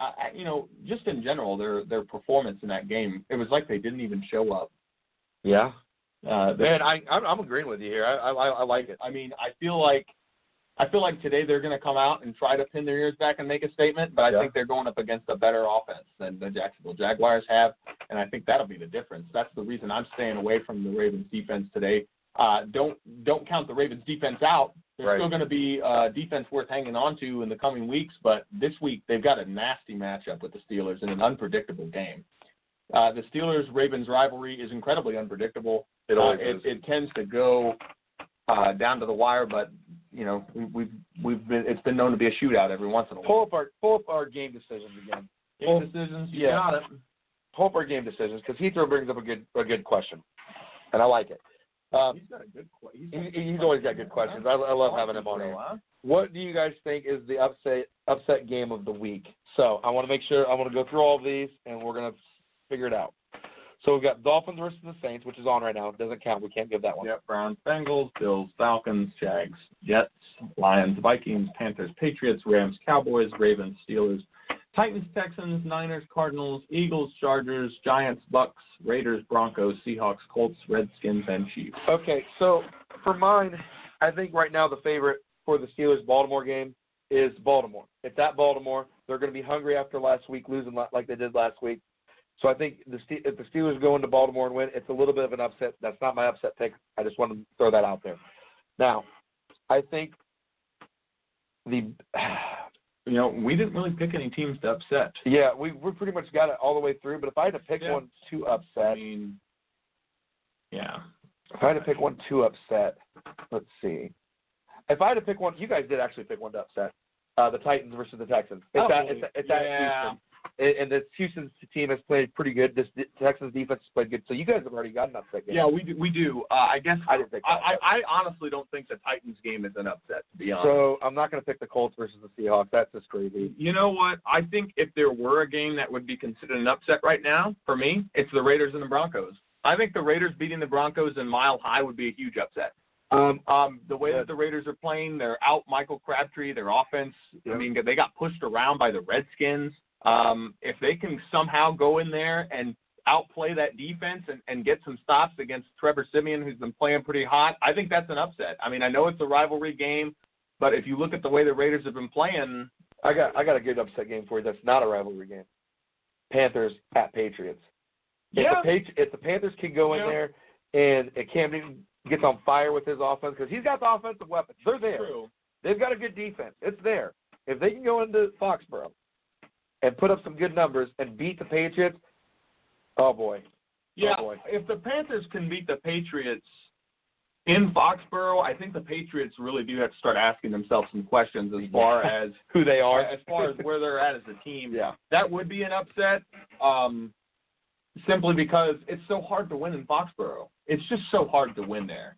D: I, I, you know, just in general, their their performance in that game, it was like they didn't even show up.
A: Yeah.
D: Uh, they-
A: Man, I, I'm, I'm agreeing with you here. I, I, I like it.
D: I mean, I feel like I feel like today they're going to come out and try to pin their ears back and make a statement, but I
A: Yeah.
D: think they're going up against a better offense than the Jacksonville Jaguars have, and I think that'll be the difference. That's the reason I'm staying away from the Ravens defense today. Uh, don't don't count the Ravens defense out. They're
A: Right.
D: still going to be uh, defense worth hanging on to in the coming weeks, but this week they've got a nasty matchup with the Steelers in an unpredictable game. Uh, the Steelers Ravens rivalry is incredibly unpredictable.
A: It always
D: uh,
A: is.
D: It, it tends to go uh, down to the wire, but you know we- we've we've been it's been known to be a shootout every once in a while.
A: Pull up our pull up our game decisions again.
D: Game decisions, you
A: yeah.
D: got it.
A: Pull up our game decisions because Heathrow brings up a good a good question, and I like it. Um,
D: He's got a good. qu- He's,
A: he, he's always got good questions. I, I love having him on here.
D: Huh?
A: What do you guys think is the upset upset game of the week? So I want to make sure I want to go through all of these, and we're gonna figure it out. So we've got Dolphins versus the Saints, which is on right now. It doesn't count. We can't give that one.
D: Yep. Browns, Bengals, Bills, Falcons, Jags, Jets, Lions, Vikings, Panthers, Patriots, Rams, Cowboys, Ravens, Steelers, Titans, Texans, Niners, Cardinals, Eagles, Chargers, Giants, Bucks, Raiders, Broncos, Seahawks, Colts, Redskins, and Chiefs.
A: Okay, so for mine, I think right now the favorite for the Steelers Baltimore game is Baltimore. It's at Baltimore. They're going to be hungry after last week losing li- like they did last week. So I think the Ste- if the Steelers go into Baltimore and win, it's a little bit of an upset. That's not my upset pick. I just want to throw that out there. Now, I think the
D: You know, we didn't really pick any teams to upset.
A: yeah we we pretty much got it all the way through. But if I had to pick
D: Yeah.
A: one to upset,
D: I mean, yeah.
A: If I had to pick one to upset, let's see. If I had to pick one, you guys did actually pick one to upset. Uh, the Titans versus the Texans. It's at,
D: Probably.
A: it's, at- it's
D: Oh, Yeah.
A: at Houston, and, and the Houston's team has played pretty good. This the Texans defense has played good, so you guys have already gotten upset. Game.
D: Yeah, we do, we do. Uh, I guess
A: I didn't pick that.
D: I, I, I honestly don't think the Titans game is an upset, to be honest.
A: so I'm not going to pick the Colts versus the Seahawks. That's just crazy.
D: You know what? I think if there were a game that would be considered an upset right now, for me, it's the Raiders and the Broncos. I think the Raiders beating the Broncos in Mile High would be a huge upset.
A: Um,
D: Um, the way that the Raiders are playing, they're out Michael Crabtree, their offense. I mean, they got pushed around by the Redskins. Um, if they can somehow go in there and outplay that defense and, and get some stops against Trevor Simeon, who's been playing pretty hot, I think that's an upset. I mean, I know it's a rivalry game, but if you look at the way the Raiders have been playing,
A: I got I got a good upset game for you. That's not a rivalry game. Panthers at Patriots. If
D: Yeah.
A: the Patri- if the Panthers can go in
D: Yeah.
A: there and and Cam Newton gets on fire with his offense because he's got the offensive weapons. They're there.
D: True.
A: They've got a good defense. It's there. If they can go into Foxborough and put up some good numbers and beat the Patriots, oh boy.
D: Yeah,
A: Oh boy.
D: if the Panthers can beat the Patriots in Foxborough, I think the Patriots really do have to start asking themselves some questions as far as
A: Who they are.
D: as far as where they're at as a team.
A: Yeah.
D: That would be an upset. Um, simply because it's so hard to win in Foxborough. It's just so hard to win there.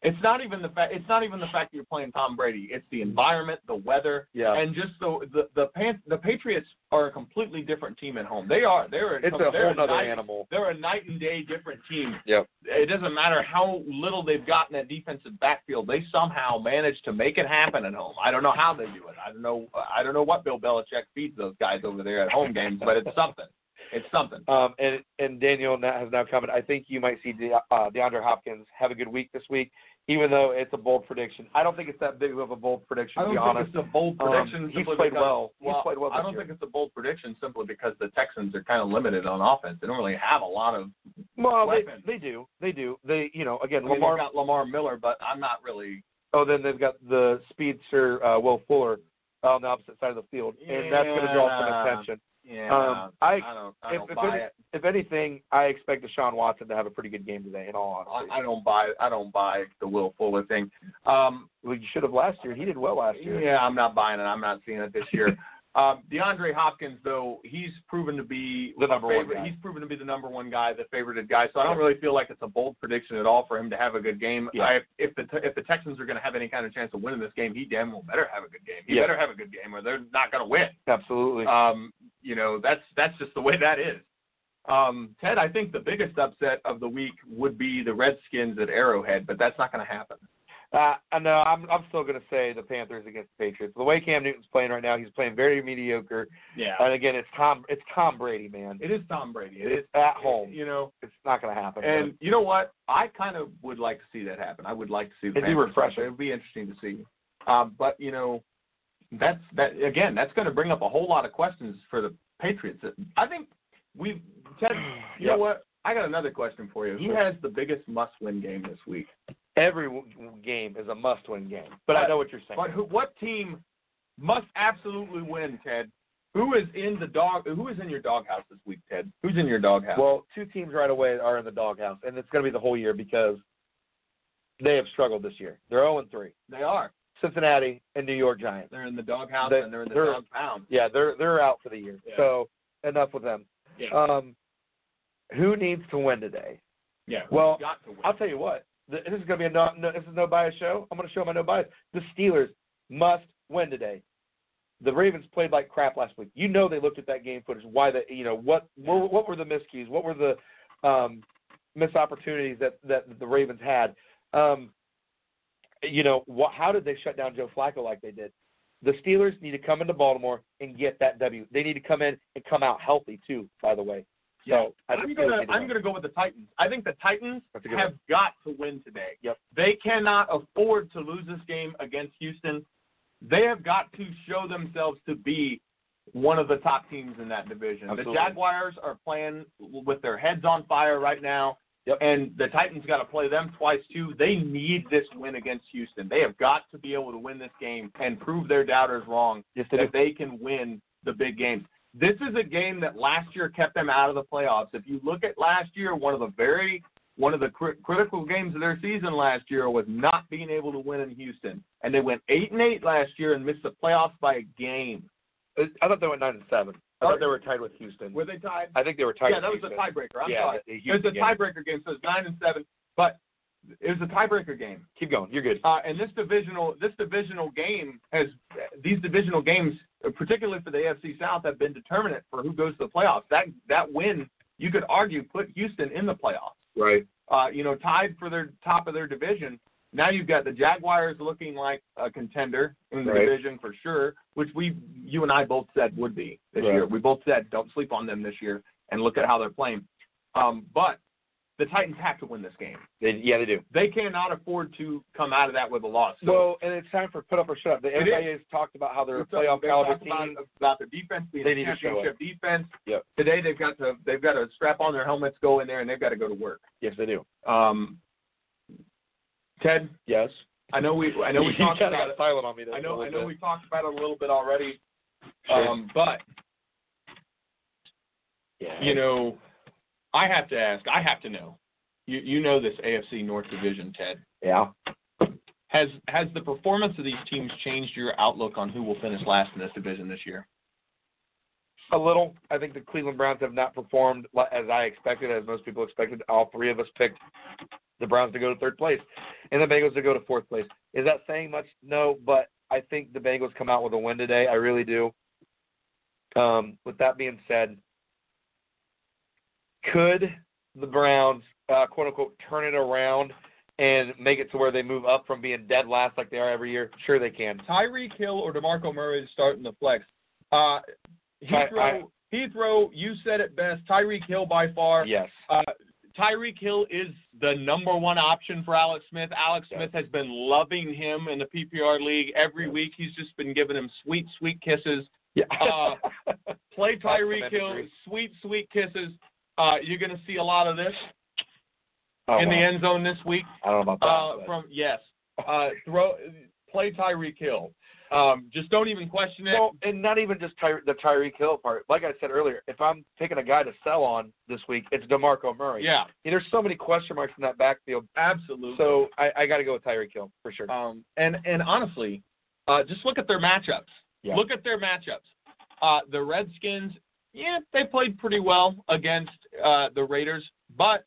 D: It's not even the fact. It's not even the fact that you're playing Tom Brady. It's the environment, the weather,
K: Yeah.
D: and just the the the, Pan- the Patriots are a completely different team at home. They are. They're.
A: It's a
D: they're
A: whole nother
D: night-
A: animal.
D: They're a night and day different team.
A: Yep.
D: It doesn't matter how little they've got in that defensive backfield. They somehow manage to make it happen at home. I don't know how they do it. I don't know. I don't know what Bill Belichick feeds those guys over there at home games, but it's something. It's something.
A: Um, and and Daniel na- has now come in. I think you might see De, uh, DeAndre Hopkins have a good week this week, even though it's a bold prediction. I don't think it's that big of a bold
D: I
A: prediction. to
D: don't
A: be
D: think
A: honest.
D: it's a bold
A: Um,
D: prediction.
A: he's
D: simply
A: played
D: because-
A: well. He's played well.
D: I
A: this
D: don't
A: year.
D: think it's a bold prediction simply because the Texans are kind of limited on offense. They don't really have a lot of.
A: Well, they,
D: weapons.
A: they do. They do. They you know again
D: I mean,
A: Lamar.
D: they've got Lamar Miller, but I'm not really.
A: Oh, then they've got the speedster uh, Will Fuller on the opposite side of the field, and that's going to draw some
D: Yeah.
A: attention.
D: Yeah,
A: um, I,
D: I don't. I
A: if,
D: don't
A: if
D: buy
A: any-
D: it.
A: if anything, I expect Deshaun Watson to have a pretty good game today. In all
D: I,
A: honesty,
D: I don't buy. I don't buy the Will Fuller thing. Um,
A: well, you should have last year. He did well last year.
D: Yeah, I'm not buying it. I'm not seeing it this year. um, DeAndre Hopkins, though, he's proven to be
A: The number one
D: favorite-
A: guy.
D: He's proven to be the number one guy, the favorited guy. So I don't really feel like it's a bold prediction at all for him to have a good game.
A: Yeah.
D: I, if the if the Texans are going to have any kind of chance of winning this game, he damn well better have a good game. He
A: Yeah.
D: better have a good game, or they're not going to win.
A: Absolutely.
D: Um, you know, that's that's just the way that is. Um, Ted, I think the biggest upset of the week would be the Redskins at Arrowhead, but that's not going to happen.
A: Uh, I know. I'm I'm still going to say the Panthers against the Patriots. The way Cam Newton's playing right now, he's playing very mediocre.
D: Yeah.
A: And again, it's Tom. It's Tom Brady, man.
D: It is Tom Brady. It
A: It's
D: is
A: at home.
D: You know,
A: It's not going to happen.
D: And you know what? I kind of would like to see that happen. I would like to see the
A: It'd be
D: Panthers
A: refreshing.
D: out there. It'd be interesting to see. Um, but you know, that's that again. That's going to bring up a whole lot of questions for the Patriots. I think we, Ted. You know
A: Yep.
D: what? I got another question for you. Who
A: Sure.
D: has the biggest must-win game this week?
A: every w- game is a must-win game. But, I know what you're saying.
D: But who, what team must absolutely win, Ted? Who is in the dog? Who is in your doghouse this week, Ted? Who's in your doghouse?
A: Well, two teams right away are in the doghouse, and it's going to be the whole year because they have struggled this year. They're 0 and 3.
D: They are.
A: Cincinnati and New York Giants.
D: They're in the doghouse
A: They-
D: and they're in the
A: they're-
D: dog pound.
A: Yeah, they're they're out for the year.
D: Yeah.
A: So enough with them.
D: Yeah.
A: Um, who needs to win today?
D: yeah.
A: well,
D: we've got to win.
A: I'll tell you what. th- This is going to be a no, no. This is no bias show. I'm going to show my no bias. The Steelers must win today. The Ravens played like crap last week. You know they looked at that game footage. Why that? You know what? What, what were the miscues? What were the um, missed opportunities that that the Ravens had? Um, you know what, how did they shut down Joe Flacco like they did? The Steelers need to come into Baltimore and get that W. They need to come in and come out healthy too. By the way, so I
D: I'm
A: think
D: gonna
A: Steelers need to
D: I'm
A: win.
D: gonna go with the Titans. I think the Titans
A: That's a good
D: have
A: one.
D: got to win today.
A: Yep.
D: They cannot afford to lose this game against Houston. They have got to show themselves to be one of the top teams in that division.
A: Absolutely.
D: The Jaguars are playing with their heads on fire right now. And the Titans got to play them twice too. They need this win against Houston. They have got to be able to win this game and prove their doubters wrong
A: Yes, they
D: that
A: do.
D: they can win the big games. This is a game that last year kept them out of the playoffs. If you look at last year, one of the very one of the cri- critical games of their season last year was not being able to win in Houston, and they went eight and eight last year and missed the playoffs by a game.
A: Uh, I thought they went nine and seven. I thought they were tied with Houston.
D: Were they tied?
A: I think they were tied.
D: yeah,
A: with
D: that was
A: Houston.
D: a tiebreaker. I'm
A: yeah,
D: sorry.
A: the
D: It was
A: Houston
D: a
A: game.
D: tiebreaker game, so it's nine and seven, but it was a tiebreaker game.
A: Keep going. You're good.
D: Uh, and this divisional this divisional game has these divisional games, particularly for the AFC South, have been determinant for who goes to the playoffs. That that win, you could argue, put Houston in the playoffs.
A: Right.
D: Uh, you know, tied for their top of their division. Now you've got the Jaguars looking like a contender in the
A: Right.
D: division for sure, which we you and I both said would be this
A: Right.
D: year. We both said don't sleep on them this year and look at how they're playing. Um, but the Titans have to win this game
A: They, yeah, they do.
D: they cannot afford to come out of that with a loss. So
A: well, and it's time for put up or shut up. They-
D: It
A: Everybody has talked about how they're a
D: we've
A: playoff
D: talked- they've
A: caliber
D: talked
A: team.
D: about, about their defense being
A: They
D: a
A: need to show
D: championship defense.
A: Yep.
D: Today they've got to they've got to strap on their helmets, go in there, and they've got to go to work.
A: Yes, they do.
D: Um, Ted,
A: Yes.
D: I know we I know we
A: You
D: talked
A: kinda
D: about
A: got
D: it.
A: silent on me there
D: I know
A: for a
D: I know
A: little
D: we
A: bit.
D: talked about it a little bit already.
A: Sure.
D: Um, but
A: Yeah.
D: you know, I have to ask. I have to know. You you know this AFC North division, Ted.
A: Yeah.
D: Has has the performance of these teams changed your outlook on who will finish last in this division this year?
A: A little. I think the Cleveland Browns have not performed li- as I expected, as most people expected. All three of us picked the Browns to go to third place and the Bengals to go to fourth place. Is that saying much? No, but I think the Bengals come out with a win today. I really do. Um, with that being said, could the Browns, uh, quote unquote, turn it around and make it to where they move up from being dead last like they are every year? Sure, they can.
D: Tyreek Hill or DeMarco Murray is starting the flex. Uh, Heathrow,
A: I-
D: Heathrow, you said it best. Tyreek Hill by far.
A: Yes.
D: Uh, Tyreek Hill is the number one option for Alex Smith. Alex Smith has been loving him in the PPR league every week. He's just been giving him sweet, sweet kisses.
A: Yeah.
D: Uh, play Tyreek Hill,
A: imagery.
D: sweet, sweet kisses. Uh, you're going to see a lot of this
A: Oh,
D: in the
A: wow.
D: end zone this week.
A: I don't know about that.
D: Uh,
A: but-
D: from yes, uh, throw play Tyreek Hill. Um, just don't even question it.
A: Well, and not even just Ty- the Tyreek Hill part. Like I said earlier, if I'm picking a guy to sell on this week, it's DeMarco Murray.
D: Yeah.
A: And there's so many question marks in that backfield.
D: Absolutely.
A: So I, I got to go with Tyreek Hill for sure.
D: Um, and and honestly, uh, just look at their matchups.
A: Yeah.
D: Look at their matchups. Uh, the Redskins, yeah, they played pretty well against uh, the Raiders, but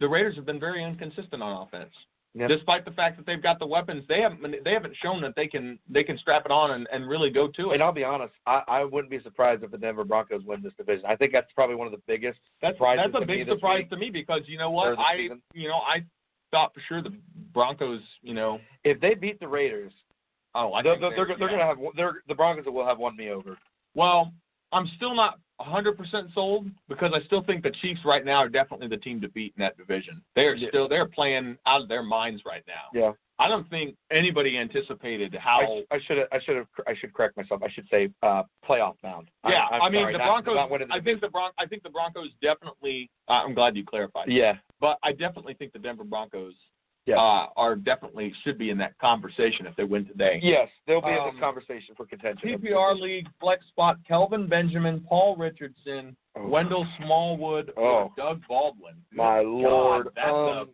D: the Raiders have been very inconsistent on offense.
A: Yep.
D: Despite the fact that they've got the weapons, they haven't they haven't shown that they can they can strap it on and, and really go to it.
A: And I'll be honest, I, I wouldn't be surprised if the Denver Broncos win this division. I think that's probably one of the biggest
D: That's
A: surprises
D: that's a
A: to me
D: big
A: this
D: surprise
A: week.
D: to me because you know
A: Or
D: what
A: the
D: I
A: season.
D: you know I thought for sure the Broncos you know
A: If they beat the Raiders,
D: oh I
A: they're,
D: think
A: they're, they're,
D: yeah.
A: going to have they're, the Broncos will have won me over.
D: Well, I'm still not 100% sold because I still think the Chiefs right now are definitely the team to beat in that division. They're
A: Yeah.
D: still they're playing out of their minds right now.
A: Yeah.
D: I don't think anybody anticipated how.
A: I should I should have I should correct myself. I should say uh, playoff bound.
D: yeah,
A: I, I'm
D: I mean
A: sorry,
D: the
A: not-
D: Broncos.
A: not winning the
D: I think the Bron- I think the Broncos definitely. Uh, I'm glad you clarified.
A: Yeah.
D: But I definitely think the Denver Broncos
A: Yeah.
D: uh, are definitely should be in that conversation if they win today.
A: Yes, they'll be in
D: Um,
A: this conversation for contention.
D: PPR league flex spot: Kelvin Benjamin, Paul Richardson,
A: Oh.
D: Wendell Smallwood,
A: Oh.
D: or Doug Baldwin.
A: My
D: God,
A: lord.
D: that's
A: um,
D: a,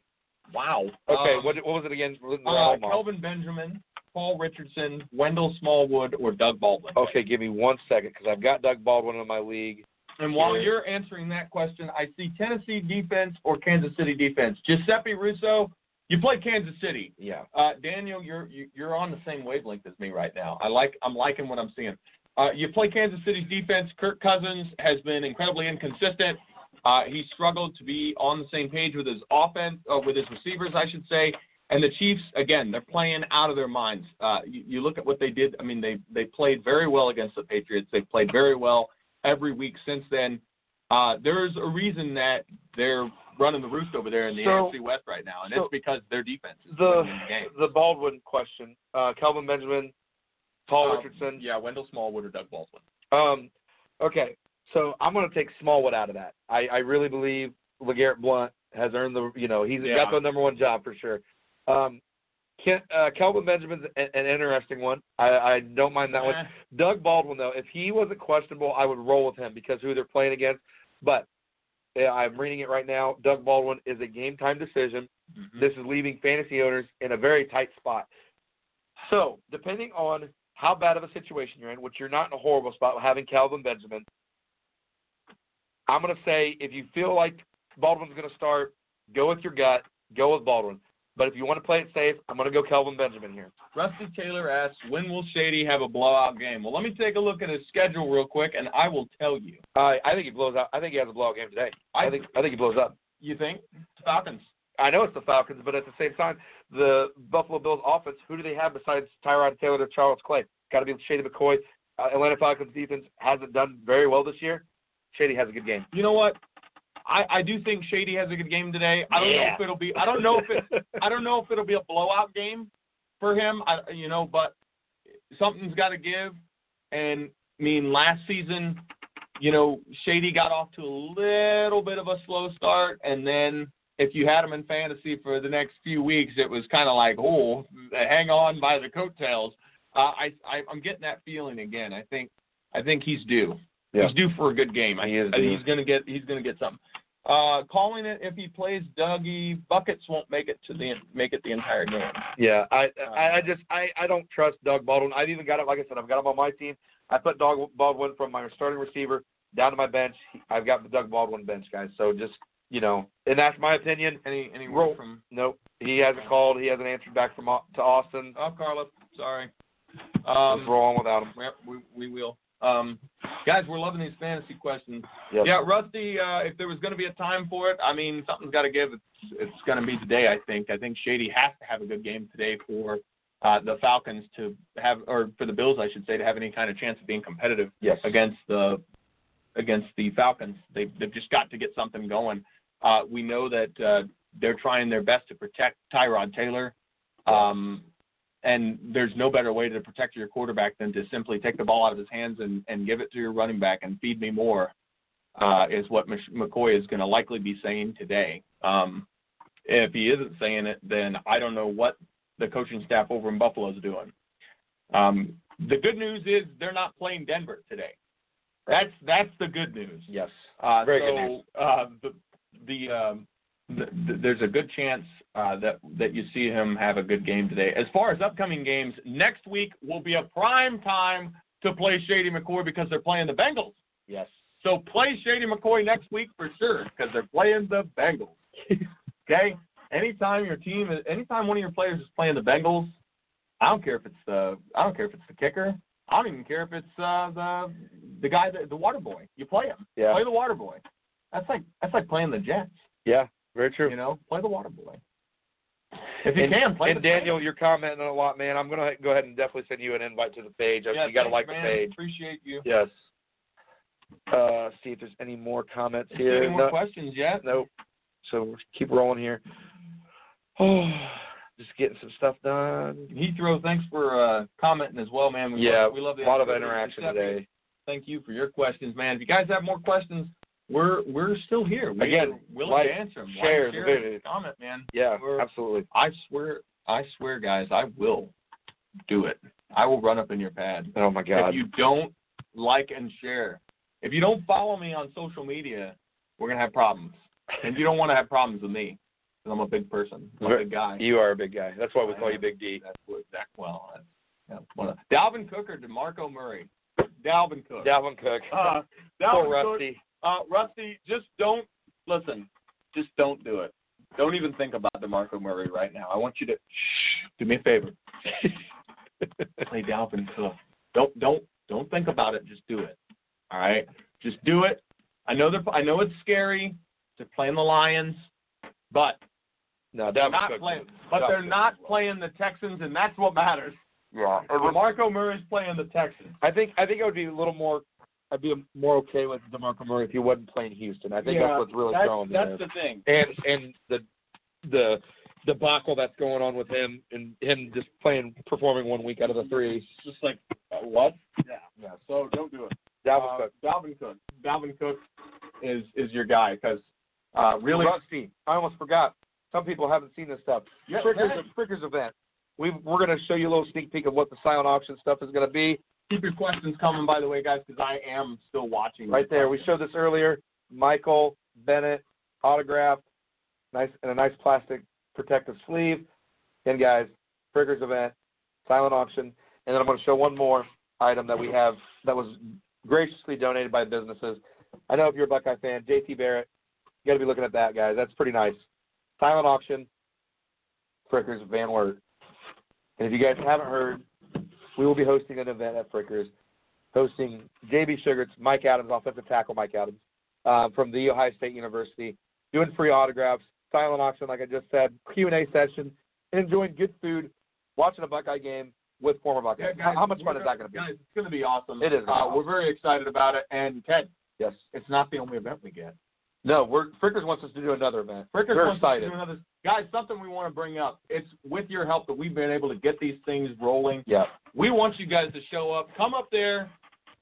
D: wow.
A: okay,
D: Um,
A: what, what was it again? We're
D: uh,
A: all marked.
D: Kelvin Benjamin, Paul Richardson, Wendell Smallwood, or Doug Baldwin.
A: Okay, give me one second because I've got Doug Baldwin in my league.
D: And while you're answering that question, I see Tennessee defense or Kansas City defense. Giuseppe Russo, you play Kansas City.
A: Yeah.
D: Uh, Daniel, you're you- you're on the same wavelength as me right now. I like I'm liking what I'm seeing. Uh, you play Kansas City's defense. Kirk Cousins has been incredibly inconsistent. Uh, he struggled to be on the same page with his offense, uh, with his receivers, I should say. And the Chiefs, again, they're playing out of their minds. Uh, you, you look at what they did. I mean, they they played very well against the Patriots. They've played very well every week since then. Uh, there's a reason that they're running the roost over there in the
A: So-
D: AFC West right now, and
A: so-
D: it's because their defense is
A: The
D: winning the game.
A: the Baldwin question. Uh, Kelvin Benjamin, Paul
D: Um,
A: Richardson.
D: Yeah, Wendell Smallwood or Doug Baldwin.
A: Um, okay, so I'm going to take Smallwood out of that. I, I really believe Legarrette Blunt has earned the you know he's
D: Yeah.
A: got the number one job for sure. Um, Ken, uh, Kelvin Benjamin's an, an interesting one. I, I don't mind that one.
D: Eh.
A: Doug Baldwin, though, if he wasn't questionable, I would roll with him because who they're playing against. But yeah, I'm reading it right now. Doug Baldwin is a game time decision.
D: Mm-hmm.
A: This is leaving fantasy owners in a very tight spot. So, depending on how bad of a situation you're in, which you're not in a horrible spot with having Calvin Benjamin, I'm going to say if you feel like Baldwin's going to start, go with your gut, go with Baldwin. But if you want to play it safe, I'm going to go Calvin Benjamin here.
D: Rusty Taylor asks, when will Shady have a blowout game? Well, let me take a look at his schedule real quick, and I will tell you.
A: I Uh, I think he blows out. I think he has a blowout game today. I, think I think he blows up.
D: You think? Falcons.
A: I know it's the Falcons, but at the same time, the Buffalo Bills offense. Who do they have besides Tyrod Taylor and Charles Clay? Got to be Shady McCoy. Uh, Atlanta Falcons defense hasn't done very well this year. Shady has a good game.
D: You know what? I, I do think Shady has a good game today. I don't know
A: Yeah.
D: if it'll be. I don't know if it. I don't know if it'll be a blowout game for him. I you know, but something's got to give. And I mean, last season, you know, Shady got off to a little bit of a slow start, and then if you had him in fantasy for the next few weeks, it was kind of like, oh, hang on by the coattails. Uh, I, I I'm getting that feeling again. I think I think he's due.
A: Yeah.
D: He's due for a good game. I,
A: He is
D: I-
A: due.
D: he's gonna get he's gonna get something. Uh, calling it if he plays Dougie, buckets won't make it to the make it the entire game. Uh,
A: Yeah, I I, I just I, I don't trust Doug Baldwin. I've even got it. Like I said, I've got him on my team. I put Doug Baldwin from my starting receiver down to my bench. I've got the Doug Baldwin bench, guys. So just you know, and that's my opinion.
D: Any any
A: Roll-
D: word from
A: Nope, he hasn't called. He hasn't answered back from Au- to Austin.
D: Oh, Carla, sorry.
A: What's
D: Um,
A: wrong without him?
D: yep, we we will. Um, guys, we're loving these fantasy questions.
A: Yes.
D: Yeah, Rusty. Uh, if there was going to be a time for it, I mean, something's got to give. It's it's going to be today. I think. I think Shady has to have a good game today for uh, the Falcons to have, or for the Bills, I should say, to have any kind of chance of being competitive
A: Yes.
D: against the against the Falcons. They they've just got to get something going. Uh, we know that uh, they're trying their best to protect Tyrod Taylor. Um, and there's no better way to protect your quarterback than to simply take the ball out of his hands and, and give it to your running back and feed me more, uh, is what Mich- McCoy is going to likely be saying today. Um, if he isn't saying it, then I don't know what the coaching staff over in Buffalo is doing. Um, the good news is they're not playing Denver today. That's that's the good news.
A: Yes.
D: Uh,
A: Very
D: so,
A: good news.
D: Uh, the the, um, the, the there's a good chance uh, that that you see him have a good game today. As far as upcoming games, next week will be a prime time to play Shady McCoy because they're playing the Bengals.
A: Yes.
D: So play Shady McCoy next week for sure because they're playing the Bengals. okay. Anytime your team, is, anytime one of your players is playing the Bengals, I don't care if it's the I don't care if it's the kicker. I don't even care if it's uh, the the guy that the water boy. You play him.
A: Yeah.
D: Play the water boy. That's like that's like playing the Jets.
A: Yeah. Very true.
D: You know, play the water boy. If you
A: and,
D: can play
A: and
D: the
A: Daniel, you're commenting a lot, man. I'm gonna go ahead and definitely send you an invite to the page.
D: Yeah,
A: you gotta
D: thanks,
A: like
D: man.
A: the page.
D: Appreciate you.
A: Yes. Uh, see if there's any more comments
D: Is there
A: here.
D: any more
A: No-
D: questions yet?
A: Nope. So we'll keep rolling here. Oh, just getting some stuff done.
D: Heathrow, thanks for uh, commenting as well, man. We
A: yeah,
D: love, we love the
A: a lot of
D: activity.
A: interaction
D: Receptive.
A: today.
D: Thank you for your questions, man. If you guys have more questions, we're we're still here. We
A: Again,
D: are willing
A: like,
D: to answer them.
A: share
D: like,
A: the
D: share,
A: video.
D: comment, man.
A: Yeah,
D: We're-
A: absolutely.
D: I swear, I swear, guys, I will do it. I will run up in your pad
A: Oh my God.
D: if you don't like and share. If you don't follow me on social media, we're gonna have problems, and you don't want to have problems with me because I'm a big person, I'm a
A: Ver-
D: big guy.
A: You are a big guy. That's why we
D: I
A: call you
D: am.
A: Big D.
D: That's what that well. That's, that's one of, Dalvin Cook or DeMarco Murray? Dalvin Cook.
A: Dalvin Cook.
D: Uh, Dalvin
A: Poor
D: Cook.
A: Rusty.
D: Uh, Rusty, just don't listen. Just don't do it. Don't even think about DeMarco Murray right now. I want you to shh, do me a favor. Play Dalvin Cook. Don't don't don't think about it. Just do it. All right. Just do it. I know they're. I know it's scary. They're playing the Lions, but
A: No,
D: they're
A: Dalvin
D: not
A: Cook.
D: playing. But they're not playing the Texans, and that's what matters.
A: Yeah.
D: DeMarco Murray's playing the Texans.
A: I think I think I would be a little more. I'd be more okay with Demarco Murray if he wasn't playing Houston. I think
D: Yeah,
A: that's what's really
D: that's,
A: throwing me.
D: that's
A: there.
D: the thing.
A: and and the the debacle that's going on with him and him just playing performing one week out of the three.
D: It's just like uh, what? Yeah.
A: Yeah.
D: So don't do it.
A: Dalvin
D: Uh,
A: Cook.
D: Dalvin Cook. Dalvin Cook is is your guy because uh, really.
A: Rusty, I almost forgot. Some people haven't seen this stuff.
D: Yeah,
A: Frickers,
D: man.
A: Frickers event. We we're gonna show you a little sneak peek of what the silent auction stuff is gonna be.
D: Keep your questions coming, by the way, guys, because I am still watching.
A: Right there. We showed this earlier. Michael Bennett autographed, nice and a nice plastic protective sleeve. And guys, Frickers event, silent auction, and then I'm going to show one more item that we have that was graciously donated by businesses. I know if you're a Buckeye fan, JT Barrett, you got to be looking at that, guys. That's pretty nice. Silent auction, Frickers Van Wert. And if you guys haven't heard, we will be hosting an event at Frickers hosting JB Sugarts, Mike Adams, offensive tackle Mike Adams, uh, from the Ohio State University, doing free autographs, silent auction, like I just said, Q and A session, and enjoying good food, watching a Buckeye game with former Buckeyes.
D: Yeah, guys,
A: how, how much fun
D: we're
A: is that going to be?
D: Guys, it's going to be awesome.
A: It is
D: Uh,
A: awesome.
D: We're very excited about it. And Ted,
A: Yes.
D: it's not the only event we get.
A: No, we're Frickers wants us to do another event.
D: Frickers
A: We're
D: wants
A: excited.
D: To do another, guys, something we want to bring up. It's with your help that we've been able to get these things rolling.
A: yeah.
D: We want you guys to show up. Come up there.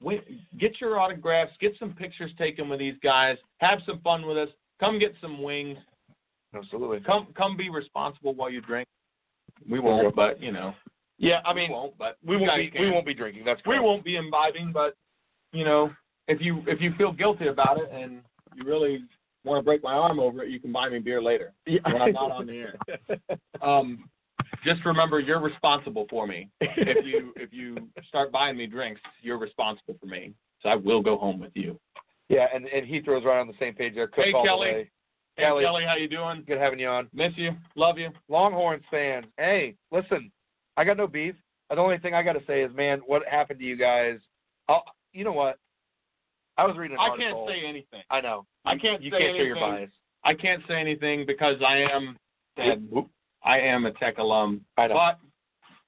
D: We, get your autographs. Get some pictures taken with these guys. Have some fun with us. Come get some wings.
A: Absolutely.
D: Come come be responsible while you drink. We won't, but you know.
A: Yeah, I mean,
D: we won't, but
A: we
D: you
A: won't
D: guys
A: be
D: can.
A: we won't be drinking. That's
D: We
A: correct.
D: won't be imbibing, but you know, if you if you feel guilty about it and you really want to break my arm over it, you can buy me beer later
A: Yeah.
D: when I'm not on the air. Um,
A: Just remember, you're responsible for me. if you if you start buying me drinks, you're responsible for me. So I will go home with you.
D: Yeah, and and he throws right on the same page there. Cook
A: Hey,
D: all
A: Kelly.
D: The way.
A: Hey, Kelly, how you doing?
D: Good having you on.
A: Miss you. Love you.
D: Longhorns fans. Hey, listen, I got no beef. The only thing I got to say is, man, what happened to you guys? I'll, you know what? I was reading. An
A: I can't
D: article.
A: say anything.
D: I know.
A: I can't
D: You
A: say
D: can't
A: anything.
D: show your bias.
A: I can't say anything because I am Dad,
D: Oop.
A: I am a tech alum.
D: I know.
A: But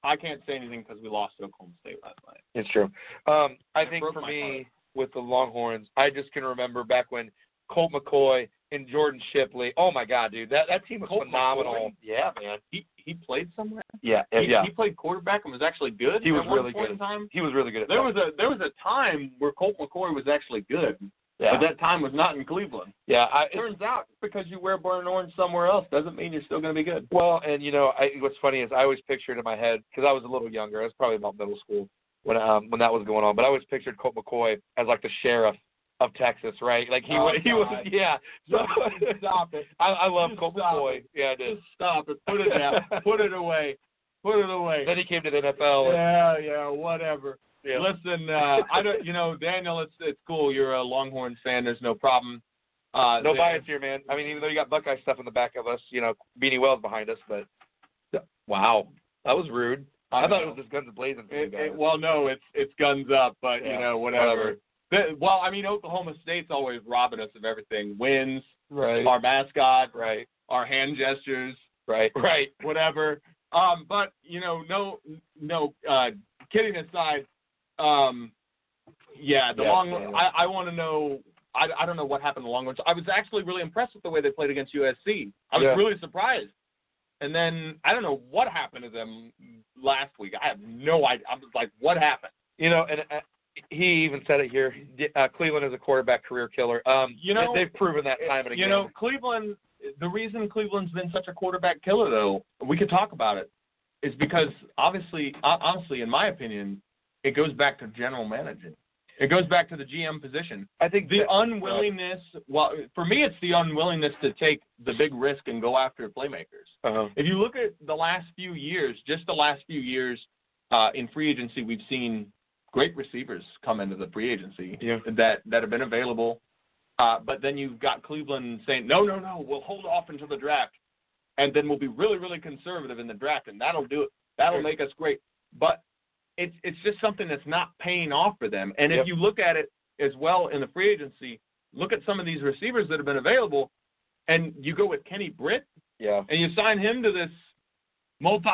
A: I can't say anything because we lost to Oklahoma State last night.
D: It's true. Um, I think
A: broke
D: for
A: my
D: me, with the Longhorns, I just can remember back when Colt McCoy and Jordan Shipley. Oh my God, dude, that that team was
A: Colt
D: phenomenal.
A: McCoy?
D: Yeah, man.
A: He he played somewhere.
D: Yeah,
A: He,
D: yeah.
A: he played quarterback and was actually good.
D: He was
A: at one
D: really
A: point
D: good.
A: In time.
D: He was really good at
A: There
D: that.
A: was a there was a time where Colt McCoy was actually good,
D: Yeah.
A: but that time was not in Cleveland.
D: Yeah, I,
A: it turns out because you wear burn orange somewhere else doesn't mean you're still going to be good.
D: Well, and you know, I, what's funny is I always pictured in my head because I was a little younger. I was probably about middle school when um, when that was going on. But I always pictured Colt McCoy as like the sheriff of Texas, right? Like he
A: Oh,
D: was, he was,
A: God.
D: yeah. So
A: stop it.
D: I, I love
A: Just
D: Colt
A: stop
D: McCoy.
A: it.
D: Yeah, I did.
A: Just stop it. Put it down. Put it away. Put it away.
D: Then he came to the NFL.
A: Yeah, yeah, whatever.
D: Yeah.
A: Listen, uh, I don't. You know, Daniel, it's it's cool. You're a Longhorns fan. There's no problem. Uh,
D: no
A: there-
D: bias here, man. I mean, even though you got Buckeye stuff in the back of us, you know, Beanie Wells behind us, but wow, that was rude. I,
A: I
D: thought it
A: know.
D: was just guns blazing for you
A: It,
D: guys.
A: it, well, no, it's it's guns up, but
D: Yeah,
A: you know,
D: whatever.
A: whatever. The- well, I mean, Oklahoma State's always robbing us of everything: wins,
D: Right.
A: our mascot,
D: right,
A: our hand gestures,
D: right, right.
A: whatever. Um, but you know, no, no. Uh, kidding aside, um, yeah, the
D: Yeah,
A: long.
D: yeah.
A: I, I want to know. I, I don't know what happened to the Longhorns. I was actually really impressed with the way they played against USC. I was
D: Yeah.
A: really surprised. And then I don't know what happened to them last week. I have no idea. I was like, what happened?
D: You know, and uh, he even said it here. Uh, Cleveland is a quarterback career killer. Um,
A: You know,
D: they've proven that time and again.
A: You know, Cleveland. The reason Cleveland's been such a quarterback killer, though, we could talk about it, is because obviously, hon- honestly, in my opinion, it goes back to general managing. It goes back to the GM position.
D: I think
A: the
D: that- uh,
A: unwillingness. Well, for me, it's the unwillingness to take the big risk and go after playmakers.
D: Uh-huh.
A: If you look at the last few years, just the last few years uh, in free agency, we've seen great receivers come into the free agency that that have been available. Uh, but then you've got Cleveland saying, no, no, no, we'll hold off until the draft, and then we'll be really, really conservative in the draft, and that'll do it. That'll
D: Sure.
A: make us great. But it's it's just something that's not paying off for them. And
D: Yep.
A: if you look at it as well in the free agency, look at some of these receivers that have been available, and you go with Kenny Britt
D: Yeah.
A: and you sign him to this multi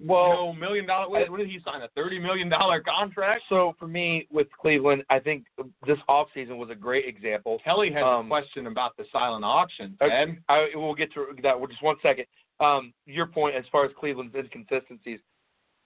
D: Well,
A: you know, million dollar what, what did he sign a thirty million dollar contract?
D: So for me, with Cleveland, I think this offseason was a great example.
A: Kelly has
D: Um,
A: a question about the silent auction,
D: Okay,
A: Ted.
D: I, we'll get to that. Well, just one second. Um, your point as far as Cleveland's inconsistencies.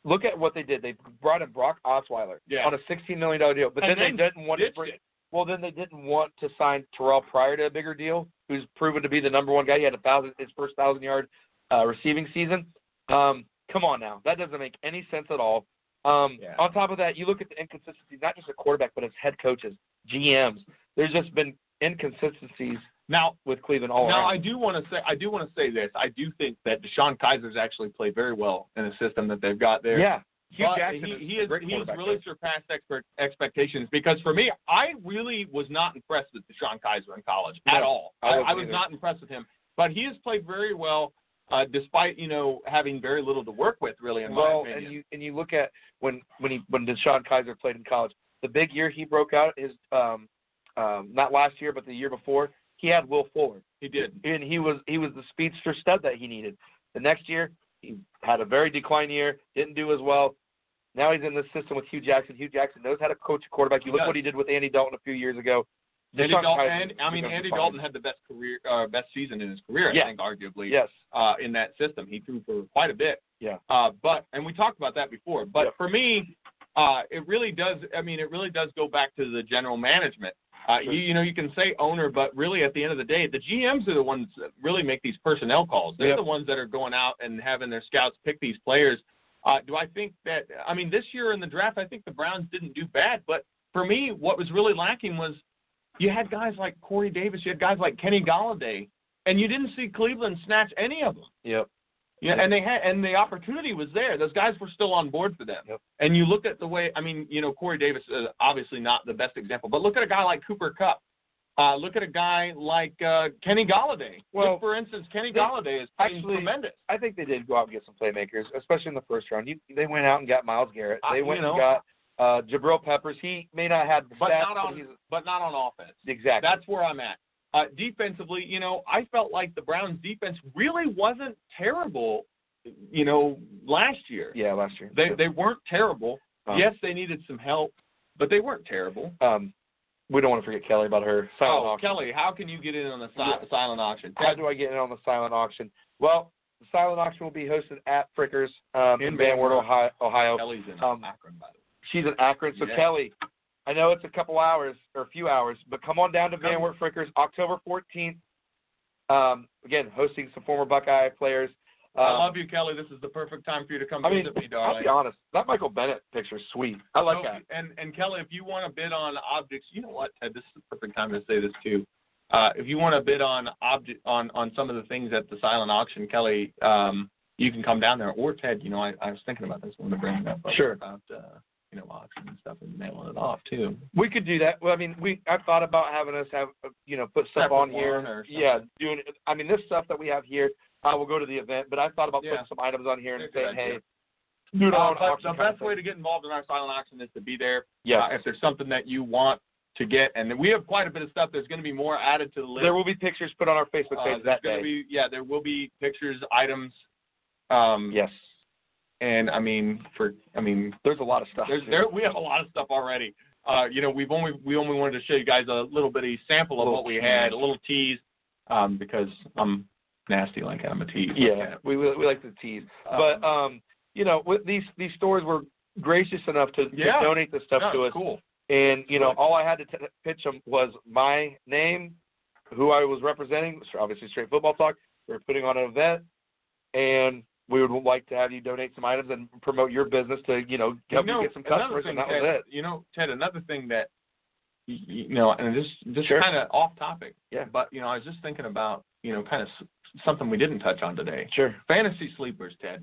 D: Look at what they did. They brought in Brock Osweiler
A: Yeah.
D: on a sixteen million dollar deal, but
A: And
D: then, they
A: then
D: didn't want to
A: ditched
D: bring.
A: it.
D: Well, then they didn't want to sign Terrell Pryor to a bigger deal, who's proven to be the number one guy. He had a thousand his first thousand yard uh, receiving season. Um, come on now, that doesn't make any sense at all. Um,
A: Yeah.
D: On top of that, you look at the inconsistencies, not just at quarterback, but as head coaches, GMs. There's just been inconsistencies
A: Now
D: with Cleveland all
A: now
D: around.
A: I do want to say I do want to say this. I do think that Deshaun Kaiser's actually played very well in the system that they've got there.
D: Yeah. Hugh
A: But
D: Jackson
A: he,
D: is
A: he
D: a
A: has
D: great
A: he has
D: quarterback,
A: really
D: though.
A: surpassed expert expectations because for me, I really was not impressed with Deshaun Kaiser in college at
D: No,
A: all.
D: I
A: I,
D: wasn't
A: I was
D: either.
A: not impressed with him, but he has played very well, uh, despite you know having very little to work with really in
D: well,
A: my opinion.
D: and you and you look at when when he when Deshaun Kaiser played in college, the big year he broke out his um um not last year but the year before he had Will Fuller
A: he did.
D: and he was he was the speedster stud that he needed. The next year he had a very decline year, didn't do as well. Now he's in this system with Hugh Jackson. Hugh Jackson knows how to coach a quarterback. You
A: He
D: look
A: does.
D: what he did with Andy Dalton a few years ago.
A: Andy
D: Deshaun
A: Dalton,
D: Kaiser
A: and, I mean,
D: becomes
A: Andy
D: defined.
A: Dalton had the best career, uh, best season in his career, I
D: Yeah.
A: think, arguably,
D: Yes.
A: uh, in that system. He threw for quite a bit.
D: Yeah.
A: Uh, but and we talked about that before. But
D: Yeah.
A: for me, uh, it really does. I mean, it really does go back to the general management. Uh, you, you know, you can say owner, but really at the end of the day, the GMs are the ones that really make these personnel calls. They're
D: Yeah.
A: the ones that are going out and having their scouts pick these players. Uh, do I think that? I mean, this year in the draft, I think the Browns didn't do bad, but for me, what was really lacking was you had guys like Corey Davis, you had guys like Kenny Galladay, and you didn't see Cleveland snatch any of them.
D: Yep.
A: Yeah, and they had and the opportunity was there. Those guys were still on board for them. And you look at the way I mean, you know, Corey Davis is obviously not the best example, but look at a guy like Cooper Cup. Uh, look at a guy like uh, Kenny Galladay.
D: Well,
A: Just for instance, Kenny
D: they-
A: Galladay is playing
D: actually,
A: tremendous.
D: I think they did go out and get some playmakers, especially in the first round. You, they went out and got Miles Garrett.
A: I-
D: They went
A: you
D: and
A: know.
D: got uh, Jabril Peppers. He may not have the
A: But
D: stats,
A: not on
D: but he's
A: but not on offense.
D: exactly.
A: That's where I'm at. Uh, defensively, you know, I felt like the Browns' defense really wasn't terrible. You know, last year.
D: Yeah, last year.
A: They they weren't terrible.
D: Um,
A: yes, they needed some help, but they weren't terrible.
D: Um, we don't want to forget Kelly about her silent
A: oh,
D: auction.
A: Kelly, how can you get in on the si-
D: Yeah.
A: silent auction?
D: How do I get in on the silent auction? Well, the silent auction will be hosted at Frickers um, in, Van Wert, Ohio. Ohio.
A: Kelly's in
D: um,
A: Akron, by
D: She's in Akron, so
A: Yeah.
D: Kelly, I know it's a couple hours or a few hours, but come on down to
A: Come.
D: Van Wert Frickers October 14th. Um, again, hosting some former Buckeye players.
A: the way.
D: Um,
A: I love you, Kelly. This is the perfect time for you to come
D: I mean,
A: visit me,
D: I'll
A: darling.
D: be honest, that Michael Bennett picture's sweet. I like
A: So,
D: that.
A: And and Kelly, if you want to bid on objects, you know what, Ted, this is the perfect time to say this too. Uh, if you want to bid on object on on some of the things at the silent auction, Kelly, um, you can come down there. Or Ted, you know, I, I was thinking about this when to bring it up like,
D: Sure.
A: about uh, you know auction and stuff and mailing it off too.
D: We could do that. Well, I mean, we I thought about having us have uh, you know put stuff
A: Separate
D: on here.
A: one or
D: yeah, doing. it- I mean, this stuff that we have here, uh, will go to the event. But I thought about
A: Yeah.
D: putting some items on here and
A: That's a
D: saying,
A: good idea.
D: hey, do it
A: Uh,
D: on
A: but
D: auction.
A: the
D: kind of
A: best way to get involved in our silent auction is to be there.
D: Yes.
A: Uh, if there's something that you want to get, and we have quite a bit of stuff. There's going to be more added to the
D: thing.
A: list.
D: There will be pictures put on our Facebook
A: Uh,
D: page
A: there's
D: that
A: gonna
D: day.
A: Be, yeah, there will be pictures, items. Um,
D: yes.
A: And I mean, for I mean,
D: there's a lot of stuff.
A: there's
D: too.
A: there we have a lot of stuff already. Uh, you know, we've only we only wanted to show you guys a little bitty sample of
D: Little
A: what we had,
D: tease.
A: a little tease, um, because I'm nasty like I'm a tease.
D: Yeah, we we we like to tease, but um, you know, with these these stores were gracious enough to, to
A: Yeah.
D: donate this stuff
A: No,
D: to us.
A: Cool.
D: And you know, all I had to t- pitch them was my name, who I was representing, so obviously Straight Football Talk. We are putting on an event, and we would like to have you donate some items and promote your business to you know help
A: you know,
D: you get some
A: another
D: customers,
A: thing,
D: and that
A: Ted,
D: was it.
A: You know, Ted, another thing that y- y- you know, and this this
D: Sure.
A: kind of off topic,
D: Yeah.
A: but you know, I was just thinking about you know, kind of s- something we didn't touch on today.
D: Sure.
A: Fantasy sleepers, Ted.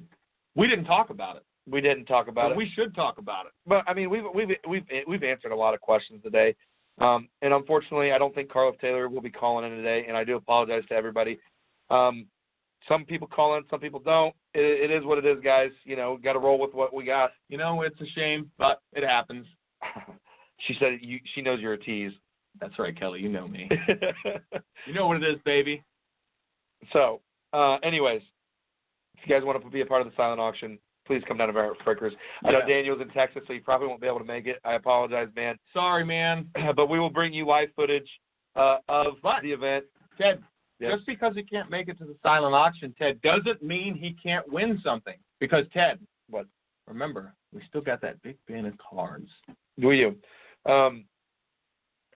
A: We didn't talk about it.
D: We didn't talk about
A: but
D: it.
A: We should talk about it.
D: but I mean, we've we've we've we've answered a lot of questions today, um, and unfortunately, I don't think Carlos Taylor will be calling in today, and I do apologize to everybody. Um, some people call in, some people don't. It, it is what it is, guys. You know, got to roll with what we got.
A: You know, it's a shame, but it happens.
D: she said you, she knows you're a tease.
A: That's right, Kelly. You know me. you know what it is, baby.
D: so, uh, anyways, if you guys want to be a part of the silent auction, please come down to Barrett Frickers. I know
A: Yeah.
D: Daniel's in Texas, so he probably won't be able to make it. I apologize, man.
A: Sorry, man.
D: but we will bring you live footage uh, of
A: But-
D: the event.
A: Ted,
D: Yes.
A: just because he can't make it to the silent auction, Ted, doesn't mean he can't win something. Because Ted,
D: What?
A: Remember, we still got that big bin of cards.
D: Do you? Um,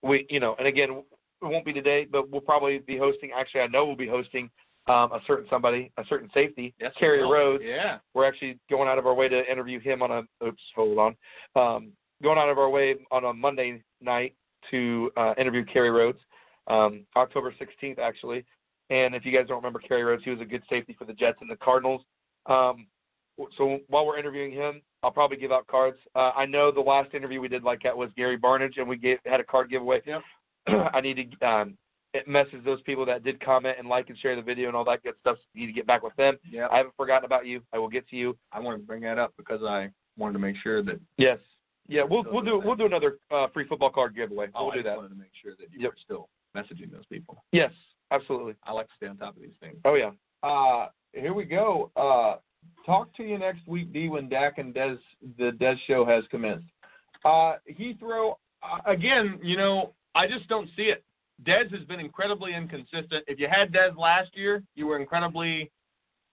D: we, you know, and again, it won't be today, but we'll probably be hosting. Actually, I know we'll be hosting um, a certain somebody, a certain safety,
A: Yes, we
D: Kerry
A: will.
D: Rhodes.
A: Yeah.
D: We're actually going out of our way to interview him on a. Oops, hold on. Um, going out of our way on a Monday night to uh, interview Kerry Rhodes, um, October 16th actually. And if you guys don't remember Kerry Rhodes, he was a good safety for the Jets and the Cardinals. Um, so while we're interviewing him, I'll probably give out cards. Uh, I know the last interview we did like that was Gary Barnage, and we gave, had a card giveaway.
A: Yep.
D: I need to um, message those people that did comment and like and share the video and all that good stuff. need to get back with them.
A: Yeah.
D: I haven't forgotten about you. I will get to you.
A: I wanted to bring that up because I wanted to make sure that
D: Yes. Yeah, we'll
A: Those
D: we'll
A: are
D: do
A: the
D: we'll do another uh, free football card giveaway.
A: oh,
D: we'll
A: I
D: do
A: just
D: that.
A: wanted to make sure that you
D: Yep.
A: were still messaging those people.
D: Yes, absolutely.
A: I like to stay on top of these things.
D: Oh yeah.
A: Uh, here we go. Uh, talk to you next week, D, when Dak and Des the Des show has commenced. Uh, Heathrow uh, again. You know, I just don't see it. Des has been incredibly inconsistent. If you had Des last year, you were incredibly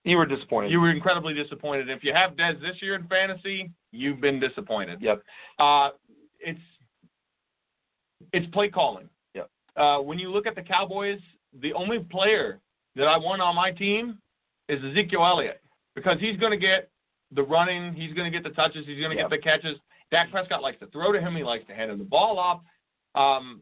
D: You were disappointed.
A: you were incredibly disappointed. If you have Des this year in fantasy, you've been disappointed.
D: Yep.
A: Uh, it's it's play calling.
D: Yep.
A: Uh, when you look at the Cowboys, the only player that I want on my team is Ezekiel Elliott because he's going to get the running, he's going to get the touches, he's going to
D: Yep.
A: get the catches. Dak Prescott likes to throw to him, he likes to hand him the ball off. Um,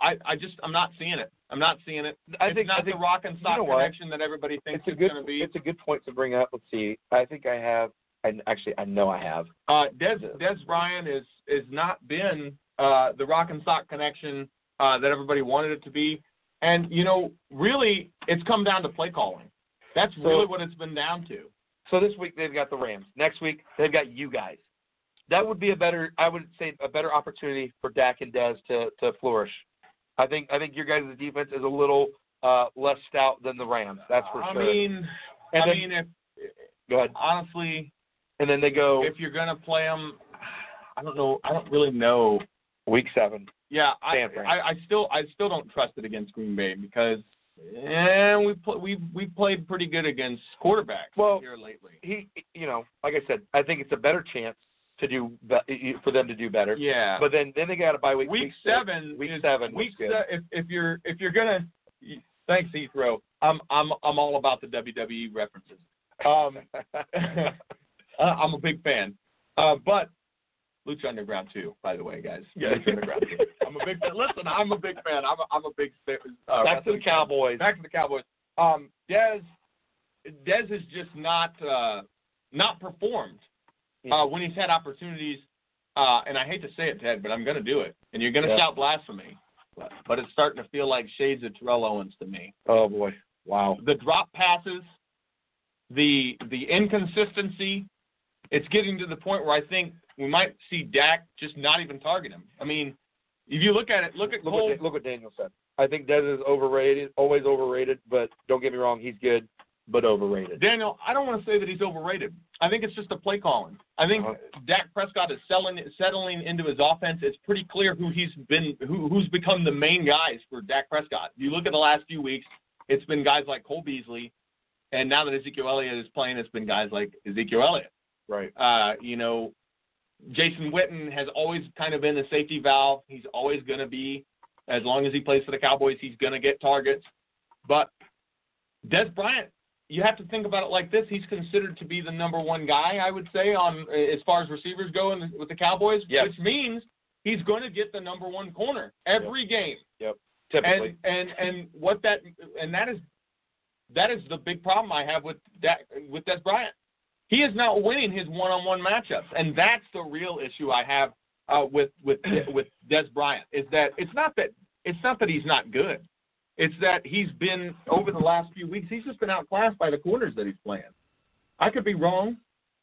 A: I, I just I'm not seeing it. I'm not seeing it.
D: I
A: it's
D: think-
A: not
D: I think-
A: the rock and
D: you
A: sock
D: know what?
A: connection that everybody thinks
D: It's a
A: it's,
D: good.
A: going to be.
D: It's a good point to bring up. Let's see. I think I have. I actually I know I have.
A: Uh, Des Des Bryant is is not been uh, the rock and sock connection uh, that everybody wanted it to be, and you know really it's come down to play calling. That's
D: So-
A: really what it's been down to.
D: So this week they've got the Rams. Next week they've got you guys. That would be a better, I would say, a better opportunity for Dak and Dez to to flourish. I think I think your guys' defense is a little uh, less stout than the Rams. That's for
A: I
D: sure.
A: mean,
D: And
A: I
D: then-
A: mean if
D: Go ahead.
A: honestly,
D: And then they go.
A: if you're going to play them, I don't know. I don't really know.
D: Week seven.
A: Yeah, I,
D: San Fran.
A: I, I still I still don't trust it against Green Bay because eh, we pl- we we played pretty good against quarterbacks
D: Well,
A: here lately.
D: He, you know, like I said, I think it's a better chance to do be- for them to do better.
A: Yeah.
D: But then then they got a bye week.
A: Week
D: six.
A: seven
D: Week
A: is-
D: seven. was
A: Week
D: good.
A: se- if if you're if you're gonna thanks Heathrow. I'm I'm I'm all about the WWE references. Um, uh, I'm a big fan. Uh, but Lucha Underground too, by the way, guys.
D: Yeah.
A: Lucha Underground. too. I'm a big fan. Listen, I'm a big fan. I'm a, I'm a big fan. Uh,
D: Back to the
A: wrestling fan.
D: Cowboys.
A: Back to the Cowboys. Um, Dez, Dez has just not uh, not performed uh, when he's had opportunities. Uh, and I hate to say it, Ted, but I'm going to do it. And you're going to
D: Yeah.
A: shout blasphemy. But, but it's starting to feel like shades of Terrell Owens to me.
D: Oh boy. Wow.
A: The drop passes, the the inconsistency. It's getting to the point where I think we might see Dak just not even target him. I mean, if you look at it, look at
D: Look
A: Cole.
D: what, look what Daniel said. I think Dez is overrated, always overrated, but don't get me wrong, he's good, but overrated.
A: Daniel, I don't want to say that he's overrated. I think it's just the play calling. I think
D: Uh-huh.
A: Dak Prescott is selling, settling into his offense. It's pretty clear who he's been, who, who's become the main guys for Dak Prescott. You look at the last few weeks, it's been guys like Cole Beasley, and now that Ezekiel Elliott is playing, it's been guys like Ezekiel Elliott.
D: Right.
A: Uh, you know, Jason Witten has always kind of been the safety valve. He's always going to be, as long as he plays for the Cowboys, he's going to get targets. But Des Bryant, you have to think about it like this: he's considered to be the number one guy, I would say, on as far as receivers go in with the Cowboys,
D: Yes.
A: which means he's going to get the number one corner every game.
D: Yep. Typically.
A: And and and what that and that is that is the big problem I have with that with Des Bryant. He is not winning his one-on-one matchups, and that's the real issue I have uh, with with with Des Bryant is that it's not that it's not that he's not good. It's that he's been over the last few weeks. He's just been outclassed by the corners that he's playing. I could be wrong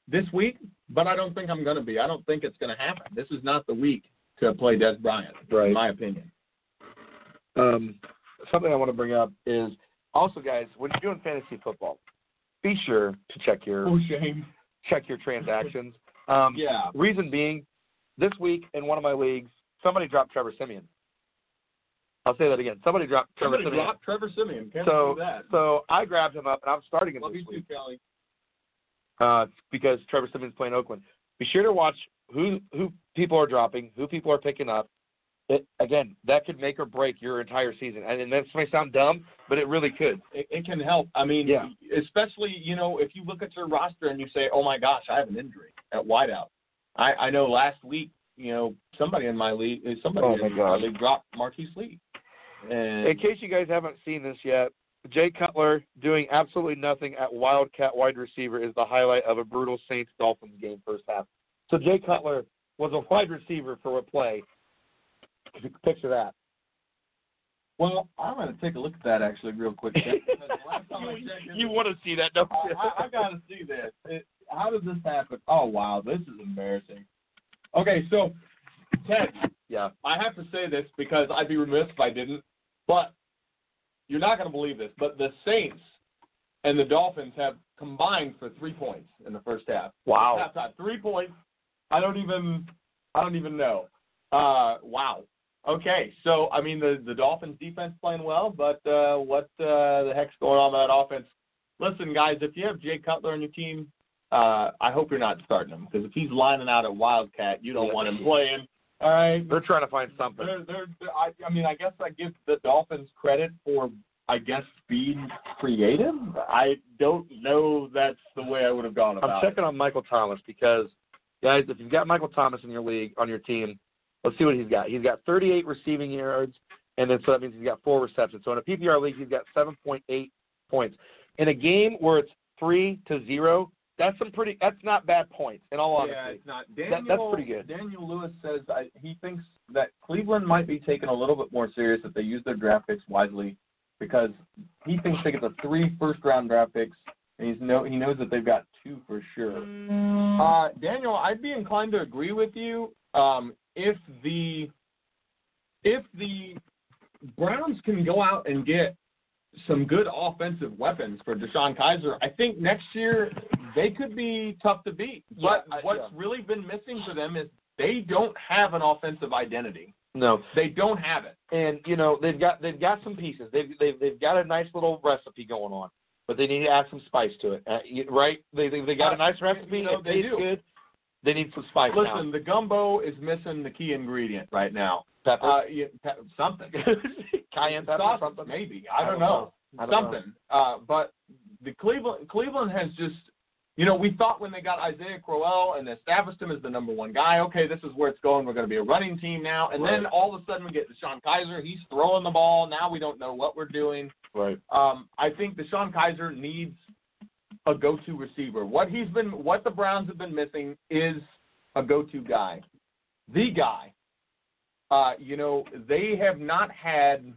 A: this week, but I don't think I'm going to be. I don't think it's going to happen. This is not the week to play Des Bryant, in my opinion.
D: Um, something I want to bring up is also, guys, when you're doing fantasy football, be sure to check your
A: shame.
D: check your transactions. Um,
A: Yeah.
D: Reason being, this week in one of my leagues, somebody dropped Trevor Simeon. I'll say that again. Somebody dropped Trevor
A: Somebody
D: Simeon.
A: dropped Trevor Simeon. Can't
D: so,
A: do that.
D: so I grabbed him up and I'm starting him
A: Love
D: this
A: you too,
D: week
A: Kelly.
D: uh, because Trevor Simeon's playing Oakland. Be sure to watch who who people are dropping, who people are picking up. It, again, that could make or break your entire season, and, and that may sound dumb, but it really could.
A: It, it can help. I mean,
D: Yeah.
A: especially you know if you look at your roster and you say, "Oh my gosh, I have an injury at wideout." I, I know last week, you know, somebody in my league, uh, somebody
D: Oh, my
A: in my
D: God.
A: league dropped Marquise Lee. And
D: In case you guys haven't seen this yet, Jay Cutler doing absolutely nothing at Wildcat wide receiver is the highlight of a brutal Saints Dolphins game first half. So Jay Cutler was a wide receiver for a play. Picture that.
A: well, I'm going to take a look at that actually real quick.
D: you want to see that, don't you?
A: I, I got to see this. It, how does this happen? Oh wow, this is embarrassing. Okay, so Ted,
D: yeah,
A: I have to say this because I'd be remiss if I didn't, but you're not going to believe this, but the Saints and the Dolphins have combined for three points in the first half.
D: Wow.
A: Halftime, three points. I don't even, I don't even know. Uh, wow. Okay, so I mean the the Dolphins defense playing well, but uh, what uh, the heck's going on with that offense? Listen, guys, if you have Jay Cutler on your team, uh, I hope you're not starting him because if he's lining out at Wildcat, you don't want him playing. All right,
D: They're trying to find something.
A: they're, they're, I, I mean, I guess I give the Dolphins credit for, I guess, being creative. I don't know that's the way I would have gone about
D: I'm checking on Michael Thomas because, guys, if you've got Michael Thomas in your league on your team, let's see what he's got. He's got 38 receiving yards, and then so that means he's got four receptions. So in a PPR league, he's got 7.8 points. In a game where it's three to zero, that's some pretty. That's not bad points. In all honesty,
A: yeah, it's not.
D: That-
A: Daniel,
D: that's pretty good.
A: Daniel Lewis says I, he thinks that Cleveland might be taken a little bit more serious if they use their draft picks wisely, because he thinks they get the three first round draft picks, and he's no he knows that they've got two for sure.
D: Mm.
A: Uh, Daniel, I'd be inclined to agree with you um, if the if the Browns can go out and get some good offensive weapons for Deshaun Kaiser, I think next year they could be tough to beat. But
D: Yeah, I-
A: what's
D: yeah.
A: really been missing for them is they don't have an offensive identity.
D: No,
A: They don't have it.
D: and you know they've got they've got some pieces. They've they've they've got a nice little recipe going on, but they need to add some spice to it, uh, you- right? They they they got a nice recipe.
A: Uh, You know,
D: it
A: they
D: tastes
A: do.
D: good. They need some spice. now.
A: Listen, the gumbo is missing the key ingredient right now.
D: Pepper?
A: Uh, yeah, pe- something.
D: cayenne pepper,
A: Sauce,
D: something.
A: Maybe I,
D: I
A: don't,
D: don't
A: know.
D: know. I don't know.
A: something. Uh, but the Cleveland Cleveland has just, you know, we thought when they got Isaiah Crowell and established him as the number one guy, okay, this is where it's going. We're going to be a running team now. And then
D: Right.
A: all of a sudden we get Deshaun Kaiser. He's throwing the ball. Now we don't know what we're doing.
D: Right.
A: Um, I think Deshaun Kaiser needs a go-to receiver. What he's been, what the Browns have been missing is a go-to guy, the guy. Uh, you know, they have not had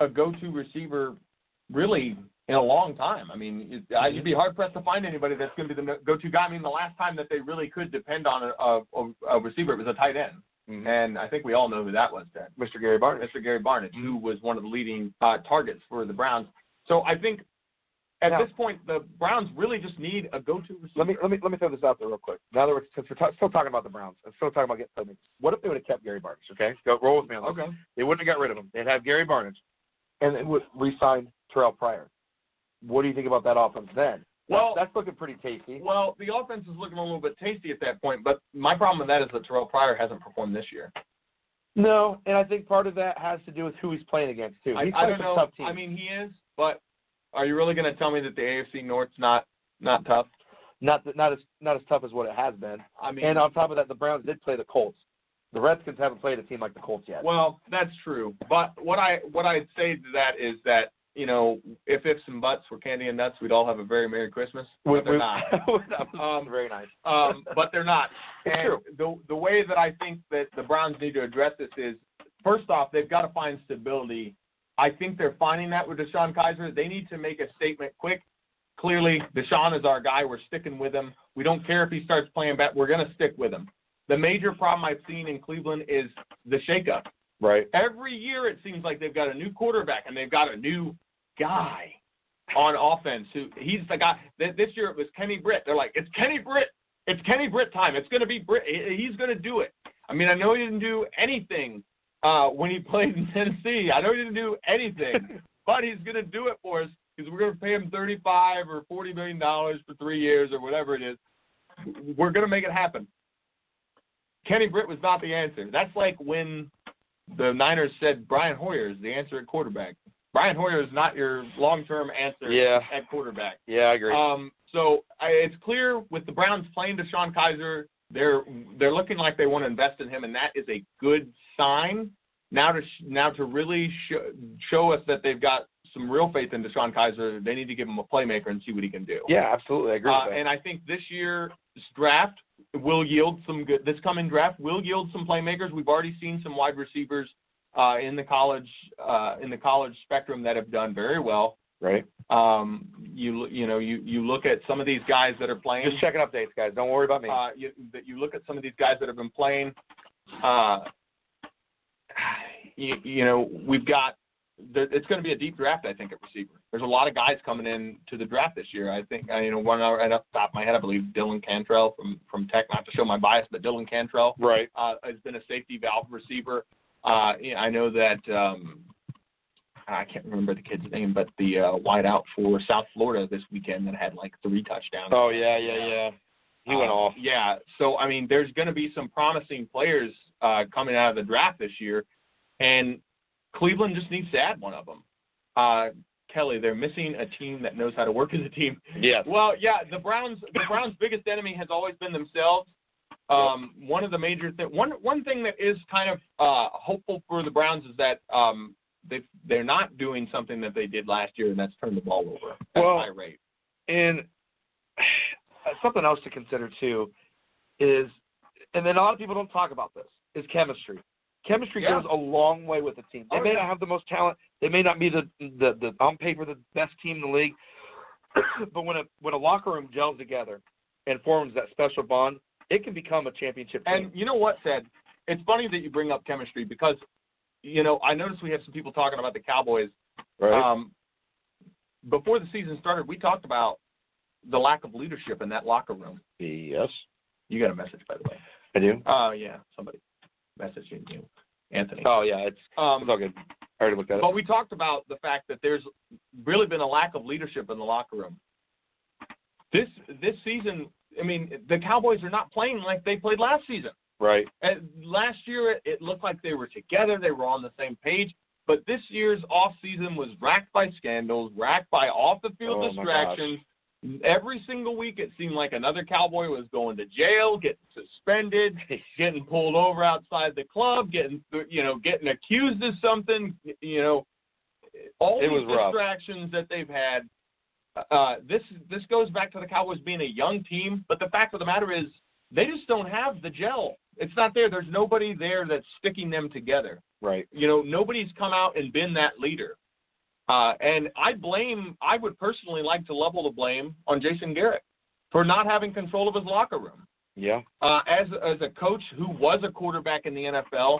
A: a go-to receiver really in a long time. I mean, it, I,
D: Mm-hmm.
A: you'd be hard pressed to find anybody that's going to be the no- go-to guy. I mean, the last time that they really could depend on a, a, a receiver was a tight end. And I think we all know who that was, Ted.
D: Mr. Mm-hmm. Gary Barnett. Mm-hmm.
A: Mr. Gary Barnett, who was one of the leading uh, targets for the Browns. So I think at
D: Now-
A: this point the Browns really just need a go-to receiver.
D: Let me let me let me throw this out there real quick. Now that we're, since we're ta- still talking about the Browns and still talking about getting Clemens, what if they would have kept Gary Barnes? Okay, go roll with me on this.
A: Okay.
D: They wouldn't have got rid of him. They'd have Gary Barnes, and they would re-sign Terrell Pryor. What do you think about that offense then?
A: Well-
D: that's, that's looking pretty tasty.
A: Well, the offense is looking a little bit tasty at that point, but my problem with that is that Terrell Pryor hasn't performed this year.
D: No, and I think part of that has to do with who he's playing against too.
A: I,
D: He's
A: I
D: playing
A: don't
D: some
A: know.
D: tough teams.
A: I mean, he is, but are you really going to tell me that the AFC North's not not tough?
D: not th- not as not as tough as what it has been.
A: I mean,
D: and uh, on top of that, the Browns did play the Colts. The Redskins haven't played a team like the Colts yet.
A: Well, that's true. But what I what I'd say to that is that you know if ifs and buts were candy and nuts, we'd all have a very merry Christmas.
D: We-
A: But they're
D: we-
A: not.
D: that was very nice.
A: Um, but they're not.
D: It's
A: And the the way that I think that the Browns need to address this is first off they've got to find stability. I think they're finding that with Deshaun Kaiser. They need to make a statement quick. Clearly, Deshaun is our guy. We're sticking with him. We don't care if he starts playing back. We're going to stick with him. The major problem I've seen in Cleveland is the shakeup.
D: Right.
A: Every year it seems like they've got a new quarterback and they've got a new guy on offense who he's the guy th- this year it was Kenny Britt. They're like, It's Kenny Britt. It's Kenny Britt time. It's gonna be Britt He- he's gonna do it. I mean, I know he didn't do anything uh when he played in Tennessee. I know he didn't do anything, but he's gonna do it for us because we're gonna pay him thirty five or forty million dollars for three years or whatever it is. We're gonna make it happen. Kenny Britt was not the answer. That's like when the Niners said Brian Hoyer is the answer at quarterback. Brian Hoyer is not your long-term answer
D: Yeah.
A: at quarterback.
D: Yeah, I agree.
A: Um, so I, it's clear with the Browns playing Deshaun Kaiser, they're they're looking like they want to invest in him, and that is a good sign. Now to sh- now to really show, show us that they've got some real faith in Deshaun Kaiser, they need to give him a playmaker and see what he can do.
D: yeah, absolutely, I agree.
A: Uh,
D: with that.
A: and I think this year's draft will yield some good. This coming draft will yield some playmakers. We've already seen some wide receivers uh, in the college uh, in the college spectrum that have done very well.
D: right.
A: Um, you you know you you look at some of these guys that are playing.
D: Just checking updates, guys. Don't worry about me.
A: Uh, you, that you look at some of these guys that have been playing. Uh, you, you know we've got. There, it's going to be a deep draft, I think, at receiver. There's a lot of guys coming in to the draft this year. I think, uh, you know, one hour right off the top of my head, I believe Dylan Cantrell from from Tech. Not to show my bias, but Dylan Cantrell
D: right.
A: uh, has been a safety valve receiver. Uh, yeah, I know that um, I can't remember the kid's name, but the uh, wideout for South Florida this weekend that had like three touchdowns.
D: Oh yeah, yeah, yeah. He went
A: Uh,
D: off.
A: Yeah. So I mean, there's going to be some promising players uh, coming out of the draft this year, and Cleveland just needs to add one of them. Uh, Kelly, they're missing a team that knows how to work as a team.
D: Yes.
A: Well, yeah, the Browns. The Browns' biggest enemy has always been themselves. Um, one of the major th- one one thing that is kind of uh, hopeful for the Browns is that um, they they're not doing something that they did last year, and that's turn the ball over at
D: Well,
A: a high rate.
D: And uh, something else to consider too is, and then a lot of people don't talk about this is chemistry. Chemistry
C: Yeah.
D: goes a long way with a team. They
C: Oh,
D: may
C: yeah.
D: not have the most talent. They may not be the the, the on paper the best team in the league, but when a when a locker room gels together and forms that special bond, it can become a championship team.
A: And you know what, said it's funny that you bring up chemistry because you know I noticed we have some people talking about the Cowboys.
C: Right.
A: Um, before the season started, we talked about the lack of leadership in that locker room.
C: Yes.
A: You got a message, by the way.
C: I do.
A: Oh yeah, somebody messaging you, Anthony.
C: Oh yeah, it's
A: um,
C: it's all good. I already looked at it.
A: But we talked about the fact that there's really been a lack of leadership in the locker room. This this season, I mean, the Cowboys are not playing like they played last season.
C: right.
A: And last year, it, it looked like they were together, they were on the same page. But this year's off season was racked by scandals, racked by off the field
C: Oh, my
A: distractions. Every single week, it seemed like another Cowboy was going to jail, getting suspended, getting pulled over outside the club, getting you know getting accused of something. You know, all
C: It
A: these
C: was rough.
A: distractions that they've had. Uh, this this goes back to the Cowboys being a young team, but the fact of the matter is they just don't have the gel. It's not there. There's nobody there that's sticking them together.
C: Right.
A: You know, nobody's come out and been that leader. Uh, and I blame, I would personally like to level the blame on Jason Garrett for not having control of his locker room.
C: Yeah.
A: Uh, as as a coach who was a quarterback in the NFL,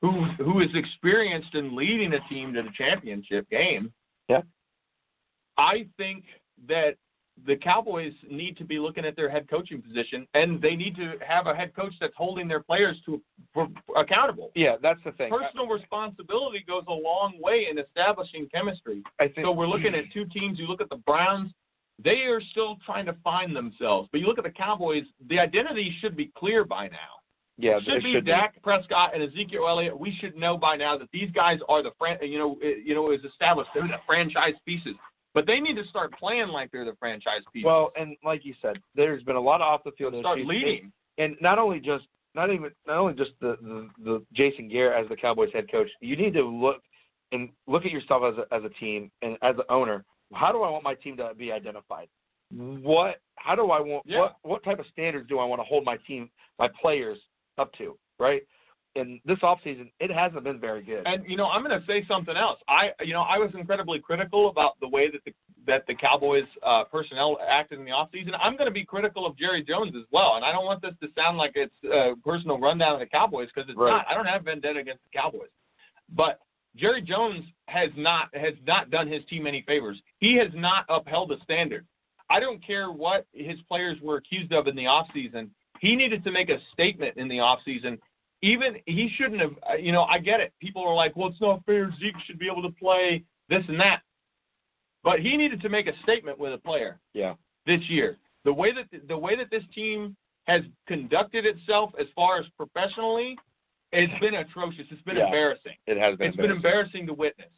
A: who who is experienced in leading a team to the championship game,
C: Yeah.
A: I think that the Cowboys need to be looking at their head coaching position, and they need to have a head coach that's holding their players to for, accountable.
C: Yeah, that's the thing.
A: Personal responsibility goes a long way in establishing chemistry.
C: I think
A: So we're looking at two teams. You look at the Browns; they are still trying to find themselves. But you look at the Cowboys; the identity should be clear by now.
C: Yeah,
A: It should
C: it
A: be
C: should be.
A: Dak Prescott and Ezekiel Elliott. We should know by now that these guys are the fran- you know it, you know it was established they're the franchise pieces. But they need to start playing like they're the franchise pieces.
D: Well, and like you said, there's been a lot of off the field
A: start
D: issues.
A: leading.
D: and not only just not even not only just the, the the Jason Garrett as the Cowboys head coach. You need to look and look at yourself as a, as a team and as an owner. How do I want my team to be identified? What how do I want
A: Yeah.
D: what what type of standards do I want to hold my team my players up to? Right. And this offseason, it hasn't been very good.
A: And you know, I'm going to say something else. I, you know, I was incredibly critical about the way that the that the Cowboys uh, personnel acted in the offseason. I'm going to be critical of Jerry Jones as well, and I don't want this to sound like it's a personal rundown of the Cowboys because it's
C: Right.
A: not. I don't have vendetta against the Cowboys, but Jerry Jones has not has not done his team any favors. He has not upheld the standard. I don't care what his players were accused of in the offseason. He needed to make a statement in the offseason. Even he shouldn't have, uh, you know, I get it. People are like, well, it's not fair. Zeke should be able to play this and that. But he needed to make a statement with a player
C: Yeah.
A: this year. The way that the way that this team has conducted itself as far as professionally, it's been atrocious. It's been
C: Yeah.
A: embarrassing.
C: It has been.
A: It's been embarrassing to witness.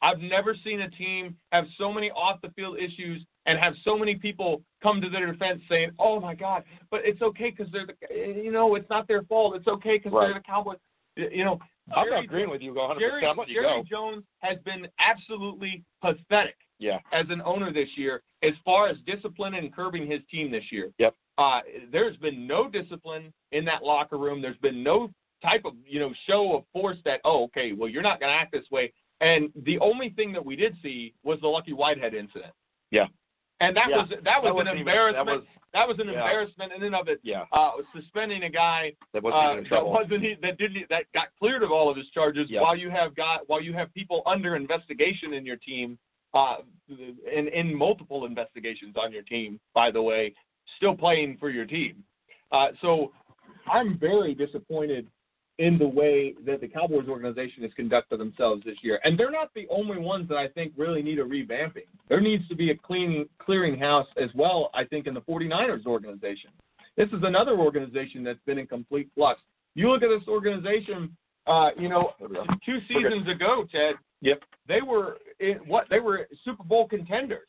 A: I've never seen a team have so many off the field issues and have so many people come to their defense saying, "Oh my God, but it's okay because they're the, eh, you know it's not their fault. It's okay because
C: Right.
A: they're the Cowboys." Y- You know,
C: I'm
A: Jerry-
C: agreeing with you 100%.
A: Jerry,
C: I'm letting you
A: Jerry
C: go.
A: Jones has been absolutely pathetic
C: Yeah.
A: as an owner this year as far as discipline and curbing his team this year.
C: Yep.
A: Uh, there's been no discipline in that locker room. There's been no type of you know show of force that oh okay well you're not going to act this way. And the only thing that we did see was the Lucky Whitehead incident.
C: Yeah.
A: And that
C: Yeah.
A: was that was
C: That wasn't
A: an
C: even-
A: embarrassment.
C: that was-
A: an
C: yeah.
A: embarrassment in and of it.
C: Yeah.
A: Uh, suspending a guy
C: That wasn't
A: uh,
C: even in trouble.
A: That wasn't e- that didn't that got cleared of all of his charges
C: Yeah.
A: while you have got while you have people under investigation in your team, uh, in in multiple investigations on your team. By the way, still playing for your team. Uh, so I'm very disappointed in the way that the Cowboys organization has conducted themselves this year. And they're not the only ones that I think really need a revamping. There needs to be a clean clearinghouse as well, I think, in the 49ers organization. This is another organization that's been in complete flux. You look at this organization, uh, you know, two seasons ago, Ted.
C: Yep.
A: They were in what they were Super Bowl contenders.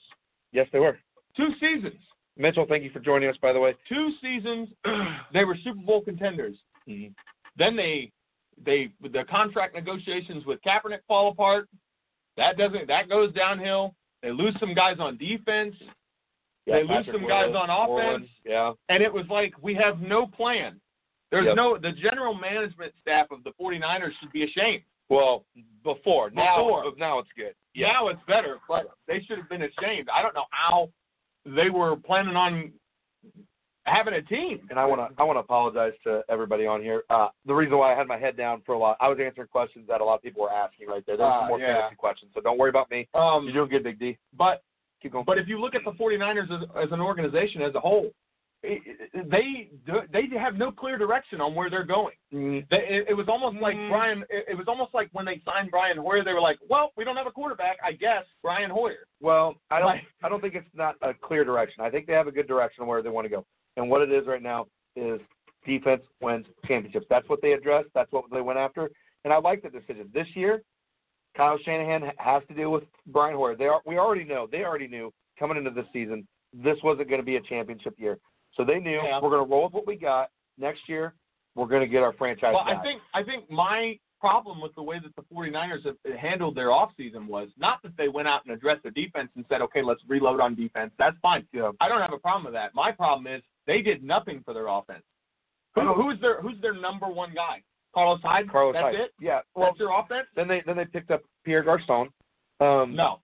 C: Yes, they were.
A: Two seasons.
D: Mitchell, thank you for joining us, by the way.
A: Two seasons, they were Super Bowl contenders. Then they, they the contract negotiations with Kaepernick fall apart. That doesn't that goes downhill. They lose some guys on defense. they lose
D: Patrick
A: some guys
D: Willis,
A: on offense.
D: Orland, yeah.
A: And it was like we have no plan. There's
D: Yep.
A: no the general management staff of the 49ers should be ashamed.
D: Well, before now,
A: Before.
D: now it's good.
A: Now it's better, but they should have been ashamed. I don't know how they were planning on having a team.
D: And I want to I want to apologize to everybody on here. Uh, the reason why I had my head down for a lot, I was answering questions that a lot of people were asking right there. There were
A: Ah,
D: some more
A: yeah.
D: fantasy questions, so don't worry about me.
A: Um,
D: You're doing good, Big D.
A: But
D: keep going.
A: But if you look at the 49ers as, as an organization as a whole, it, it- they do- they have no clear direction on where they're going. They, it, it was almost like Brian. It, it was almost like when they signed Brian Hoyer, they were like, "Well, we don't have a quarterback. I guess Brian Hoyer."
D: Well, I don't I don't think it's not a clear direction. I think they have a good direction where they want to go. And what it is right now is defense wins championships. That's what they addressed. That's what they went after. And I like the decision this year. Kyle Shanahan ha- has to deal with Brian Hoyer. They are we already know they already knew coming into this season this wasn't going to be a championship year. So they knew
A: Yeah.
D: we're going to roll with what we got. Next year we're going to get our franchise.
A: Well, I
D: guy.
A: think I think my problem with the way that the 49ers have handled their offseason was not that they went out and addressed their defense and said, "Okay, let's reload on defense." That's fine. I don't have a problem with that. My problem is they did nothing for their offense. Who, who's their Who's their number one guy? Carlos Hyde.
D: Carlos
A: That's
D: Hyde.
A: it.
D: Yeah. Well,
A: That's your offense.
D: then they then they picked up Pierre Garcon. Um,
A: No.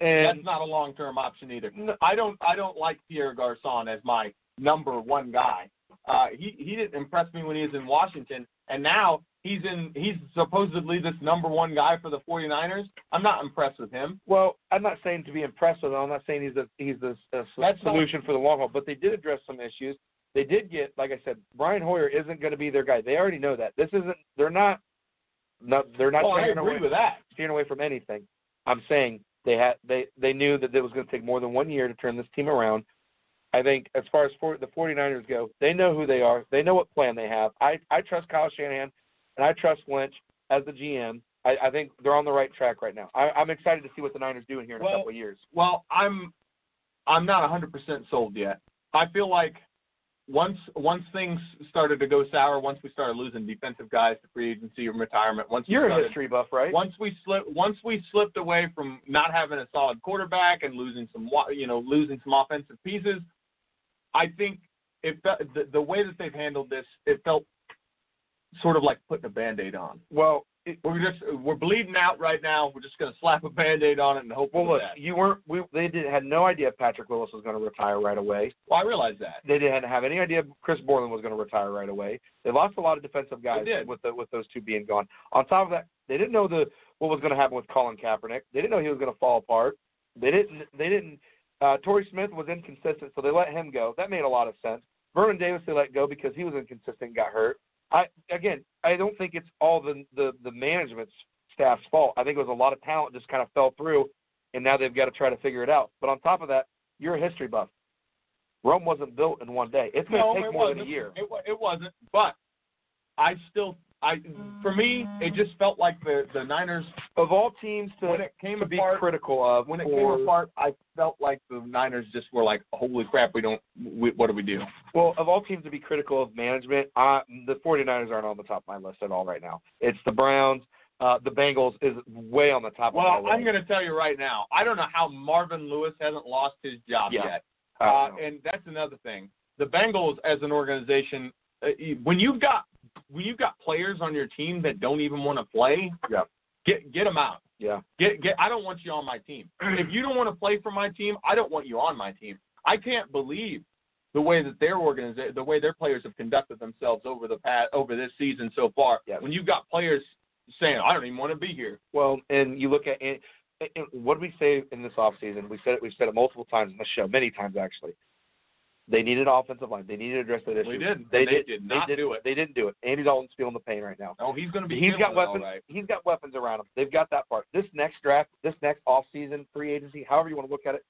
D: And
A: That's not a long term option either. I don't I don't like Pierre Garcon as my number one guy. Uh, he he didn't impress me when he was in Washington, and now he's in he's supposedly this number one guy for the 49ers. I'm not impressed with him.
D: Well, I'm not saying to be impressed with him. I'm not saying he's a he's the a s-
A: That's not-
D: solution for the long haul. But they did address some issues. They did get, like I said, Brian Hoyer isn't going to be their guy. They already know that. This isn't. They're not. No, they're not.
A: Well, I
D: steering
A: agree
D: away,
A: with that.
D: Steering away from anything. I'm saying they had they they knew that it was going to take more than one year to turn this team around. I think as far as for, the 49ers go, they know who they are. They know what plan they have. I I trust Kyle Shanahan, and I trust Lynch as the GM. I, I think they're on the right track right now. I, I'm excited to see what the Niners do in here in a
A: Well-
D: couple of years.
A: Well, I'm I'm not 100% sold yet. I feel like once once things started to go sour, once we started losing defensive guys to free agency or retirement, once
D: You're
A: we
D: a
A: started,
D: history buff, right?
A: Once we slip, once we slipped away from not having a solid quarterback and losing some, wa- you know, losing some offensive pieces, I think it fe- the, the way that they've handled this, it felt sort of like putting a band-aid on.
D: Well,
A: we're just we're bleeding out right now. We're just gonna slap a band-aid on it and hope
D: Well,
A: for
D: look,
A: that.
D: you weren't. We, they did had no idea Patrick Willis was going to retire right away.
A: Well, I realize that.
D: They didn't have any idea Chris Borland was going to retire right away. They lost a lot of defensive guys
A: did.
D: with the, with those two being gone. On top of that, they didn't know the what was going to happen with Colin Kaepernick. They didn't know he was going to fall apart. They didn't. They didn't. Uh, Torrey Smith was inconsistent, so they let him go. That made a lot of sense. Vernon Davis they let go because he was inconsistent, and got hurt. I again, I don't think it's all the the the management staff's fault. I think it was a lot of talent just kind of fell through, and now they've got to try to figure it out. But on top of that, you're a history buff. Rome wasn't built in one day. It's going to
A: no,
D: take
A: it
D: more
A: wasn't.
D: than a year.
A: It, wa- it wasn't, but I still, I for me, it just felt like the the Niners
D: of all teams to,
A: when it came
D: to be
A: apart,
D: critical of
A: when it
D: or-
A: came apart, I felt like the Niners just were like, holy crap, we don't, we, what do we do?
D: Well, of all teams to be critical of management, I, the 49ers aren't on the top of my list at all right now. It's the Browns. Uh, the Bengals is way on the top of
A: Well,
D: my
A: I'm
D: list.
A: going to tell you right now, I don't know how Marvin Lewis hasn't lost his job
D: Yeah.
A: yet.
D: I
A: Uh,
D: don't
A: and that's another thing. The Bengals, as an organization, uh, when you've got when you've got players on your team that don't even want to play,
D: yeah.
A: get get them out.
D: Yeah.
A: Get get. I don't want you on my team. If you don't want to play for my team, I don't want you on my team. I can't believe the way that their organiza- the way their players have conducted themselves over the past over this season so far. When you've got players saying, "I don't even want to be here."
D: Well, and you look at and, and what did we say in this offseason? We said it. We've said it multiple times in the show, many times actually. They needed offensive line. They needed to address that issue.
A: We did.
D: They,
A: They
D: did.
A: did not
D: they did,
A: do it.
D: They didn't do it. Andy Dalton's feeling the pain right now.
A: Oh, he's going to be.
D: He's
A: feeling
D: got
A: it,
D: weapons.
A: All right.
D: He's got weapons around him. They've got that part. This next draft, this next offseason, free agency, however you want to look at it,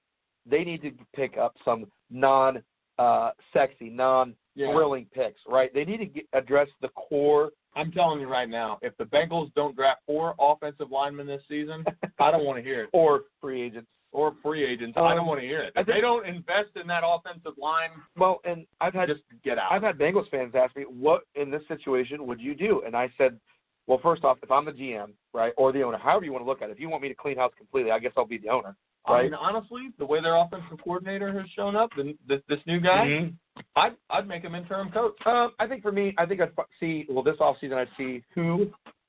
D: they need to pick up some non uh, sexy, non
A: Yeah.
D: thrilling picks, right? They need to get, address the core.
A: I'm telling you right now, if the Bengals don't draft four offensive linemen this season, I don't want to hear it.
D: Or free agents.
A: Or free agents. I don't want to hear it. If
D: Um, I think-
A: they don't invest in that offensive line,
D: Well, and I've had
A: just get out.
D: I've had Bengals fans ask me, "What in this situation would you do?" And I said, "Well, first off, if I'm the GM, right, or the owner, however you want to look at it, if you want me to clean house completely, I guess I'll be the owner,
A: I
D: right?"
A: mean, honestly, the way their offensive coordinator has shown up, the, this, this new guy,
D: Mhm.
A: I'd, I'd make him interim coach.
D: Um, I think for me, I think I'd fi- see. Well, this offseason, I'd see who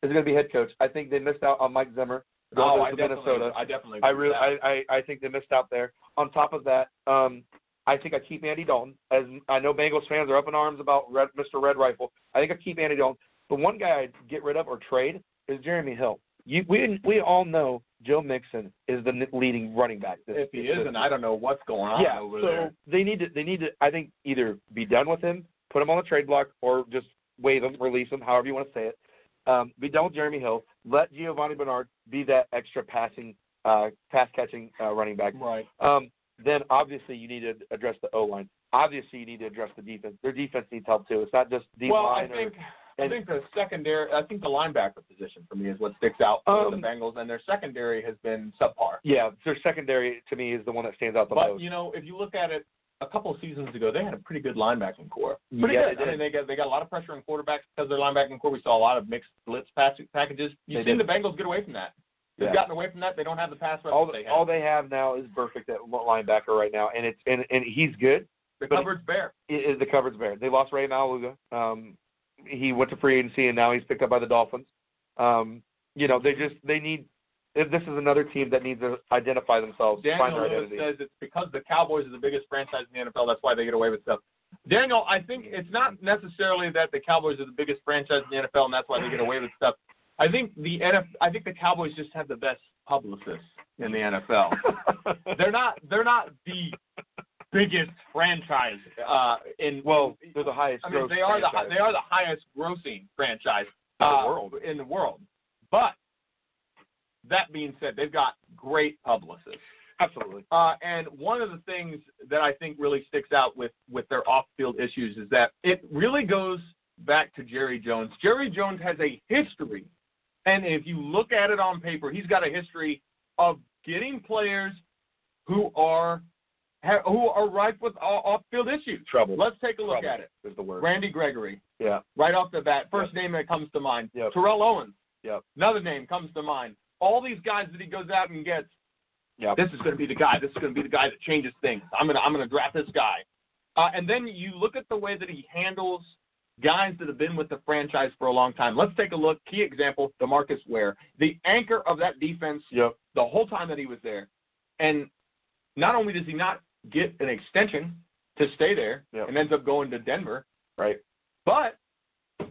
D: is going to be head coach. I think they missed out on Mike Zimmer going
A: oh,
D: to
A: I definitely,
D: Minnesota.
A: I definitely.
D: I
A: agree with
D: really,
A: that.
D: I, I, I think they missed out there. On top of that, um, I think I keep Andy Dalton. As I know, Bengals fans are up in arms about Red, Mr. Red Rifle. I think I keep Andy Dalton. The one guy I'd get rid of or trade is Jeremy Hill. You, we didn't- we all know Joe Mixon is the n- leading running back. This,
A: if he
D: this
A: isn't, I don't know what's going on
D: yeah,
A: over
D: so
A: there.
D: they need to. They need to. I think either be done with him, put him on the trade block, or just waive him, release him, however you want to say it. Um, be done with Jeremy Hill. Let Giovanni Bernard be that extra passing, uh, pass catching uh, running back.
A: Right.
D: Um, then obviously you need to address the O line. Obviously you need to address the defense. Their defense needs help too. It's not just D
A: well, I
D: line. or-
A: think I
D: and-
A: think the secondary, I think the linebacker position for me is what sticks out for
D: Um,
A: the Bengals, and their secondary has been subpar.
D: yeah, their secondary to me is the one that stands out the
A: But
D: most.
A: you know, if you look at it, a couple of seasons ago, they had a pretty good linebacking core. Pretty
D: Yeah,
A: good.
D: they
A: I mean, they got they got a lot of pressure on quarterbacks because of their linebacking core. We saw a lot of mixed blitz pass- packages. You've
D: They
A: seen
D: did.
A: the Bengals get away from that. They've
D: Yeah.
A: gotten away from that. They don't have the pass rush
D: all,
A: that they have.
D: all they have now is perfect at linebacker right now, and it's and, and he's good.
A: the
D: but-
A: cupboard's bare.
D: is the coverage bear. They lost Ray Maluga. Um, he went to free agency and now he's picked up by the Dolphins. Um, you know, they just they need. If this is another team that needs to identify themselves, find
A: Daniel
D: their
A: Lewis
D: identity.
A: says it's because the Cowboys are the biggest franchise in the NFL. That's why they get away with stuff. Daniel, I think it's not necessarily that the Cowboys are the biggest franchise in the NFL, and that's why they get away with stuff. I think the NF, I think the Cowboys just have the best publicists in the NFL. they're not they're not the biggest franchise uh, in
D: well, they're the highest.
A: I mean,
D: gross
A: they are the hi-
D: franchise.
A: they are the highest grossing franchise
D: In the
A: uh,
D: world.
A: in the world. But that being said, they've got great publicists.
D: Absolutely.
A: Uh, and one of the things that I think really sticks out with with their off field issues is that it really goes back to Jerry Jones. Jerry Jones has a history, and if you look at it on paper, he's got a history of getting players who are ha- who are rife with off field issues.
D: Trouble.
A: Let's take a look
D: Trouble
A: at it.
D: Is the word.
A: Randy Gregory,
D: yeah.
A: right off the bat, first name that comes to mind.
D: Yep.
A: Terrell Owens,
D: Yep.
A: another name comes to mind. All these guys that he goes out and gets,
D: Yep.
A: this is going to be the guy. This is going to be the guy that changes things. I'm gonna I'm gonna draft this guy. Uh, and then you look at the way that he handles guys that have been with the franchise for a long time. Let's take a look. Key example: Demarcus Ware, the anchor of that defense
D: Yep.
A: the whole time that he was there. And not only does he not get an extension to stay there
D: Yep.
A: and ends up going to Denver,
D: Right.
A: but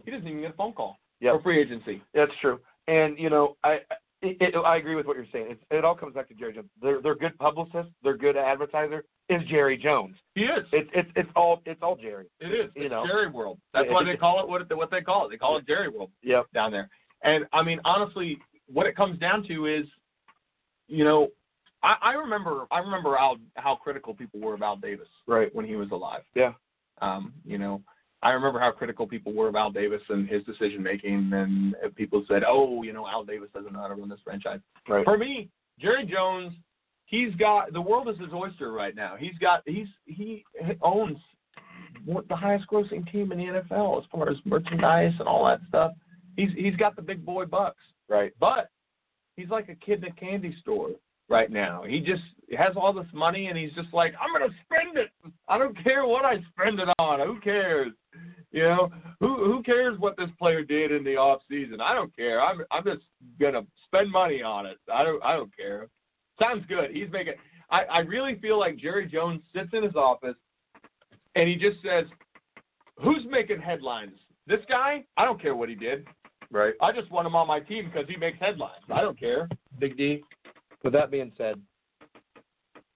A: he doesn't even get a phone call
D: Yep.
A: for free agency.
D: That's true. And you know, I it, it, I agree with what you're saying. It, it all comes back to Jerry Jones. They're they're good publicists. They're good advertiser. Is Jerry Jones?
A: He is.
D: It's it's it's all it's all Jerry.
A: It is.
D: You
A: It's
D: know.
A: Jerry World. That's
D: Yeah,
A: why
D: it-
A: they call it what, it what they call it. They call it Jerry World
D: Yep.
A: down there. And I mean, honestly, what it comes down to is, you know, I, I remember I remember how how critical people were of Al Davis
D: Right.
A: when he was alive.
D: Yeah.
A: Um, you know, I remember how critical people were of Al Davis and his decision making, and people said, "Oh, you know, Al Davis doesn't know how to run this franchise."
D: Right.
A: For me, Jerry Jones, he's got the world is his oyster right now. He's got he's he owns one- the highest grossing team in the NFL as far as merchandise and all that stuff. He's he's got the big boy bucks,
D: Right.
A: but he's like a kid in a candy store right now. He just has all this money and he's just like, I'm gonna spend it. I don't care what I spend it on. Who cares? You know, who who cares what this player did in the off season? I don't care. I'm I'm just gonna spend money on it. I don't I don't care. Sounds good. He's making. I I really feel like Jerry Jones sits in his office and he just says, "Who's making headlines? This guy? I don't care what he did.
D: Right.
A: I just want him on my team because he makes headlines. I don't care." Big D.
D: With that being said,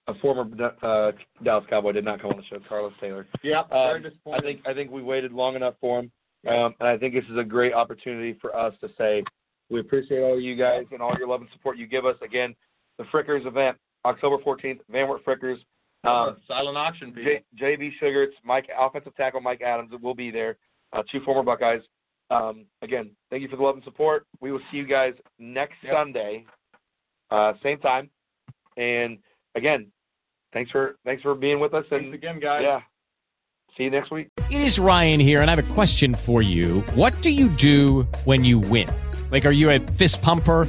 D: a former uh, Dallas Cowboy did not come on the show, Carlos Taylor.
A: Yeah.
D: Um, I think I think we waited long enough for him, um, and I think this is a great opportunity for us to say we appreciate all you guys and all your love and support you give us. Again, the Frickers event, October 14th, Van Wert Frickers. Um,
A: Silent auction people.
D: J- JB Sugarts, Mike, offensive tackle Mike Adams will be there. Uh, two former Buckeyes. Um, again, thank you for the love and support. We will see you guys next Sunday, uh, same time. And again, thanks for thanks for being with us. And thanks
A: again, guys.
D: Yeah. See you next week.
L: It is Ryan here, and I have a question for you. What do you do when you win? Like, are you a fist pumper?